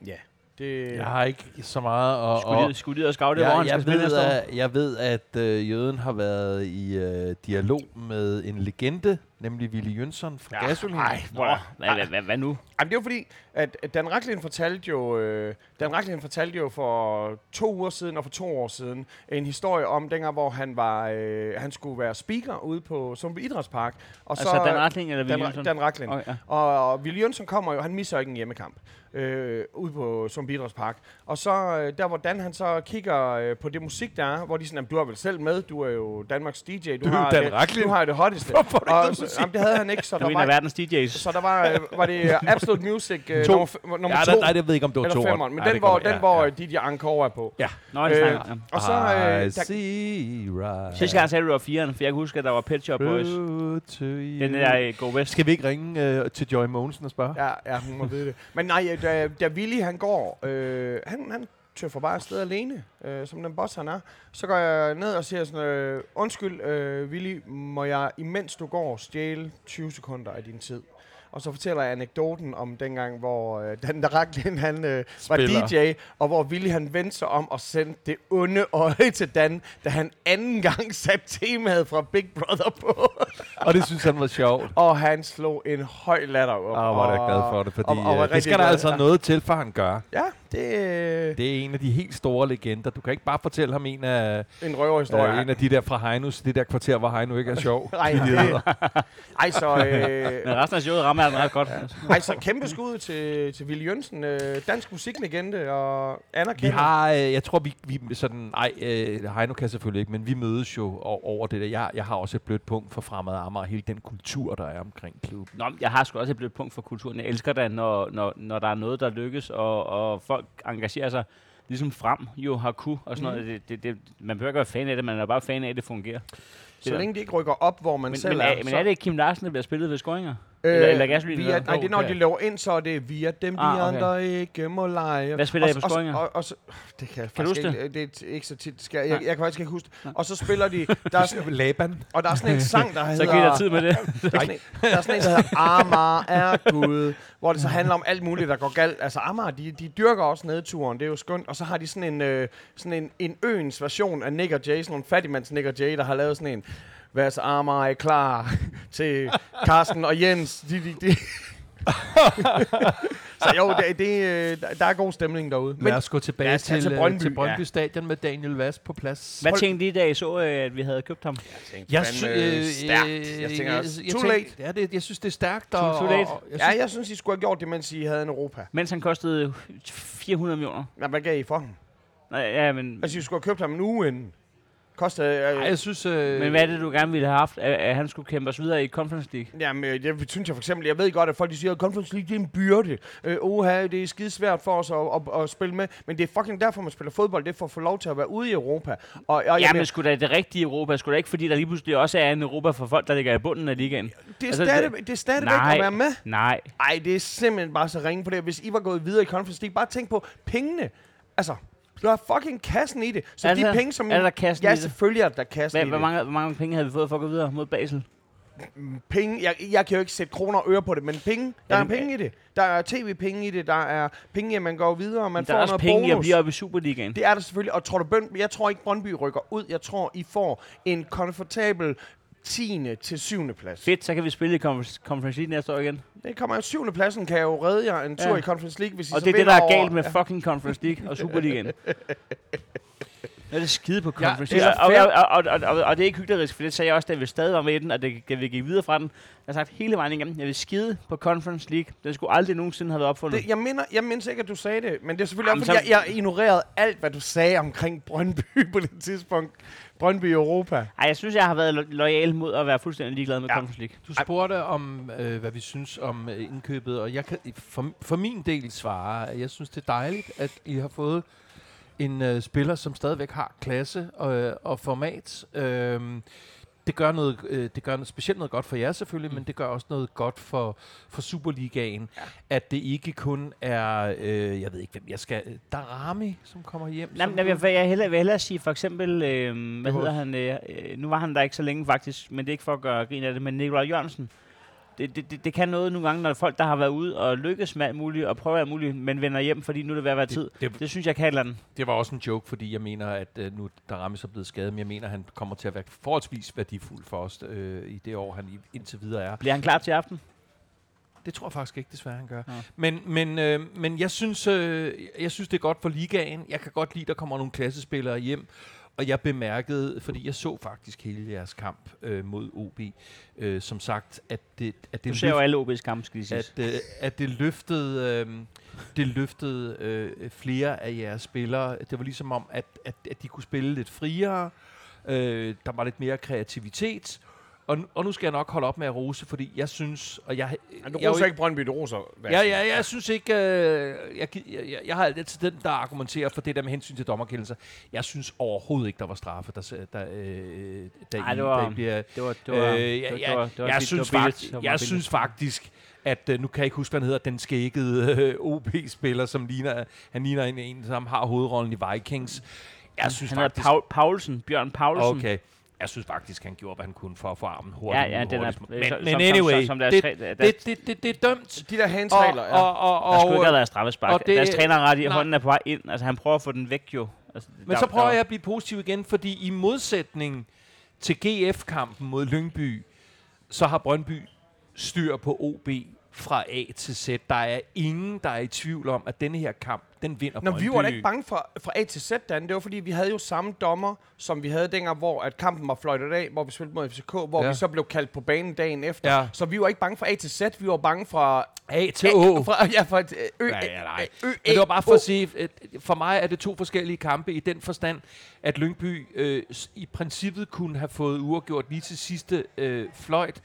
S6: Ja, det...
S7: Jeg har ikke så meget at...
S4: Skulle de, skulle de ud og skaffe det, hvor
S7: jeg,
S4: han skal
S7: jeg,
S4: spille
S7: ved,
S4: næste år?
S7: at, jeg ved, at øh, jøden har været i øh, dialog øh, med en legende, nemlig Willy Jønsson fra ja, Gasolin.
S4: Nej, hvor hvad, hvad, hvad, hvad nu?
S6: Jamen, det var fordi, at at Dan Racklin fortalte jo, øh, Dan Racklin fortalte jo for to uger siden og for to år siden en historie om dengang, hvor han var, øh, han skulle være speaker ude på Sumpe Idrætspark. Og
S4: Altså, Dan Ratling eller Willy
S6: Dan, Ra-
S4: Jønsson?
S6: Dan Racklin.
S4: Okay, ja.
S6: Og, og Ville Jønsson kommer jo, han misser ikke en hjemmekamp øh, ude på som Park. Og så øh, der, hvordan han så kigger øh, på det musik, der er, hvor de sådan, "Jamen, du er vel selv med, du er jo Danmarks DJ, du,
S7: er jo
S6: har,
S7: Dan
S6: det,
S7: Rachlin."
S6: du har jo det hotteste.
S7: Hvorfor er der ikke noget
S6: så,
S7: musik?
S6: jamen, det havde han ikke, så
S4: Du er
S6: der
S4: en af
S6: var,
S4: verdens DJ's.
S6: så der var, øh, var det øh, Absolute Music øh,
S7: To.
S6: nummer, f- nummer
S7: ja,
S6: to,
S7: der, nej, jeg ved ikke, om det var
S6: eller
S7: toeren.
S6: femeren, men
S7: Nej,
S6: den,
S7: det
S6: hvor,
S7: kommer-
S6: den,
S7: ja,
S6: hvor
S7: ja. Ah,
S6: øh, Didier Ankor er på.
S7: Ja.
S4: Nå, det snakker jeg om.
S6: og så, øh,
S7: I
S6: der,
S7: see right.
S4: Sidste gang sagde du, det var firen, for jeg kan huske, at der var Pet Shop Boys.
S6: Øh,
S7: Through to you.
S4: Den der øh, Go West.
S7: Skal vi ikke ringe øh, til Joy Mogensen og spørge?
S6: Ja, ja, hun må vide det. Men nej, øh, da, da Willy han går, øh, han, han tøffer bare afsted alene, øh, som den boss han er. Så går jeg ned og siger sådan, øh, undskyld øh, Willy, må jeg imens du går stjæle 20 sekunder af din tid? Og så fortæller jeg anekdoten om dengang, hvor øh, Dan Raklin, han øh, var
S7: Spiller.
S6: DJ, og hvor Willy han vendte sig om og sendte det onde øje til Dan, da han anden gang satte temaet fra Big Brother på.
S7: Og det synes han var sjovt.
S6: og han slog en høj latter op.
S7: Åh, oh, var jeg
S6: og-
S7: glad for det, fordi
S6: og- og var
S7: øh, det
S6: rigtig
S7: skal der
S6: glad.
S7: altså noget til, for han gør.
S6: Ja, det øh, er
S7: Det er en af de helt store legender. Du kan ikke bare fortælle ham en af,
S6: en røverhistorie.
S7: øh, en af de der fra Heinus, det der kvarter, hvor Heino ikke er sjov.
S6: Ej, det, ej, så, øh,
S4: Men resten af showet rammer jeg den ret godt.
S6: ej, så kæmpe skud til, til Ville Jønsen, øh, dansk musiklegende og
S7: Vi
S6: anerkendt.
S7: har, øh, jeg tror, vi, vi sådan, nej, øh, Heino kan selvfølgelig ikke, men vi mødes jo o- over det der. Jeg, jeg har også et blødt punkt for fremmede Amager, og hele den kultur, der er omkring klubben.
S4: Nå, men jeg har sgu også blevet et punkt for kulturen. Jeg elsker da, når, når, når der er noget, der lykkes, og, og folk engagerer sig. Ligesom Frem jo har ku og sådan
S6: Mhm.
S4: noget. Det, det, det, man behøver ikke være fan af det, man er bare fan af, at det fungerer.
S6: så længe de ikke rykker op, hvor man
S4: Men,
S6: selv
S4: men,
S6: er.
S4: er, men
S6: så-
S4: er det ikke Kim Larsen, der bliver spillet ved Skåringer? Øh, eller, eller Gasolin?
S6: via,
S4: eller?
S6: nej, det er når
S7: Okay.
S6: de laver ind, så er det via dem,
S4: Ah,
S6: ah, de
S4: okay.
S6: andre ikke må lege.
S4: Hvad spiller
S6: Og
S4: I
S6: så-
S4: på Skåringer?
S6: Og, og, og, så, det kan jeg
S4: Kan du
S6: faktisk
S4: huske
S6: ikke. Det? det er ikke så tit. det Skal, jeg,
S4: Nej.
S6: jeg, jeg kan faktisk ikke huske det. Og så spiller de... Der er sådan,
S7: Laban.
S6: og der er sådan en sang, der hedder...
S4: Så giver jeg tid med det.
S6: Der er, sådan en, der er sådan en, der hedder Amager er Gud, hvor det så handler om alt muligt, der går galt. Altså Amager, de, de dyrker også nedturen, det er jo skønt. Og så har de sådan en, øh, sådan en, en øens version af Nick og Jay, sådan nogle fattigmands Nick og Jay, der har lavet sådan en, hvad så Amager er klar til Carsten og Jens. De, de, de. så jo, det, det, øh, der- der er god stemning derude.
S7: Lad os gå tilbage
S6: os tage
S7: til,
S6: til
S7: til Brøndby,
S6: Brøndby,
S7: til Brøndby
S6: ja.
S7: Stadion med Daniel Vass på plads.
S4: Hvad tænkte I, da I så, øh, at vi havde købt ham?
S7: Jeg
S6: Fandme
S7: synes, øh,
S6: stærkt. Jeg tænker også,
S7: jeg
S6: too
S7: tænker-
S6: late.
S7: Ja, det, jeg synes, det er stærkt.
S4: Too-
S7: Og,
S4: too late.
S7: Og, og, jeg
S6: Ja,
S7: synes,
S6: jeg synes, I skulle have gjort det, mens I havde en Europa.
S4: Mens han kostede 400 millioner.
S6: Nej, hvad gav I for ham?
S4: Nej, ja, men,
S6: Altså, I skulle have købt ham en uge inden. Kostede, øh,
S7: ja, jeg synes øh,
S4: men hvad er det, du gerne ville have haft, at, at han skulle kæmpe os videre i Conference League?
S6: Jamen, øh, det synes jeg for eksempel, jeg ved godt, at folk de siger, at Conference League det er en byrde. Øh, oha, det er skidesvært for os at, at, at, spille med. Men det er fucking derfor, man spiller fodbold. Det er for at få lov til at være ude i Europa. Og, og
S4: Ja,
S6: jeg
S4: men
S6: mener,
S4: skulle da det rigtige Europa, skulle da ikke, fordi der lige pludselig også er en Europa for folk, der ligger i bunden af ligaen?
S6: det er
S4: altså,
S6: stadigvæk, det er stadigvæk
S4: Nej.
S6: at være med.
S4: Nej.
S6: Ej, det er simpelthen bare så ringe på det. Hvis I var gået videre i Conference League, bare tænk på pengene. Altså, du har fucking kassen i det. Så
S4: Er
S6: de
S4: der-
S6: penge, som...
S4: Altså, er der kassen i
S6: ja,
S4: det?
S6: selvfølgelig er der kassen
S4: Hvad,
S6: i
S4: hvor, mange, hvor mange penge havde vi fået for at gå videre mod Basel?
S6: det. Penge, jeg, jeg kan jo ikke sætte kroner og øre på det, men penge, der
S4: Ja,
S6: er
S4: men-
S6: penge i det. Der er tv-penge i det, der er penge, i, at man går videre, og man
S4: Men der
S6: får
S4: er også
S6: noget
S4: penge, jeg
S6: bonus.
S4: bliver oppe i Superligaen.
S6: Det er der selvfølgelig, og tror du, Bøn, jeg tror ikke, Brøndby rykker ud. Jeg tror, I får en komfortabel 10. til 7. plads.
S4: Fedt, så kan vi spille i Conference Conference League næste år igen.
S6: Det kommer jo 7. pladsen, kan jeg jo redde jer en tur
S4: Ja.
S6: i Conference League, hvis I
S4: Og
S6: så
S4: det er det,
S6: vinder
S4: der er
S6: over-
S4: galt med fucking Conference League og Superligaen. Jeg er det skide på Conference
S7: det er
S4: League. Og,
S6: fair.
S4: og, og, og, og, og, det er ikke hyggeligt, for det sagde jeg også, da vi stadig var med i den, og det, da vi gik videre fra den. Jeg har sagt hele vejen igennem, jeg vil skide på Conference League. Den skulle aldrig nogensinde have været opfundet.
S6: Det, jeg, minder, jeg mindes ikke, at du sagde det, men det er selvfølgelig
S4: Jamen,
S6: også, fordi
S4: så-
S6: jeg, jeg ignorerede alt, hvad du sagde omkring Brøndby på det tidspunkt. Brøndby i Europa.
S4: Ej, jeg synes, jeg har været lo- lojal mod at være fuldstændig ligeglad med ja. Conference League.
S7: Du spurgte om, øh, hvad vi synes om øh, indkøbet, og jeg kan for, for min del svare, at jeg synes, det er dejligt, at I har fået en øh, spiller, som stadigvæk har klasse og, og format. Øhm, det gør, noget, øh, det gør noget, specielt noget godt for jer selvfølgelig, mm. men det gør også noget godt for, for Superligaen, ja. at det ikke kun er, øh, jeg ved ikke hvem jeg skal, Darami, som kommer hjem.
S4: Nej,
S7: som
S4: men jeg,
S7: du-
S4: vil- jeg, hellere, vil hellere sige for eksempel, øh, hvad
S7: Det var-
S4: hedder han, øh, øh, nu var han der ikke så længe faktisk, men det er ikke for at gøre grin af det, men Nikolaj Jørgensen det, det, det, det kan noget nogle gange, når folk, der har været ude og lykkes med alt muligt, og prøver alt muligt, men vender hjem, fordi nu er det ved at være tid.
S7: det-
S4: Det, det synes jeg kan et eller andet.
S7: Det var også en joke, fordi jeg mener, at øh, nu der Ramis er blevet skadet, men jeg mener, at han kommer til at være forholdsvis værdifuld for os øh, i det år, han i, indtil videre er.
S4: Bliver han klar til aften?
S7: Det tror jeg faktisk ikke, desværre, han gør.
S4: Nå.
S7: Men, men, øh, men jeg, synes, øh, jeg synes, det er godt for ligaen. Jeg kan godt lide, der kommer nogle klassespillere hjem. Og jeg bemærkede, fordi jeg så faktisk hele jeres kamp øh, mod OB, øh, som sagt, at det, at
S4: Du
S7: det
S4: ser jo alle OB's kampe, skal lige siges.
S7: at, øh, at det løftede, øh, det løftede øh, flere af jeres spillere. Det var ligesom om, at, at, at de kunne spille lidt friere. Øh, der var lidt mere kreativitet. Og, nu- og nu skal jeg nok holde op med at rose, fordi jeg synes... Og jeg,
S6: Men du
S7: jeg er jo
S6: roser ikke Brøndby, du roser
S7: Ja, ja, jeg synes ikke... Øh, jeg, gi- jeg, jeg, jeg har altid den, der argumenterer for det der med hensyn til dommerkendelser. Jeg synes overhovedet ikke, der var straffe, der, s- der, øh, der,
S4: Ej,
S7: I-
S4: det var-
S7: der I bliver...
S4: Det var, det
S7: Øh,
S4: var,
S7: jeg-
S4: det var- det var-
S7: jeg-
S4: det var
S7: Jeg
S4: fint, det
S7: synes
S4: var billigt,
S7: fakt-
S4: det var
S7: jeg
S4: billigt.
S7: synes faktisk, at øh, nu kan jeg ikke huske, hvad han hedder, den skækkede øh, OB-spiller, som ligner, han ligner en, en, som har hovedrollen i Vikings. Jeg synes
S4: Han hedder
S7: faktisk,
S4: Paul, Paulsen, Bjørn Paulsen.
S7: okay, jeg synes faktisk, han gjorde, hvad han kunne for at få armen hurtigt.
S4: Ja, ja,
S7: ud,
S4: den er,
S7: hurtigst muligt.
S4: øh, så-
S7: men,
S4: som-
S7: men
S4: som-
S7: anyway,
S4: som- som deres
S7: det,
S4: træ- deres-
S7: det, det, det, det er dømt.
S6: De der handsregler, ja.
S7: og, og,
S4: Der skulle
S7: og,
S4: ikke
S7: og,
S4: have været straffespark.
S7: og det-
S4: Deres træner har ret i, at
S7: nej.
S4: hånden er på vej ind. Altså, han prøver at få den væk jo. Altså,
S7: men så prøver jeg at blive positiv igen, fordi i modsætning til GF-kampen mod Lyngby, så har Brøndby styr på OB fra A til Z. Der er ingen, der er i tvivl om, at denne her kamp, den vinder
S6: Nå,
S7: Brøndby.
S6: vi var da ikke bange fra, fra A til Z, Dan. Det var fordi, vi havde jo samme dommer, som vi havde dengang, hvor at kampen var fløjtet af, hvor vi spillede mod FCK, hvor
S7: Ja.
S6: ja. vi så blev kaldt på banen dagen efter.
S7: Ja.
S6: Ja. Så vi var ikke bange fra A til Z, vi var bange fra
S7: A til Å.
S6: Fra, ja, fra et, øh, ø,
S7: Nej, nej, nej.
S6: Ø,
S7: Men det var bare for
S6: Å.
S7: at sige, at for mig er det to forskellige kampe i den forstand, at Lyngby øh, s- i princippet kunne have fået uafgjort lige til sidste øh, fløjt.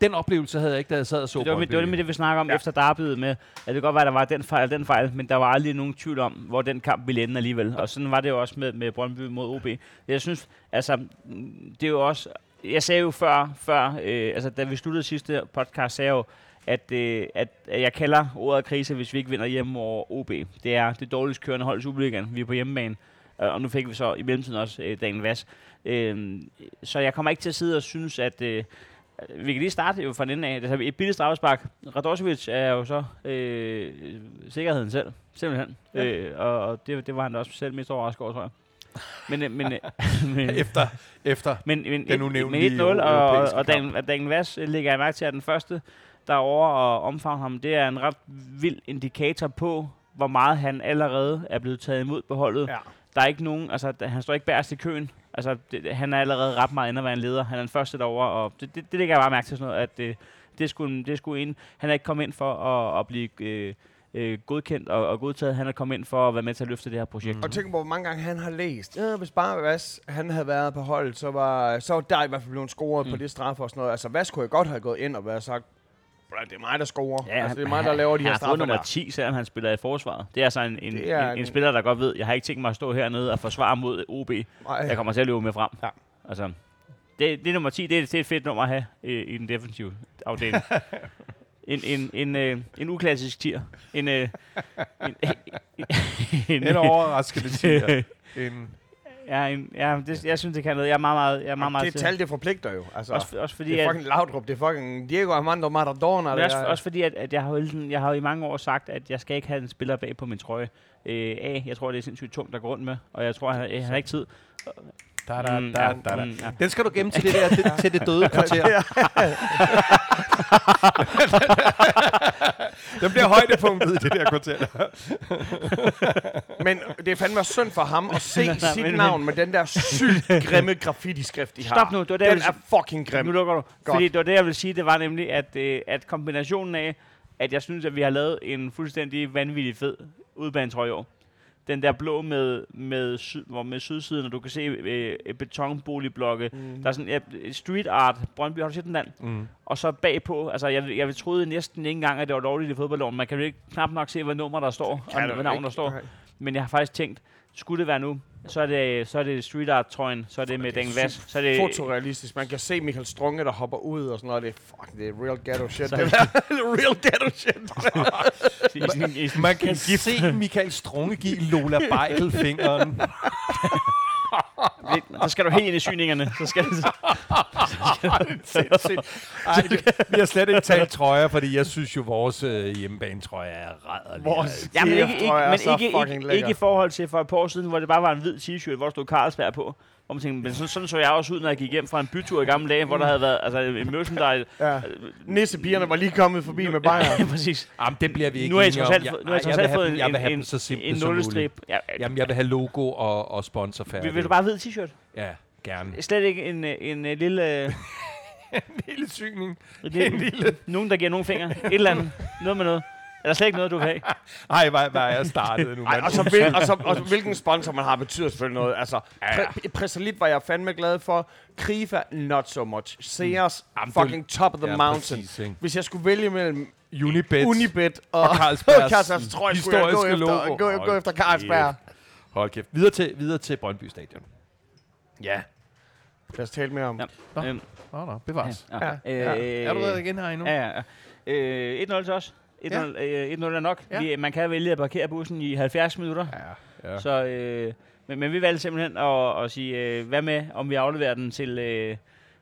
S7: Den oplevelse havde jeg ikke, da jeg sad og så
S4: Det var, med,
S7: Brøndby.
S4: det var med det, vi snakker om ja.
S7: Ja.
S4: efter derbyet med, at det kan godt være, at der var den fejl og den fejl, men der var aldrig nogen tvivl om, hvor den kamp ville ende alligevel. Og sådan var det jo også med, med Brøndby mod OB. Jeg synes, altså, mm, det er jo også... Jeg sagde jo før, før øh, altså, da vi sluttede sidste podcast, sagde jeg jo, at, øh, at, at jeg kalder ordet krise, hvis vi ikke vinder hjemme over OB. Det er det dårligst kørende hold i Superligaen. Vi er på hjemmebane. Øh, Og og nu fik vi så i mellemtiden også øh, Daniel Vass. Øh, så jeg kommer ikke til at sidde og synes, at... Øh, vi kan lige starte jo fra den ende af. Det er et billigt straffespark. Radosevic er jo så øh, sikkerheden selv, simpelthen. Ja. Øh, og og det, det var han da også selv mest overrasket over, tror jeg. Men, øh, men, øh, men,
S7: Efter, efter
S4: men, men,
S7: Den
S4: et-
S7: unævnlige
S4: men 1-0, og, og,
S7: europæiske
S4: og Dan, og Dan Vas øh, lægger jeg mærke til, at den første, der er over og omfavner ham, det er en ret vild indikator på, hvor meget han allerede er blevet taget imod på holdet.
S6: Ja.
S4: Der er ikke nogen, altså da- han står ikke bærest i køen. Altså, det, det- han er allerede ret meget inde at være en leder. Han er den første derovre, og det, det, det lægger jeg bare mærke til sådan noget, at det, det skulle, det skulle ind. Han er ikke kommet ind for at, at blive øh, øh, godkendt og, og godtaget. Han er kommet ind for at være med til at løfte det her projekt.
S6: Og tænk på, hvor mange gange han har læst. Ja, hvis bare Vas, han havde været på holdet, så var, så var der i hvert fald blevet scoret mm. på det straf og sådan noget. Altså, Vas kunne jo godt have gået ind og været sagt, "Bro, det er mig, der scorer. Ja, altså, det er mig, der laver de her
S4: han har fået
S6: straffe
S4: nummer
S6: der.
S4: 10, selvom han spiller i forsvaret. Det er altså en, en,
S6: Det er
S4: en, en,
S6: en-
S4: spiller, der godt ved, jeg har ikke tænkt mig at stå hernede og forsvare mod OB.
S6: Ej.
S4: Jeg kommer til at løbe med frem.
S6: Ja.
S4: Altså, det, det er nummer 10, det er, det er et fedt nummer at have øh, i den defensive afdeling. en, en, en, øh, en uklassisk tier. En, øh, en, en,
S7: en overraskende tiger. en,
S4: ja, en, ja, det, jeg synes, det kan noget. Jeg er meget, meget, jeg er meget,
S6: Jamen,
S4: meget
S6: det
S4: til-
S6: tal, det forpligter jo. Altså,
S4: også, også fordi,
S6: det er
S4: at-
S6: fucking Laudrup, det er fucking Diego Armando Maradona.
S4: Men
S6: det
S4: også,
S6: der.
S4: også fordi, at, at jeg, har jo, hele tiden- jeg har jo i mange år sagt, at jeg skal ikke have en spiller bag på min trøje. Øh, A, jeg tror, det er sindssygt tungt at gå rundt med, og jeg tror, han, han har ikke tid.
S7: da, da,
S4: Mm,
S7: da,
S4: ja,
S7: da, da.
S4: mm, ja.
S7: Den skal du gemme til det, der, til, til det døde kvarter. den bliver højdepunktet i det der kvarter.
S6: Men det er fandme synd for ham at se
S4: Nej,
S6: sit
S4: men-
S6: navn med den der sygt grimme graffiti-skrift, de har.
S4: Stop nu, det var det, jeg
S6: Den
S4: ville
S6: er fucking grim.
S4: Nu lukker du.
S6: Godt.
S4: Fordi det var det, jeg ville sige, det var nemlig, at, øh, at kombinationen af, at jeg synes, at vi har lavet en fuldstændig vanvittig fed udbanetrøje i år. Den der blå med, med, syd, hvor med sydsiden, og du kan se øh, øh, betonboligblokke. Mm. Der er sådan øh, street art. Brøndby, har du set den land?
S7: Mm.
S4: Og så bagpå, altså jeg, jeg troede næsten ikke engang, at det var lovligt i fodboldloven. Man kan jo ikke knap nok se, hvad nummer der står, og
S6: du
S4: hvad navn der
S6: ikke.
S4: står.
S6: Nej.
S4: Men jeg har faktisk tænkt, skulle det være nu, så er det, så er det street art-trøjen, så er det med
S6: det er
S4: Daniel Vass, så er det
S6: fotorealistisk. Man kan se Michael Strunge, der hopper ud og sådan noget. Det er, fuck, det er real ghetto shit. det der. Det er real ghetto shit.
S4: i sådan- i sådan-
S7: Man kan se Michael Strunge give Lola Bejl fingeren.
S4: Vi det, der skal du helt ind i syningerne. Så skal det,
S7: Ej, vi, vi har slet ikke talt trøjer, fordi jeg synes jo, vores øh, hjemmebanetrøjer er rædderlig.
S6: Vores
S4: ja, men ikke,
S6: kæft,
S4: ikke,
S6: tror jeg er
S4: men
S6: så
S4: ikke,
S6: fucking
S4: ikke, ikke,
S6: lækker.
S4: i forhold til for et par år siden, hvor det bare var en hvid t-shirt, hvor der stod Carlsberg på. Hvor man tænkte, men sådan, sådan så jeg også ud, når jeg gik hjem fra en bytur i gamle dage, hvor der havde været altså, en merchandise.
S6: Ja. Nissepigerne var lige kommet forbi med bajer.
S4: Præcis.
S7: Jamen, det bliver vi ikke
S4: Nu har jeg
S7: enige om.
S4: trods alt
S7: Jeg-
S4: fået- nu har jeg
S7: ej,
S4: trods
S7: vil
S4: alt
S7: have
S4: fået
S7: dem- jeg
S4: en-
S7: vil have
S4: en-
S7: dem så simple
S4: en
S7: som muligt.
S4: nullestrip. Ja, ja,
S7: Jamen, jeg vil have logo og, og sponsor færdig.
S4: vil, vil du bare have hvid t-shirt?
S7: Ja, gerne.
S4: Slet ikke en, øh, en, en lille... øh,
S7: Hele syning.
S4: En lille. Nogen, der giver nogen fingre. Et eller andet. Noget med noget. Er der slet ikke noget, du vil have?
S7: Ej, hvor hvor er jeg startet nu,
S6: Ej,
S7: mand.
S6: og, så hvil, og, så, og så hvilken sponsor man har, betyder selvfølgelig noget. Altså, Pre- Presalit var jeg fandme glad for. Krifa, not so much. Sears,
S7: Jamen, det er-
S6: fucking top of the
S7: ja,
S6: mountain.
S7: præcis, ikke?
S6: Hvis jeg skulle vælge mellem
S7: Unibet.
S6: Unibet og, og
S7: Carlsbergs
S6: Carlsbergs tror jeg, skulle jeg gå
S7: historiske
S6: efter,
S7: logo.
S6: gå, gå
S7: Hold
S6: efter Carlsberg.
S7: Hold kæft. Videre til, videre til Brøndby Stadion.
S6: Ja. Lad os tale mere om.
S4: Ja.
S7: Nå.
S4: Øhm,
S7: Nå, nå, bevares.
S4: ja. Øh,
S7: Ja. Er du der igen her endnu?
S4: Ja, ja. Øh, 1-0 til os. 1-0,
S6: Ja.
S4: øh, 1-0 er nok.
S6: Ja.
S4: Ja. Vi, man kan vælge at parkere bussen i 70 minutter. Ja.
S7: ja.
S4: Så, øh, men, men vi valgte simpelthen at, at sige, øh, hvad med, om vi afleverer den til, øh,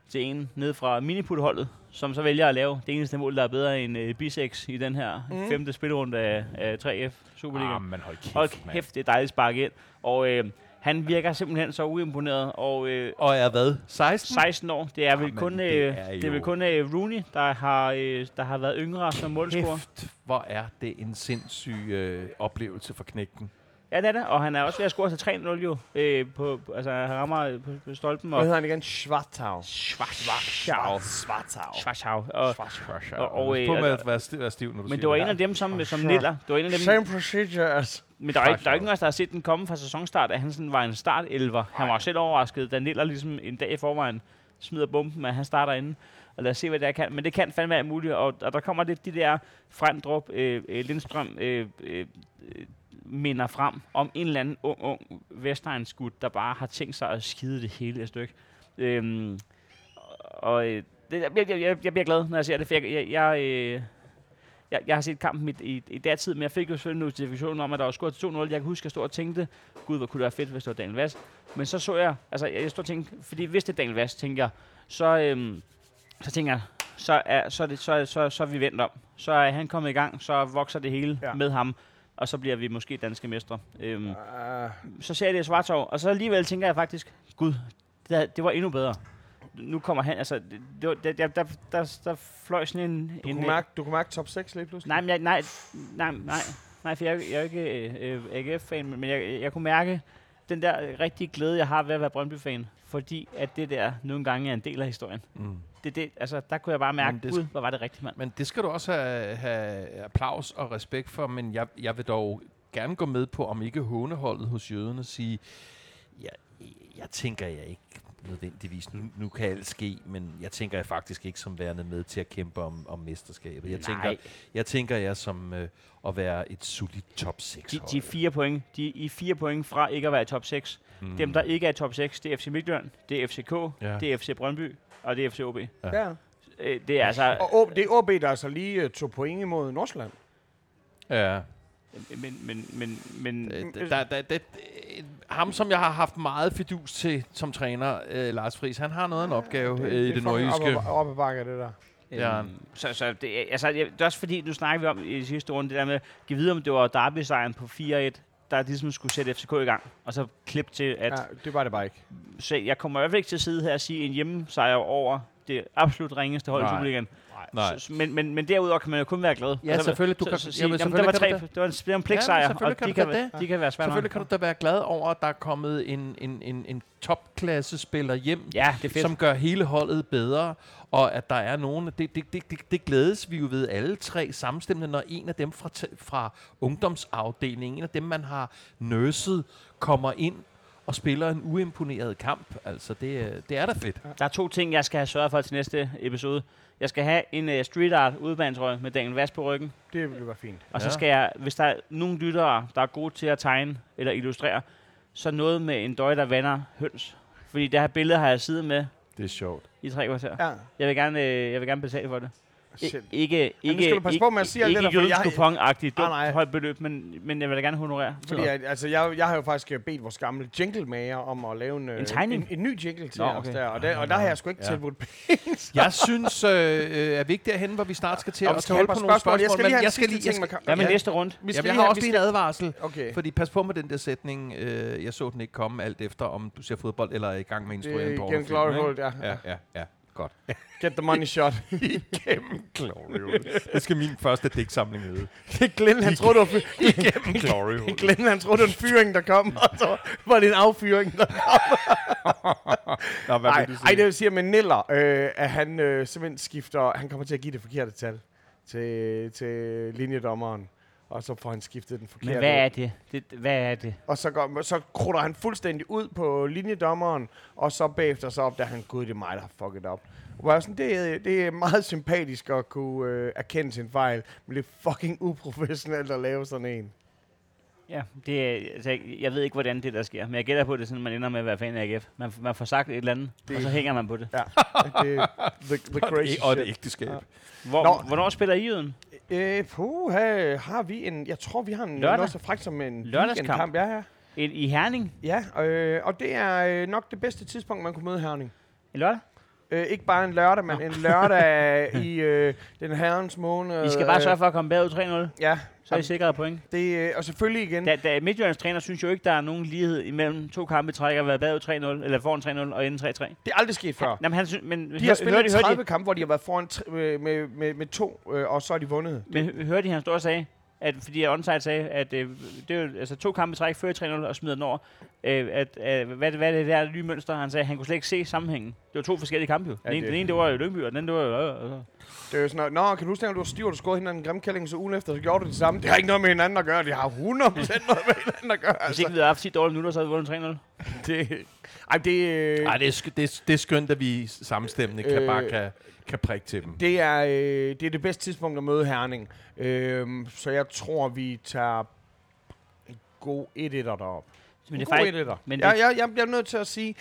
S4: til en ned fra miniputholdet, som så vælger at lave det eneste mål, der er bedre end øh, bisex i den her
S6: Mhm.
S4: mm. femte spillerunde af, af 3F Superliga.
S7: Ah, men hold kæft,
S4: Hold
S7: mand.
S4: kæft, det er dejligt sparket ind. Og øh, han virker simpelthen så uimponeret, og øh,
S7: Og er hvad? 16?
S4: 16 år, det er vel
S7: Jamen,
S4: kun,
S7: det
S4: øh,
S7: er
S4: det er vel
S7: jo-
S4: kun øh, Rooney, der har, øh, der har været yngre som målscorer.
S7: Kæft, hvor er det en sindssyg øh, oplevelse for knægten.
S4: Ja, det er det, og han er også ved at score til 3-0 jo. Øh, på, på- altså, han rammer øh, på, på stolpen
S6: Hvad
S4: og...
S6: hedder han igen? Schwartau.
S4: Schwarzau.
S6: Schwartau.
S4: Schwarzau. Og, og, og, øh,
S7: Pas på med
S4: altså,
S7: at være stiv, være stiv når du
S4: men det
S7: siger
S4: var en af dem, som, som
S6: Schwarz.
S4: Niller. Det var en af dem,
S6: Same procedure as...
S7: Mm.
S4: men der er, ikke, der er
S7: Schwarzau.
S4: ikke nogen af os, der har set den komme fra sæsonstart, at han sådan var en startelver. Han var jo selv overrasket, da Niller ligesom en dag i forvejen smider bomben, men han starter inden. Og lad os se, hvad det er, kan. Men det kan fandme alt muligt. Og, og der kommer lidt de der Frandrup, øh, øh, Lindstrøm, øh, øh, øh, minder frem om en eller anden ung, ung Vestegnsgud, der bare har tænkt sig at skide det hele et stykke. Øhm, og øh, det, jeg, bliver- jeg, jeg, jeg bliver glad, når jeg ser det, for jeg, jeg, jeg, øh, jeg, jeg har set kampen i, i, i datid, men jeg fik jo selvfølgelig notifikationen om, at der var scoret til 2-0. Jeg kan huske, at jeg stod og tænkte, gud, hvor kunne det være fedt, hvis det var Daniel Vass. Men så så jeg, altså jeg, jeg stod og tænkte, fordi hvis det er Daniel Vass, tænker jeg, så, øhm, så tænker jeg, så er, så, er det, så, er- så, så er vi vendt om. Så er han kommet i gang, så vokser det hele
S6: Ja.
S4: ja. med ham, og så bliver vi måske danske mestre. Øhm,
S6: Uh,
S4: så ser jeg det i Svartov, og så alligevel tænker jeg faktisk, gud, det, der- det var endnu bedre. Nu kommer han, altså, det, det var, det, der, der, der, der fløj sådan en...
S6: du,
S4: en
S6: kunne mærke, du kunne mærke top 6 lige pludselig.
S4: Nej, men jeg, nej, nej, nej, nej, for jeg, er jo- jeg er jo ikke øh, AGF-fan, men jeg, jeg kunne mærke den der øh, rigtige glæde, jeg har ved at være Brøndby-fan, fordi at det der nogle gange er en del af historien.
S7: Mm.
S4: Det, det, altså, der kunne jeg bare mærke,
S7: Men det-
S4: gud, hvor var det rigtigt, mand.
S7: Men det skal du også have, have applaus og respekt for, men jeg, jeg vil dog gerne gå med på, om ikke håneholdet hos jøderne sige, jeg, jeg tænker jeg ikke nødvendigvis, nu, nu kan alt ske, men jeg tænker jeg faktisk ikke som værende med til at kæmpe om, om mesterskabet. Jeg
S4: Nej.
S7: tænker, jeg tænker jeg som øh, at være et solidt top 6
S4: De, de er fire point. De er i fire point fra ikke at være i top 6. Mm. Dem, der ikke er i top 6, det er FC Midtjylland, det er FCK,
S7: Ja.
S4: ja. det er FC Brøndby, og det er FC OB.
S6: Ja.
S4: Øh, Det er altså...
S6: Og OB, det er OB, der altså lige uh, tog point imod Nordsjælland.
S7: Øh, Ja.
S4: Men, men, men, men...
S7: Øh, d- Der, der, der, øh, ham, som jeg har haft meget fidus til som træner, øh, Lars Friis, han har noget
S4: Ah,
S7: af en opgave øh, i det nordjyske.
S6: Op, op, ad bakke, det der.
S7: Ja.
S4: Øhm, Så, så det, er- altså, jeg- det er også fordi, nu snakker vi om i de sidste runde, det der med, giv videre, om det var derby-sejren på 4-1, der ligesom skulle sætte FCK i gang, og så klip til, at
S6: Ja, det var det bare ikke.
S4: så jeg kommer i hvert fald ikke til at sidde her og sige en hjemmesejr over det absolut ringeste hold i
S7: Nej.
S4: Superligaen.
S7: Nej.
S4: Så- Men, men, men derudover kan man jo kun være glad. Altså,
S7: Ja, selvfølgelig, du kan-
S4: så, så sige, jamen,
S7: jamen, selvfølgelig
S4: det,
S7: kan
S4: var tre,
S7: du
S4: det var en, det var en
S7: Ja,
S4: pligtsejr,
S7: men selvfølgelig
S4: og
S7: kan
S4: de
S7: du
S4: kan,
S7: da
S4: være,
S7: det.
S4: de kan være svære
S7: Selvfølgelig kan
S4: nok.
S7: du da være glad over, at der er kommet en, en, en, en topklassespiller hjem,
S4: Ja, det er fedt.
S7: som gør hele holdet bedre, og at der er nogen... Det, det, det, det, det glædes vi jo ved alle tre samstemmende, når en af dem fra, t- fra ungdomsafdelingen, en af dem, man har nørset, kommer ind og spiller en uimponeret kamp. Altså, det, øh, det er da fedt.
S4: Der er to ting, jeg skal have sørget for til næste episode. Jeg skal have en uh, street art udbanetrøje med Daniel Vass på ryggen,
S6: Det ville være fint.
S4: Og
S7: Ja.
S4: så skal jeg, hvis der er nogle lyttere, der er gode til at tegne eller illustrere, så noget med en døj, der vander høns. Fordi det her billede har jeg siddet med
S7: Det er sjovt.
S4: i tre kvarter. Ja.
S6: Ja.
S4: Jeg, vil gerne, øh, jeg vil gerne betale for det. I,
S6: Shit.
S4: ikke,
S6: nu
S4: ikke,
S6: skal du passe på med at sige alt
S4: ikke
S6: det der, for jeg-
S4: jødenskupon-agtigt
S6: Nej, nej.
S4: dumt højt beløb, men, men jeg vil da gerne honorere.
S6: Fordi jeg, altså, jeg, jeg har jo faktisk øh, bedt vores gamle jinglemager om at lave en, øh,
S4: En tegning?
S6: en, en ny jingle til
S4: Nå,
S6: Nå, okay.
S4: okay.
S6: os der, og der, og der har jeg sgu ikke
S7: Ja.
S6: ja. tilbudt
S7: Jeg synes, øh, øh, at vi ikke derhen, hvor vi snart skal til
S6: Nå,
S7: at
S6: vi
S7: tale
S6: skal
S7: på nogle
S6: holde på
S7: spørgsmål.
S6: nogle spørgsmål, men
S7: men
S6: jeg skal lige- jeg skal-
S4: Hvad med
S6: Ja.
S4: næste runde?
S6: Vi skal
S7: Jamen, jeg
S6: lige
S7: har
S6: have-
S7: også
S6: vi
S7: lige en advarsel.
S6: skal- Okay.
S7: Fordi pas på med den der sætning, øh, jeg så den ikke komme alt efter, om du ser fodbold eller er i gang med at instruere en
S6: Det er
S7: pornofilm.
S6: igen Glory
S7: ikke?
S6: Hole, Øh, ja.
S7: Ja, ja, ja. Godt.
S6: Get the money shot.
S7: Igennem Glory Hole. Det skal min første digtsamling hedde.
S6: Glenn, han troede, det var, fy-
S7: Igennem Glory Hole.
S6: Glenn, han troede, det var en fyring, der kom, og så var det en affyring, der
S7: Nå, hvad
S6: Nej,
S7: vil du sige?
S6: ej, det vil sige, med Niller, øh, at han øh, simpelthen skifter, han kommer til at give det forkerte tal til, til linjedommeren, og så får han skiftet den forkerte.
S4: Men hvad er det? det hvad er det?
S6: Og så, går, så krutter han fuldstændig ud på linjedommeren, og så bagefter så opdager han, gud, det er mig, der har fucket op. Hvor jeg er sådan, det, er- det er meget sympatisk at kunne øh, erkende sin fejl, men det er fucking uprofessionelt at lave sådan en.
S4: Ja, det er, altså, jeg- jeg ved ikke, hvordan det der sker, men jeg gætter på, at det er sådan, man ender med at være fan af AGF. Man, man får sagt et eller andet, og så hænger man på det.
S6: Ja, det er the, the crazy
S7: og et
S6: shit.
S7: ægteskab. Ja.
S4: Hvor,
S6: Nå.
S4: Hvornår spiller I uden?
S6: Øh, puha, har vi en... Jeg tror, vi har en
S4: Lørdag.
S6: noget så frækt som en
S4: Lørdagskamp.
S6: weekendkamp. Ja, ja.
S4: I, I Herning?
S6: ja øh, og det er øh, nok det bedste tidspunkt, man kunne møde Herning.
S4: I lørdag?
S6: Øh, ikke bare en lørdag, men en lørdag i øh, den herrens måned.
S4: I skal bare sørge for at komme bagud 3-0,
S6: Øh, ja,
S4: så er I sikret point.
S6: det, øh, og selvfølgelig igen.
S4: Da, da Midtjyllands træner synes jo ikke, der er nogen lighed imellem to kampe i træk at være bagud 3-0, eller foran 3-0 og inden 3-3.
S6: Det er aldrig sket før.
S4: Jamen, han synes, men,
S6: De
S4: hør-
S6: har
S4: hørte
S6: spillet
S4: I- hørte I-
S6: 30 kampe, hvor de har været foran tre, med, med, med, med to, øh, og så har de vundet.
S4: Men hø- hørte I, han stod og sagde, at, fordi at onside sagde, at øh, det er jo, altså, to kampe i træk, fører 3-0 og smider den over. Øh, at, øh, hvad, er det- hvad er det der nye mønster? Han sagde, han kunne slet ikke se sammenhængen. Det var to forskellige kampe jo.
S6: Ja,
S4: Den, ene,
S6: det-
S4: den ene, det var jo Lyngby, og den anden, det var jo... Øh, øh.
S6: Det er jo sådan noget, Nå, kan du huske, at du var stiv, og du skåede hinanden en grimkælling, så ugen efter, så gjorde du det samme. Det har ikke noget med hinanden at gøre. Det har 100% noget med hinanden at gøre.
S4: Hvis
S6: Altså,
S4: ikke vi havde haft 10 dårlige minutter, så havde vi vundet 3-0.
S6: det, ej, det, øh,
S7: Ej, det er, sk- det, er, det er skønt, at vi samstemmende kan,
S6: Øh.
S7: bare kan, kan prikke til dem.
S6: Det er, øh, det er det bedste tidspunkt at møde Herning. Øh, så jeg tror, vi tager en god 1 1'er derop.
S4: Men det er
S6: en god
S4: faktisk...
S6: 1 1'er.
S4: men
S6: Men
S4: det-
S6: jeg, jeg, jeg bliver nødt til at sige,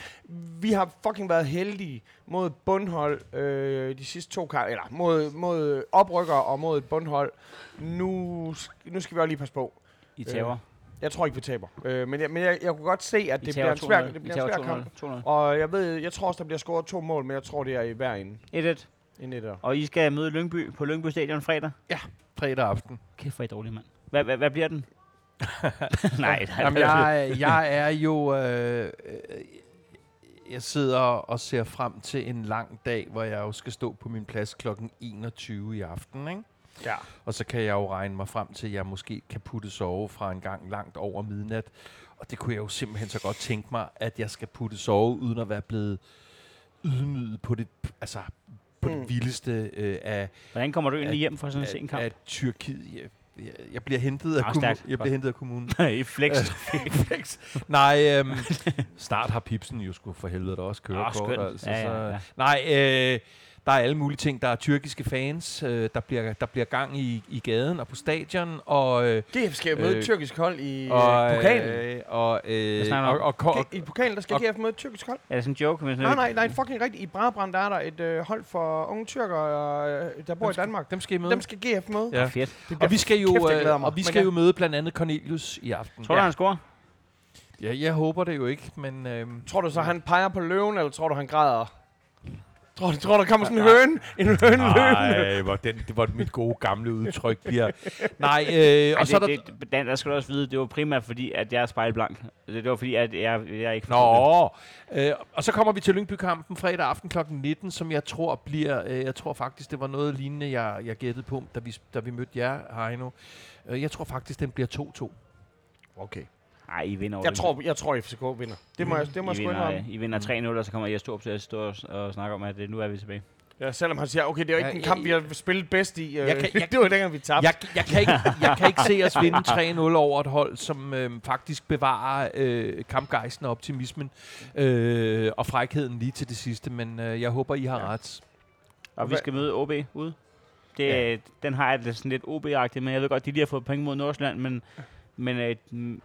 S6: vi har fucking været heldige mod bundhold øh, de sidste to kampe, eller mod, mod oprykker og mod et bundhold. Nu, sk- nu skal vi også lige passe på.
S4: I tager.
S6: Jeg tror ikke, vi taber. Øh, men jeg, men jeg, jeg kunne godt se, at
S4: I
S6: det
S4: tager
S6: bliver, en
S4: 2-0.
S6: svær, det
S4: I
S6: bliver en svær
S4: tager
S6: kamp.
S4: 2-0.
S6: Og jeg ved, jeg tror også, der bliver scoret to mål, men jeg tror, det er i hver en.
S4: 1-1.
S6: En etter.
S4: Og I skal møde Lyngby på Lyngby Stadion fredag.
S7: Fredag aften.
S4: Kæft, hvor er I dårlige, mand. Hvad, hvad, hvad bliver den? nej, nej.
S7: Jamen, jeg, jeg er jo... Øh, øh, jeg sidder og ser frem til en lang dag, hvor jeg jo skal stå på min plads kl. 21 i aften, ikke?
S6: Ja.
S7: Og så kan jeg jo regne mig frem til, at jeg måske kan putte sove fra en gang langt over midnat. Og det kunne jeg jo simpelthen så godt tænke mig, at jeg skal putte sove, uden at være blevet ydmyget på det, altså, på mm.
S6: Mm.
S7: det vildeste øh, af,
S4: Hvordan kommer du egentlig
S7: At-
S4: hjem fra sådan en sen
S7: af,
S4: kamp?
S7: af Tyrkiet. Jeg, jeg, jeg bliver hentet af,
S4: Ah,
S7: kommu-
S4: stærkt.
S7: jeg
S4: Godt.
S7: bliver hentet af kommunen.
S4: I flex.
S7: Flex. Nej, øhm, snart har Pipsen jo sgu for helvede der også kørekort.
S4: Ah, skønt.
S7: altså,
S4: Ja, ja,
S7: så,
S4: ja.
S7: Nej, øh, der er alle mulige ting. Der er tyrkiske fans, øh, der, bliver, der bliver gang i, i gaden og på stadion, og... Øh,
S6: GF skal møde
S7: Øh,
S6: øh, tyrkisk hold i
S7: og,
S6: øh, pokalen.
S7: Øh, og,
S4: Hvad
S7: øh,
S4: snakker
S7: og,
S4: du om?
S7: og, og,
S6: I pokalen, der skal
S7: og-
S6: GF møde et tyrkisk hold.
S4: Er det sådan en joke? Men sådan
S6: Nej, nej, nej, fucking rigtigt. I Brabrand, der er der et øh, hold for unge tyrkere, øh, der bor i Danmark.
S7: dem skal I møde.
S6: Dem skal GF møde.
S7: Ja.
S4: Fedt.
S7: og vi skal jo,
S6: Kæft, jeg glæder
S7: øh,
S6: mig.
S7: og vi
S6: Men
S7: skal
S6: ja.
S7: jo møde blandt andet Cornelius i aften.
S4: Tror du, han scorer?
S7: Ja, jeg håber det jo ikke, men... Øh,
S6: Tror du så, han peger på løven, eller tror du, han græder? Tror du, tror du der kommer sådan en høne? En høne løvende?
S7: Nej, hvor, den, hvor mit gode gamle udtryk bliver. Nej, øh, og så er der...
S4: det, det, Dan, der skal du også vide, det var primært fordi, at jeg er spejlblank. Det, det var fordi, at jeg, jeg er ikke...
S7: Nå, øh, og så kommer vi til Lyngby-kampen fredag aften kl. 19, som jeg tror bliver, øh, jeg tror faktisk, det var noget lignende, jeg, jeg gættede på, da vi, da vi mødte jer, Heino. Øh, jeg tror faktisk, den bliver 2-2.
S6: Okay.
S4: Nej, I vinder over
S6: Jeg
S4: det.
S6: tror, jeg tror FCK vinder. Det må jeg, det må jeg
S4: I
S6: sgu
S4: vinder,
S6: indrømme.
S4: øh, I vinder 3-0, og så kommer jeg stå op til at stå og, og snakke om, at det, nu er vi tilbage.
S6: Ja, selvom han siger, okay, det er jo ikke
S7: Ja,
S6: en
S7: jeg-
S6: kamp, vi har spillet bedst i. Øh,
S7: Jeg kan- jeg-
S6: det var dengang, vi tabte.
S7: Jeg, jeg, kan ikke, jeg kan ikke se os vinde 3-0 over et hold, som øh, faktisk bevarer øh, kampgejsten og optimismen øh, og frækheden lige til det sidste, men øh, jeg håber, I har
S6: Ja.
S7: ret.
S4: Og vi
S6: Hvad-
S4: skal møde OB ude. Det,
S7: Ja.
S4: ja. Den har jeg det sådan lidt OB-agtigt, men jeg ved godt, de lige har fået point mod Nordsjælland, men, men øh, mm,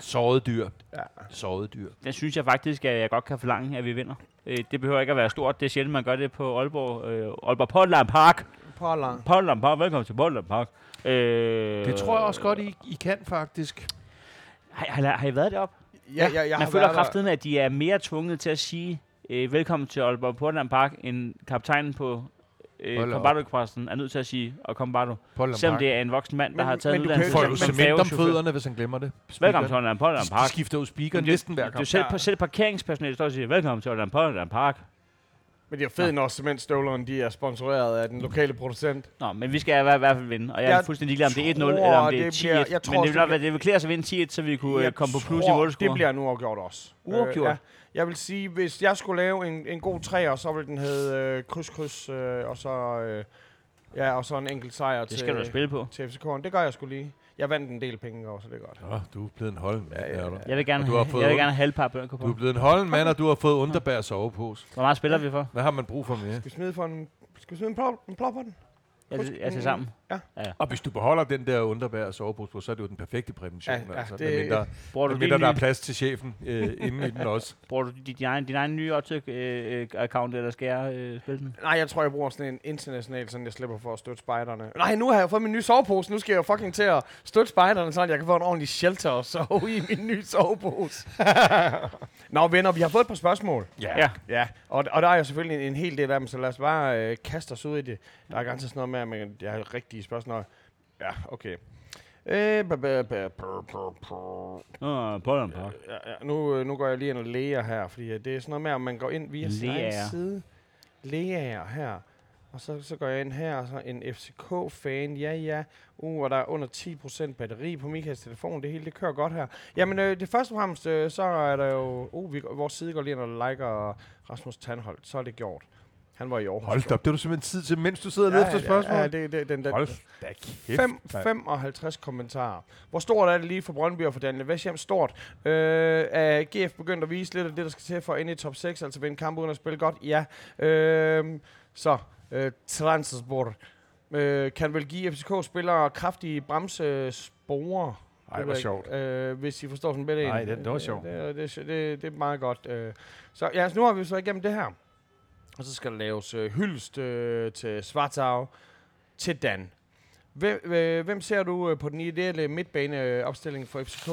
S7: Såret dyr.
S6: Ja.
S7: Såret dyr.
S4: den synes jeg faktisk, at jeg godt kan forlange, at vi vinder. Øh, det behøver ikke at være stort. Det er sjældent, man gør det på Aalborg, øh, Aalborg Portland Park.
S6: Parler.
S4: Portland Park, velkommen til Portland Park. Øh,
S7: Det tror jeg også godt, I, I kan faktisk.
S4: Har, har, har I været deroppe?
S6: Ja, ja, jeg, jeg
S4: Man
S6: har
S4: føler
S6: været der.
S4: kraften med, at de er mere tvunget til at sige øh, velkommen til Aalborg Portland Park, end kaptajnen på øh,
S7: Hold da op.
S4: Combardo er nødt til at sige, og Combardo.
S7: Portland
S4: Selvom
S7: Park.
S4: det er en voksen mand, der
S6: Men-
S4: har taget
S6: men
S4: en
S6: du kan jo
S4: uddannelse.
S6: ikke-
S7: Får
S4: som
S7: jo
S6: men-
S7: cement om
S4: færgechauffør.
S7: fødderne, hvis han glemmer det.
S4: Velkommen til Aalborg Portland
S7: Park.
S4: Park.
S7: De skifter jo speakeren
S4: Men det-
S7: næsten hver
S4: Du
S7: kamp.
S4: selv,
S6: Ja.
S4: selv parkeringspersonale står og siger, velkommen til Aalborg Portland Park.
S6: Men det er fedt, når cementstøvlerne de er sponsoreret af den lokale producent.
S4: Nå, men vi skal i hver- i hvert fald vinde, og jeg, jeg er
S6: Jeg
S4: fuldstændig ligeglad, om det er 1-0
S6: tror,
S4: eller om det er
S6: det
S4: 10-1.
S6: bliver- jeg tror
S4: men det
S6: også,
S4: vil nok
S6: det
S4: være, det vil klæde os at vinde 10-1, så vi kunne øh,
S6: Jeg
S4: komme på plus i
S6: tror,
S4: målscore.
S6: Det bliver nu afgjort også. Øh,
S4: Uafgjort?
S6: ja. Jeg vil sige, hvis jeg skulle lave en, en god træer, så ville den hedde øh, kryds, kryds, øh, og så... Øh, ja, og så en enkelt sejr
S4: Det
S6: til,
S4: skal du da spille på.
S6: til FCK'en. Det gør jeg skulle lige. Jeg vandt en del penge også, det er godt.
S7: Nå, du er blevet en holden mand, er du.
S4: Jeg vil gerne,
S7: Og du har fået
S4: jeg vil
S7: ondt.
S4: gerne have halvpar på den
S7: Du er
S4: kupon.
S7: blevet en holden mand, og du har fået underbær sovepose.
S4: Hvor meget spiller vi for?
S7: Hvad har man brug for mere?
S6: Skal vi smide, for en, skal vi smide en plop, en plop på den?
S4: Jeg,
S6: Husk-
S4: jeg til sammen.
S7: Og hvis du beholder den der underbær og sovepose på, så er det jo den perfekte prævention.
S6: Ja, ja,
S7: altså.
S6: det-
S7: Medmindre,
S4: Bruger du, din,
S7: medmindre der er
S4: nye,
S7: plads til chefen øh, inden i den også.
S4: bruger du din, din, egen, din egen nye Optic-account, eller skal jeg øh, spille den?
S6: Nej, jeg tror, jeg bruger sådan en international, sådan jeg slipper for at støtte spejderne. Nej, nu har jeg fået min nye sovepose. Nu skal jeg jo fucking til at støtte spejderne, så jeg kan få en ordentlig shelter og sove i min nye sovepose. Nå, venner, vi har fået et par spørgsmål.
S4: Ja.
S6: Ja, og, og der er jo selvfølgelig en, en hel del af dem, så lad os bare øh, kaste os ud i det. Der er ganske sådan noget med, at man, jeg har rigtige spørgsmål. Ja, okay. Øh, ba- ba- ba- ba- ba- ba-
S4: Nå, på den park.
S6: Ja, ja, nu, øh, nu går jeg lige ind og læger her, fordi øh, det er sådan noget med, om man går ind via sin egen
S4: Læger.
S6: side. Læger her. Og så, så går jeg ind her, og så en FCK-fan, ja ja. Uh, og der er under 10% batteri på Mikas telefon. Det hele, det kører godt her. Jamen, øh, det første og fremmest, øh, så er der jo... Uh, vi, går- vores side går lige ind og liker Rasmus Tandholt. Så er det gjort. Han var i Aarhus.
S7: Hold da op, det er du simpelthen tid til, mens du sidder og
S6: Ja,
S7: leder efter spørgsmål.
S6: Ja, ja, det, det, den, den,
S7: Hold da kæft.
S6: Fem,
S7: mand.
S6: 55 kommentarer. Hvor stort er det lige for Brøndby og for Daniel Vesthjem? Stort. Øh, er GF begyndt at vise lidt af det, der skal til for at ende i top 6, altså vinde kamp uden at spille godt? Ja. Øh, så, øh, Transsport. Øh, kan vel give FCK-spillere kraftige bremsesporer?
S7: Ej, hvor
S6: Det ved jeg
S7: sjovt.
S6: ikke, Øh, hvis I forstår sådan bedre en.
S7: Nej, det- det var
S6: Øh,
S7: sjovt.
S6: Det, er- det, er sj- det, det er meget godt. Øh. Så ja, altså, nu har vi så igennem det her. Og så skal der laves øh, hyldest øh, til Svartau, til Dan. Hvem, øh, hvem ser du øh, på den ideelle midtbaneopstilling for FCK?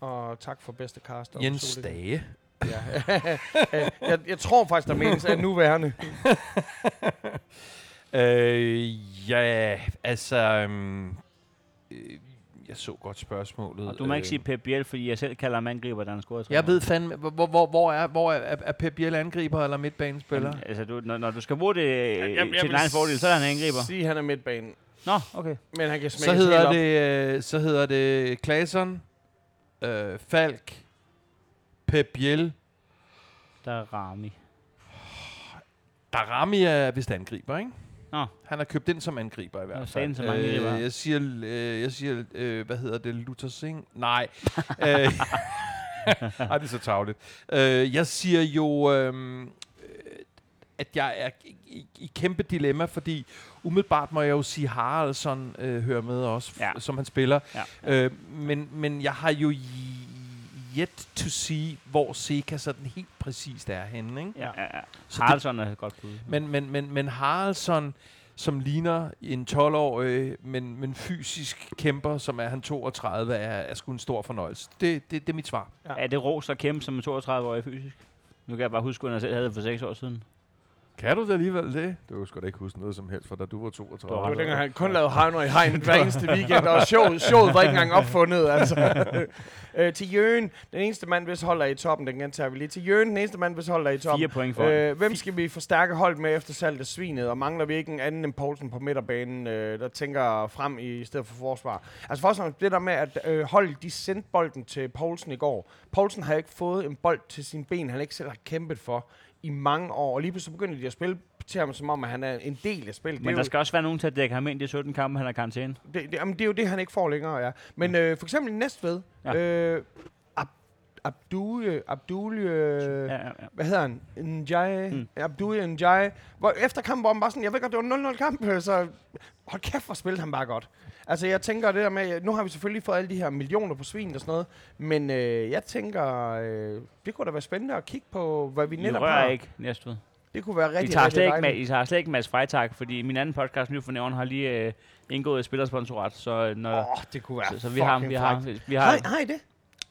S6: Og tak for bedste cast. og
S7: Jens
S6: solid-
S7: Dage.
S6: Ja. Øh, jeg, jeg tror faktisk, der menes af nuværende.
S7: Øh, ja, altså... Um, øh, jeg så godt spørgsmålet. øh,
S4: Og du må ikke sige Pep Biel, fordi jeg selv kalder ham angriber, der er en scorer.
S7: Jeg ved fandme, hvor, hvor- hvor, hvor, er, hvor er, er Pep Biel angriber eller midtbanespiller?
S4: Jamen, Altså, du, når, når du skal bruge det øh,
S6: vil
S4: til din egen fordel, så er han angriber.
S6: Sige, han er midtbanen.
S4: Nå, okay.
S6: Men han kan smækkes
S7: Så
S6: helt
S7: hedder,
S6: op.
S7: det, øh, så hedder det Claesson, øh, Falk, Pep Biel.
S4: Der er Rami.
S7: Darami er vist angriber, ikke?
S4: Nå.
S7: Han har købt ind som angriber i
S4: Nå,
S7: hvert
S4: fanden,
S7: fald.
S4: så mange det var.
S7: øh, jeg siger, øh, jeg siger øh, hvad hedder det, Luther Singh? Nej. øh, Ej, det er så tavligt. Øh, jeg siger jo, øh, øh, at jeg er i, i, i kæmpe dilemma, fordi umiddelbart må jeg jo sige, Haraldsson øh, hører med også, f-
S4: Ja.
S7: som han spiller.
S4: Ja.
S7: Øh, men, men jeg har jo yet to see, hvor Seca sådan helt præcist er henne. Ikke?
S4: Ja, ja, ja.
S7: Så det-
S4: Haraldsson er et godt bud.
S7: men, men, men, men Haraldsson, som ligner en 12-årig, men, men fysisk kæmper, som er han 32, er, er sgu en stor fornøjelse. Det, det, det er mit svar.
S4: Er det ros at kæmpe som en 32-årig fysisk? Nu kan jeg bare huske, at jeg selv havde det for 6 år siden.
S7: Kan du det alligevel det? Du kan sgu da ikke huske noget som helst, for da du var 32.
S4: Du
S6: Det
S4: har
S6: var
S4: ret.
S6: dengang, han kun lavede Havner i hegnet hver eneste weekend, og showet, showet var ikke engang opfundet. Altså. øh, til Jørgen, den eneste mand, hvis holder i toppen, den gentager vi lige. Til Jørgen, den eneste mand, hvis holder i toppen.
S4: 4 point for øh,
S6: Øh, hvem skal vi forstærke holdet med efter salget af svinet, og mangler vi ikke en anden end Poulsen på midterbanen, øh, der tænker frem i, i stedet for forsvar? Altså for eksempel det der med, at øh, holdet de sendte bolden til Poulsen i går. Poulsen har ikke fået en bold til sine ben, han ikke selv har kæmpet for i mange år, og lige pludselig begynder de at spille til ham, som om at han er en del af spillet. Det er
S4: Men der
S6: jo-
S4: skal også være nogen til at dække ham ind i de 17 kampe, han har karantæne.
S6: det, det, jamen, det er jo det, han ikke får længere, ja. Men øh, for eksempel i Næstved,
S4: Ja.
S6: ja. øh, Ab, Abdul, Abdul, øh,
S4: Ja,
S6: ja.
S4: ja, ja.
S6: hvad hedder han? Njai,
S4: Mm.
S6: mm. Abdul Njai, hvor efter kampen, hvor han bare sådan, jeg ved godt, det var en 0-0 kamp, øh, så hold kæft, hvor spillede han bare godt. Altså, jeg tænker det der med, nu har vi selvfølgelig fået alle de her millioner på svin og sådan noget, men øh, jeg tænker, øh, det kunne da være spændende at kigge på, hvad vi
S4: Vi
S6: netop
S4: rører
S6: har.
S4: ikke næste ud.
S6: Det kunne være
S4: I
S6: rigtig,
S4: tager,
S6: rigtig
S4: slet ikke,
S6: dejligt.
S4: Ma- I tager slet ikke Mads Freitag, fordi min anden podcast, Nyfornævn, har lige øh, indgået et spillersponsorat, så, øh, når,
S6: Åh, oh, det kunne være
S4: så, så vi har,
S6: fucking
S4: vi har,
S6: frækt.
S4: vi har, vi
S6: Har,
S4: har
S6: har I det?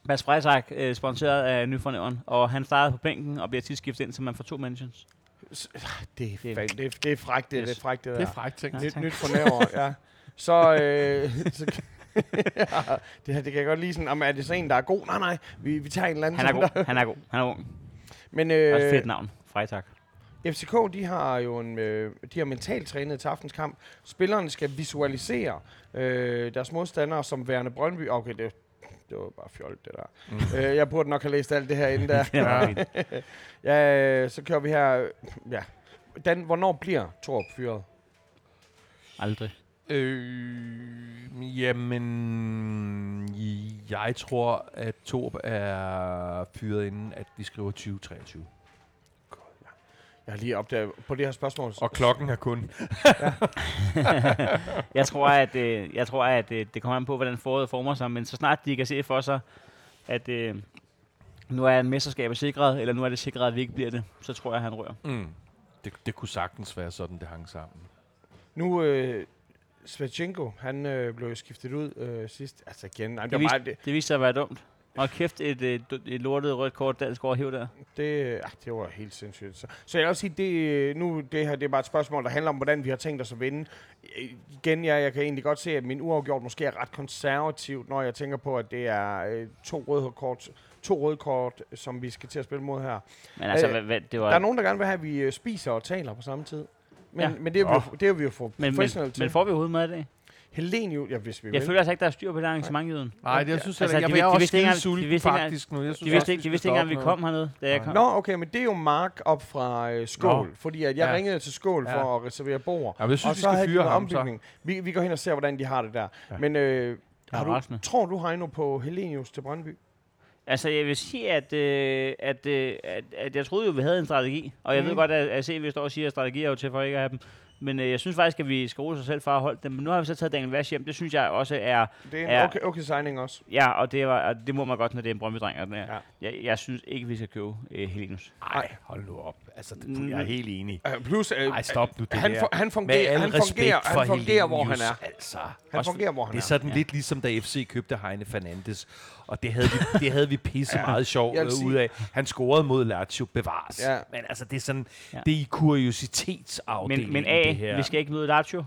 S4: Mads Freitag øh, sponsoreret af Nyfornævn, og han startede på bænken og bliver tit skiftet ind, så man får to mentions.
S6: Det er,
S4: Det-
S6: fandme- det, er- det er frækt, det, yes. det er
S4: Yes.
S6: frækt, det der.
S7: Det er frækt ting.
S6: Nyt,
S4: tak.
S6: nyt for næver, ja. Så, øh, så ja, det her, det kan jeg godt lide sådan, om er det så en, der er god? Nej, nej, vi, vi tager en eller anden.
S4: Han er
S6: som
S4: god, han er god, han er ung.
S6: der- Men
S4: Øh, også
S6: øh,
S4: fedt navn, Freitag.
S6: FCK, de har jo en, øh, de har mentalt trænet til aftens kamp. Spillerne skal visualisere øh, deres modstandere som værende Brøndby. Okay, det, det var bare fjollet, det der. Mm. Øh, jeg burde nok have læst alt det her inden der.
S4: Det er meget fint.
S6: ja, øh, så kører vi her. Ja. Dan, hvornår bliver Torp fyret?
S4: Aldrig.
S7: Øh, jamen, jeg tror, at Torb er fyret inden, at vi skriver 2023.
S6: Jeg har lige opdaget på det her spørgsmål.
S7: Og klokken er kun.
S4: Jeg tror, at, øh, jeg tror, at øh, det kommer an på, hvordan foråret former sig, men så snart de kan se for sig, at øh, nu er en mesterskab er sikret, eller nu er det sikret, at vi ikke bliver det, så tror jeg, at han rører.
S7: Mm. Det, det kunne sagtens være sådan, det hang sammen.
S6: Nu, øh, Svachenko, han øh, blev jo skiftet ud øh, sidst. Altså igen, nej, det,
S4: Det,
S6: var
S4: viste,
S6: meget, det,
S4: det viste sig at være dumt. Og kæft, et, øh, du- et lortet rødt kort dansk overhæv der.
S6: det, ah, det var helt sindssygt. Så, så jeg vil også sige, det, øh, nu, det her det er bare et spørgsmål, der handler om, hvordan vi har tænkt os at vinde. Øh, igen, jeg, jeg kan egentlig godt se, at min uafgjort måske er ret konservativt, når jeg tænker på, at det er øh, to røde kort, to røde kort, som vi skal til at spille mod her.
S4: Men altså,
S6: Øh,
S4: hvad, hvad, det
S6: Der er
S4: var...
S6: nogen, der gerne vil have, at vi øh, spiser og taler på samme tid. Men, ja.
S4: Ja.
S6: men det, er vi, jo- det er vi jo for
S4: Men, men,
S6: professionelle til.
S4: men får vi overhovedet med i dag?
S6: Helenius, ja, hvis vi
S4: Jeg
S6: vil.
S4: føler altså ikke, der er styr på det arrangement, Jyden.
S7: Nej, det jeg synes
S4: Altså,
S7: altså, jeg,
S4: de
S7: jeg,
S4: vi-
S7: jeg er
S4: de
S7: også
S4: vidste ikke
S7: skide
S4: engang- de
S7: sulten
S4: vidste ikke engang-
S7: faktisk nu. Jeg synes
S4: De vidste
S7: også,
S4: ikke, de
S7: skal
S4: vidste ikke engang, vi
S7: stoppe
S4: kom hernede, da jeg
S7: Nej.
S4: kom.
S6: Nå, okay, men det er jo Mark op fra øh, Skål, Nå.
S7: Nå.
S6: fordi at jeg ja.
S7: Ja.
S6: ringede til Skål ja. for
S7: Ja.
S6: at reservere bord.
S7: Ja, men jeg synes,
S6: og så
S7: vi skal
S6: havde de
S7: fyre
S6: noget
S7: ham, så.
S6: ombygning. Vi, vi går hen og ser, hvordan de har det der. Ja.
S7: Ja.
S6: Men øh,
S4: er
S6: har du,
S4: rasende.
S6: tror du, Heino, på Helenius til Brøndby?
S4: Altså, jeg vil sige, at, øh, at, øh, at, at jeg troede jo, vi havde en strategi. Og jeg mm. ved
S6: Mm.
S4: godt, at, at CV står og siger, at strategier er jo til for ikke at have dem. Men øh, jeg synes faktisk, at vi skal rose os selv for at holde dem. Men nu har vi så taget Daniel Vash hjem. Det synes jeg også er...
S6: Det er en
S4: Ja.
S6: okay, okay signing også.
S4: Ja, og det, var, og det må man godt, når det er en brøndbydreng. Og den er.
S6: Ja.
S4: Ja. Jeg, jeg synes ikke, vi skal købe øh, Helinus.
S7: Nej, hold nu op. Altså,
S4: Mm.
S7: det, jeg er helt enig.
S6: Øh, plus, øh,
S7: Nej, stop nu det
S6: han,
S7: der.
S6: fu- han
S7: Med
S6: fungerer,
S7: al
S6: han
S7: respekt
S6: fungerer,
S7: for
S6: han fungerer hvor han
S7: Helenius,
S6: er.
S7: Altså.
S6: Han fungerer, hvor han
S7: Det er
S6: er.
S7: sådan lidt ligesom, da FC købte Heine Fernandes. Og det havde vi, det havde vi pisse meget sjov
S6: jeg vil
S7: øh, ud
S6: sige-
S7: af. Han scorede mod Lazio bevares.
S6: Ja.
S7: Men altså, det er sådan,
S4: Ja.
S7: det er i kuriositetsafdelingen,
S4: Men, men
S7: det
S4: A,
S7: her.
S4: vi skal ikke møde Lazio.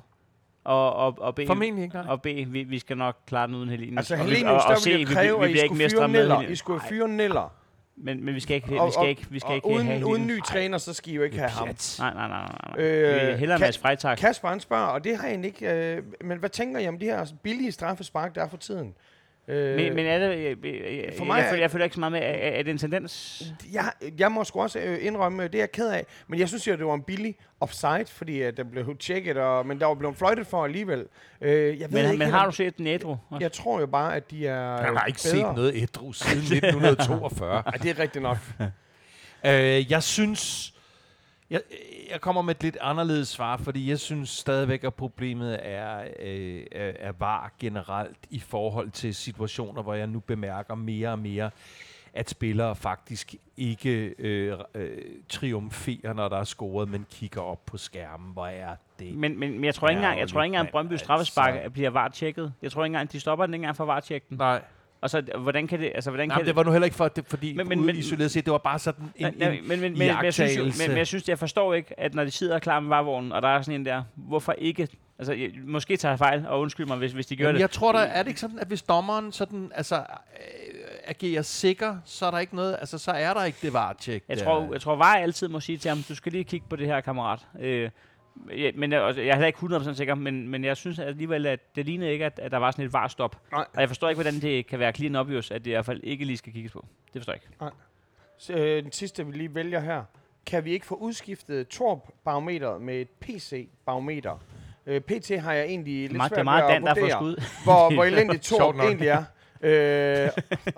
S4: Og, og, og B,
S7: Formentlig ikke, nej.
S4: og B vi, vi skal nok klare den uden Helinus.
S6: Altså,
S4: og, vi-
S6: Helenius,
S4: og
S6: der ville
S4: C,
S6: jo kræve, at I skulle fyre Neller. I
S4: Helinus.
S6: skulle fyre Neller.
S4: Men, men vi skal ikke, vi
S6: Og-
S4: skal
S6: og-
S4: ikke, vi skal
S6: og
S4: ikke have
S6: uden,
S4: Helinus.
S6: uden ny træner, så skal I jo ikke have ham.
S7: Pjat.
S4: Nej, nej, nej, nej. nej.
S6: Øh,
S4: Øh, vi hælder
S6: kan-
S4: Mads Freitag.
S6: Kasper han spørger, og det har jeg egentlig ikke... Øh, men hvad tænker I om de her billige straffespark, der er for tiden? Øh,
S4: Men, men er det, jeg, jeg,
S6: For
S4: for
S6: mig
S4: mig jeg,
S6: er-
S4: føler, jeg føler ikke så meget med, er, er er det en tendens?
S6: jeg, jeg må sgu også øh, indrømme, øh, det er jeg ked af, men jeg synes jo, det var en billig offside, fordi at den blev tjekket, og, men der var blevet fløjtet for alligevel. Øh, jeg ved
S4: Men,
S6: ikke,
S4: men
S6: helt,
S4: har
S6: om-
S4: du set den ædru? også?
S6: Jeg tror jo bare, at de er
S7: Jeg har ikke
S6: bedre.
S7: set noget ædru siden 1942.
S6: Ej, det er rigtigt nok.
S7: Øh, jeg synes... Jeg, jeg kommer med et lidt anderledes svar, fordi jeg synes stadigvæk, at problemet er, øh, er er var generelt i forhold til situationer, hvor jeg nu bemærker mere og mere, at spillere faktisk ikke øh, øh, triumferer, når der er scoret, men kigger op på skærmen. Hvor er det?
S4: Men, men, men jeg tror ikke
S7: Ja,
S4: engang, jeg
S7: og
S4: tror
S7: lidt
S4: ikke engang, at
S7: mand,
S4: Brøndby
S7: altså.
S4: straffespark altså. bliver VAR-tjekket. Jeg tror ikke engang, de stopper den ikke engang for VAR-tjekken.
S7: Nej,
S4: Og så, hvordan kan det, altså, hvordan
S7: nej
S4: kan
S7: men det var nu heller ikke for, at det, fordi
S4: Men-
S7: men,
S4: men-
S7: men,
S4: men-
S7: isoleret set, det var bare sådan en,
S4: Nej,
S7: en
S4: nej, men, men, men, men, jeg synes jo, men,
S7: iagttagelse.
S4: men jeg synes, jeg forstår ikke, at når de sidder klar med varvognen, og der er sådan en der, hvorfor ikke? Altså, jeg, måske tager jeg fejl, og undskyld mig, hvis, hvis de gør
S7: Jamen,
S4: det.
S7: jeg tror der er det ikke sådan, at hvis dommeren sådan, altså, øh, agerer sikker, så er der ikke noget, altså, så er der ikke det varetjek. øh.
S4: Jeg
S7: der.
S4: tror, jeg tror VAR altid må sige til ham, du skal lige kigge på det her, kammerat. Øh, ja, men jeg, også- jeg er heller ikke 100% sikker, men, men jeg synes alligevel, at det lignede ikke, at, at der var sådan et VAR-stop.
S6: Nej.
S4: Og jeg forstår ikke, hvordan det kan være clean obvious, at det i hvert fald ikke lige skal kigges på. Det forstår jeg ikke.
S6: Så, øh, den sidste, vi lige vælger her. Kan vi ikke få udskiftet Torp-barometeret med et PC-barometer? Øh, PT har jeg egentlig lidt
S4: Det er,
S6: svært
S4: det er meget
S6: ved
S4: Dan,
S6: at
S4: der har fået
S6: vurdere.
S4: skud.
S6: hvor, hvor elendigt Torp
S7: Sjovt nok.
S6: egentlig er. Øh,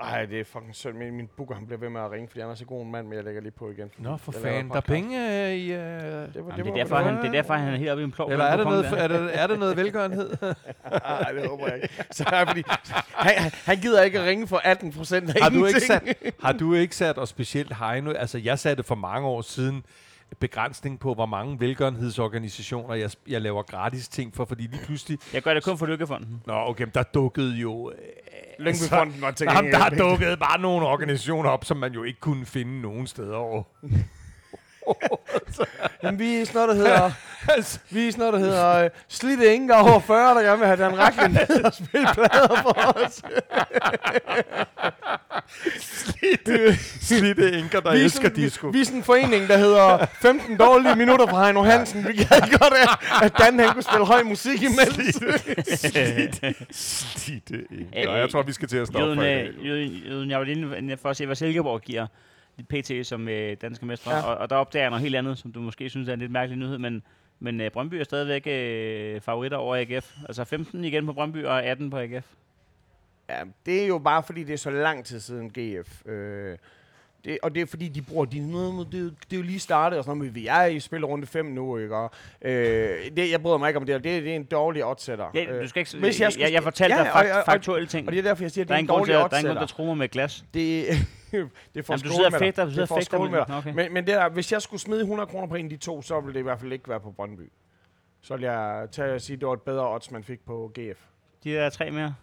S6: ej, det er fucking synd. Min, min booker, han bliver ved med at ringe, fordi han er så god en mand, men jeg lægger lige på igen.
S7: Nå, for
S6: Jeg laver
S7: fanden, der er
S6: podcast.
S7: penge øh,
S6: Det
S7: i... Øh,
S6: var,
S4: Jamen, det, er
S6: var-
S4: derfor,
S6: var-
S4: han, det er derfor, han er helt oppe i en plov.
S7: eller er der, noget, er, der, er der noget velgørenhed?
S6: Ej, det håber jeg ikke. Så er fordi, han, han gider ikke at ringe for 18 procent af
S7: har, du ikke
S6: ingenting.
S7: sat, har du ikke sat, og specielt Heino, altså jeg satte for mange år siden, begrænsning på, hvor mange velgørenhedsorganisationer jeg, jeg laver gratis ting for, fordi lige pludselig...
S4: Jeg gør det kun for Lykkefonden.
S7: Nå, okay, men der dukkede jo... Øh,
S6: Lyngbyfonden var til
S7: Jamen, der
S6: gengæld ikke.
S7: dukkede bare nogle organisationer op, som man jo ikke kunne finde nogen steder over.
S6: Jamen, vi er sådan noget, der hedder, vi er sådan noget, der hedder øh, Slitte Inger over 40, der gerne vil have Dan Racklin ned og spille plader for os.
S7: Slidte enker, der
S6: vi, er
S7: elsker
S6: sådan,
S7: disco.
S6: vi, vi er sådan Øh, en forening, der hedder 15 dårlige minutter fra Heino Hansen. Vi gad godt, at, at Dan han kunne spille høj musik imens.
S7: Slidte enker.
S4: Øh,
S7: Nå, jeg tror, vi skal til at stoppe
S4: Jøden,
S7: for i dag.
S4: øh, jøden, jøden, jeg var lige inde for at se, hvad Silkeborg giver lidt pt. som øh, danske mestre.
S6: Ja.
S4: Ja. Og, og, der opdager jeg noget helt andet, som du måske synes er en lidt mærkelig nyhed, men, men øh, Brøndby er stadigvæk øh, favoritter over AGF. Altså 15 igen på Brøndby og 18 på AGF.
S6: Ja, det er jo bare, fordi det er så lang tid siden GF. Øh, det, og det er fordi, de bruger de noget, med- det, er jo- det er jo lige startet og sådan noget, men vi er i spil runde 5 nu, ikke? Og, øh, det, jeg bryder mig ikke om det, og det, det er en dårlig opsætter.
S4: Ja,
S6: Øh,
S4: du skal ikke,
S6: hvis
S4: hvis
S6: jeg
S4: jeg,
S6: skulle-
S4: jeg, jeg fortalte
S6: Ja,
S4: dig
S6: og-
S4: fakt,
S6: og- og-
S4: faktuelle ting.
S6: og det er derfor, jeg siger, at det
S4: der
S6: er
S4: er
S6: en
S4: en grund til,
S6: dårlig
S4: at- der er en grund,
S6: opsætter.
S4: der trummer med glas.
S6: Det, det får
S4: Jamen, du sidder og fægter, du sidder
S6: det
S4: og
S6: får
S4: fægter med
S6: skål med
S4: den.
S6: dig.
S4: Okay.
S6: Men, men det der, hvis jeg skulle smide 100 kroner på en af de to, så ville det i hvert fald ikke være på Brøndby. Så ville jeg tage og sige, at det var et bedre odds, man fik på GF.
S4: De der er tre mere.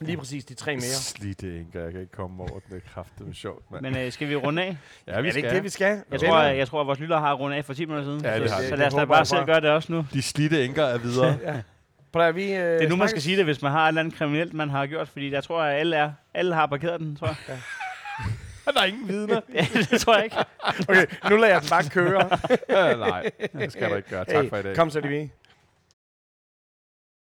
S6: Lige præcis de tre mere.
S7: Slidte enker, jeg kan ikke komme over den. Det er kraftedeme sjovt, mand.
S4: Men øh, skal vi runde af?
S7: Ja, vi
S6: er det ikke
S7: skal.
S6: det, vi skal?
S4: Jeg
S6: Den-
S4: tror, øh, jeg, jeg tror, at vores lyttere har rundet af for 10 minutter siden.
S7: Ja, det
S4: så,
S7: har de.
S4: så
S6: Det
S4: lad os da
S6: håber
S4: bare
S6: jeg
S4: selv
S6: bare.
S4: gøre det også nu.
S7: De slidte enker er videre.
S6: Prøv at, vi, øh,
S4: Det er nu, man skal sige det, hvis man har et eller andet kriminelt, man har gjort, fordi jeg tror, at alle, er, alle har parkeret den, tror jeg.
S7: der er ingen vidner.
S4: Ja, det tror jeg ikke.
S6: Okay, nu lader jeg den bare køre.
S7: Nej, det skal du ikke gøre. Tak for i dag.
S6: Kom så, Divi.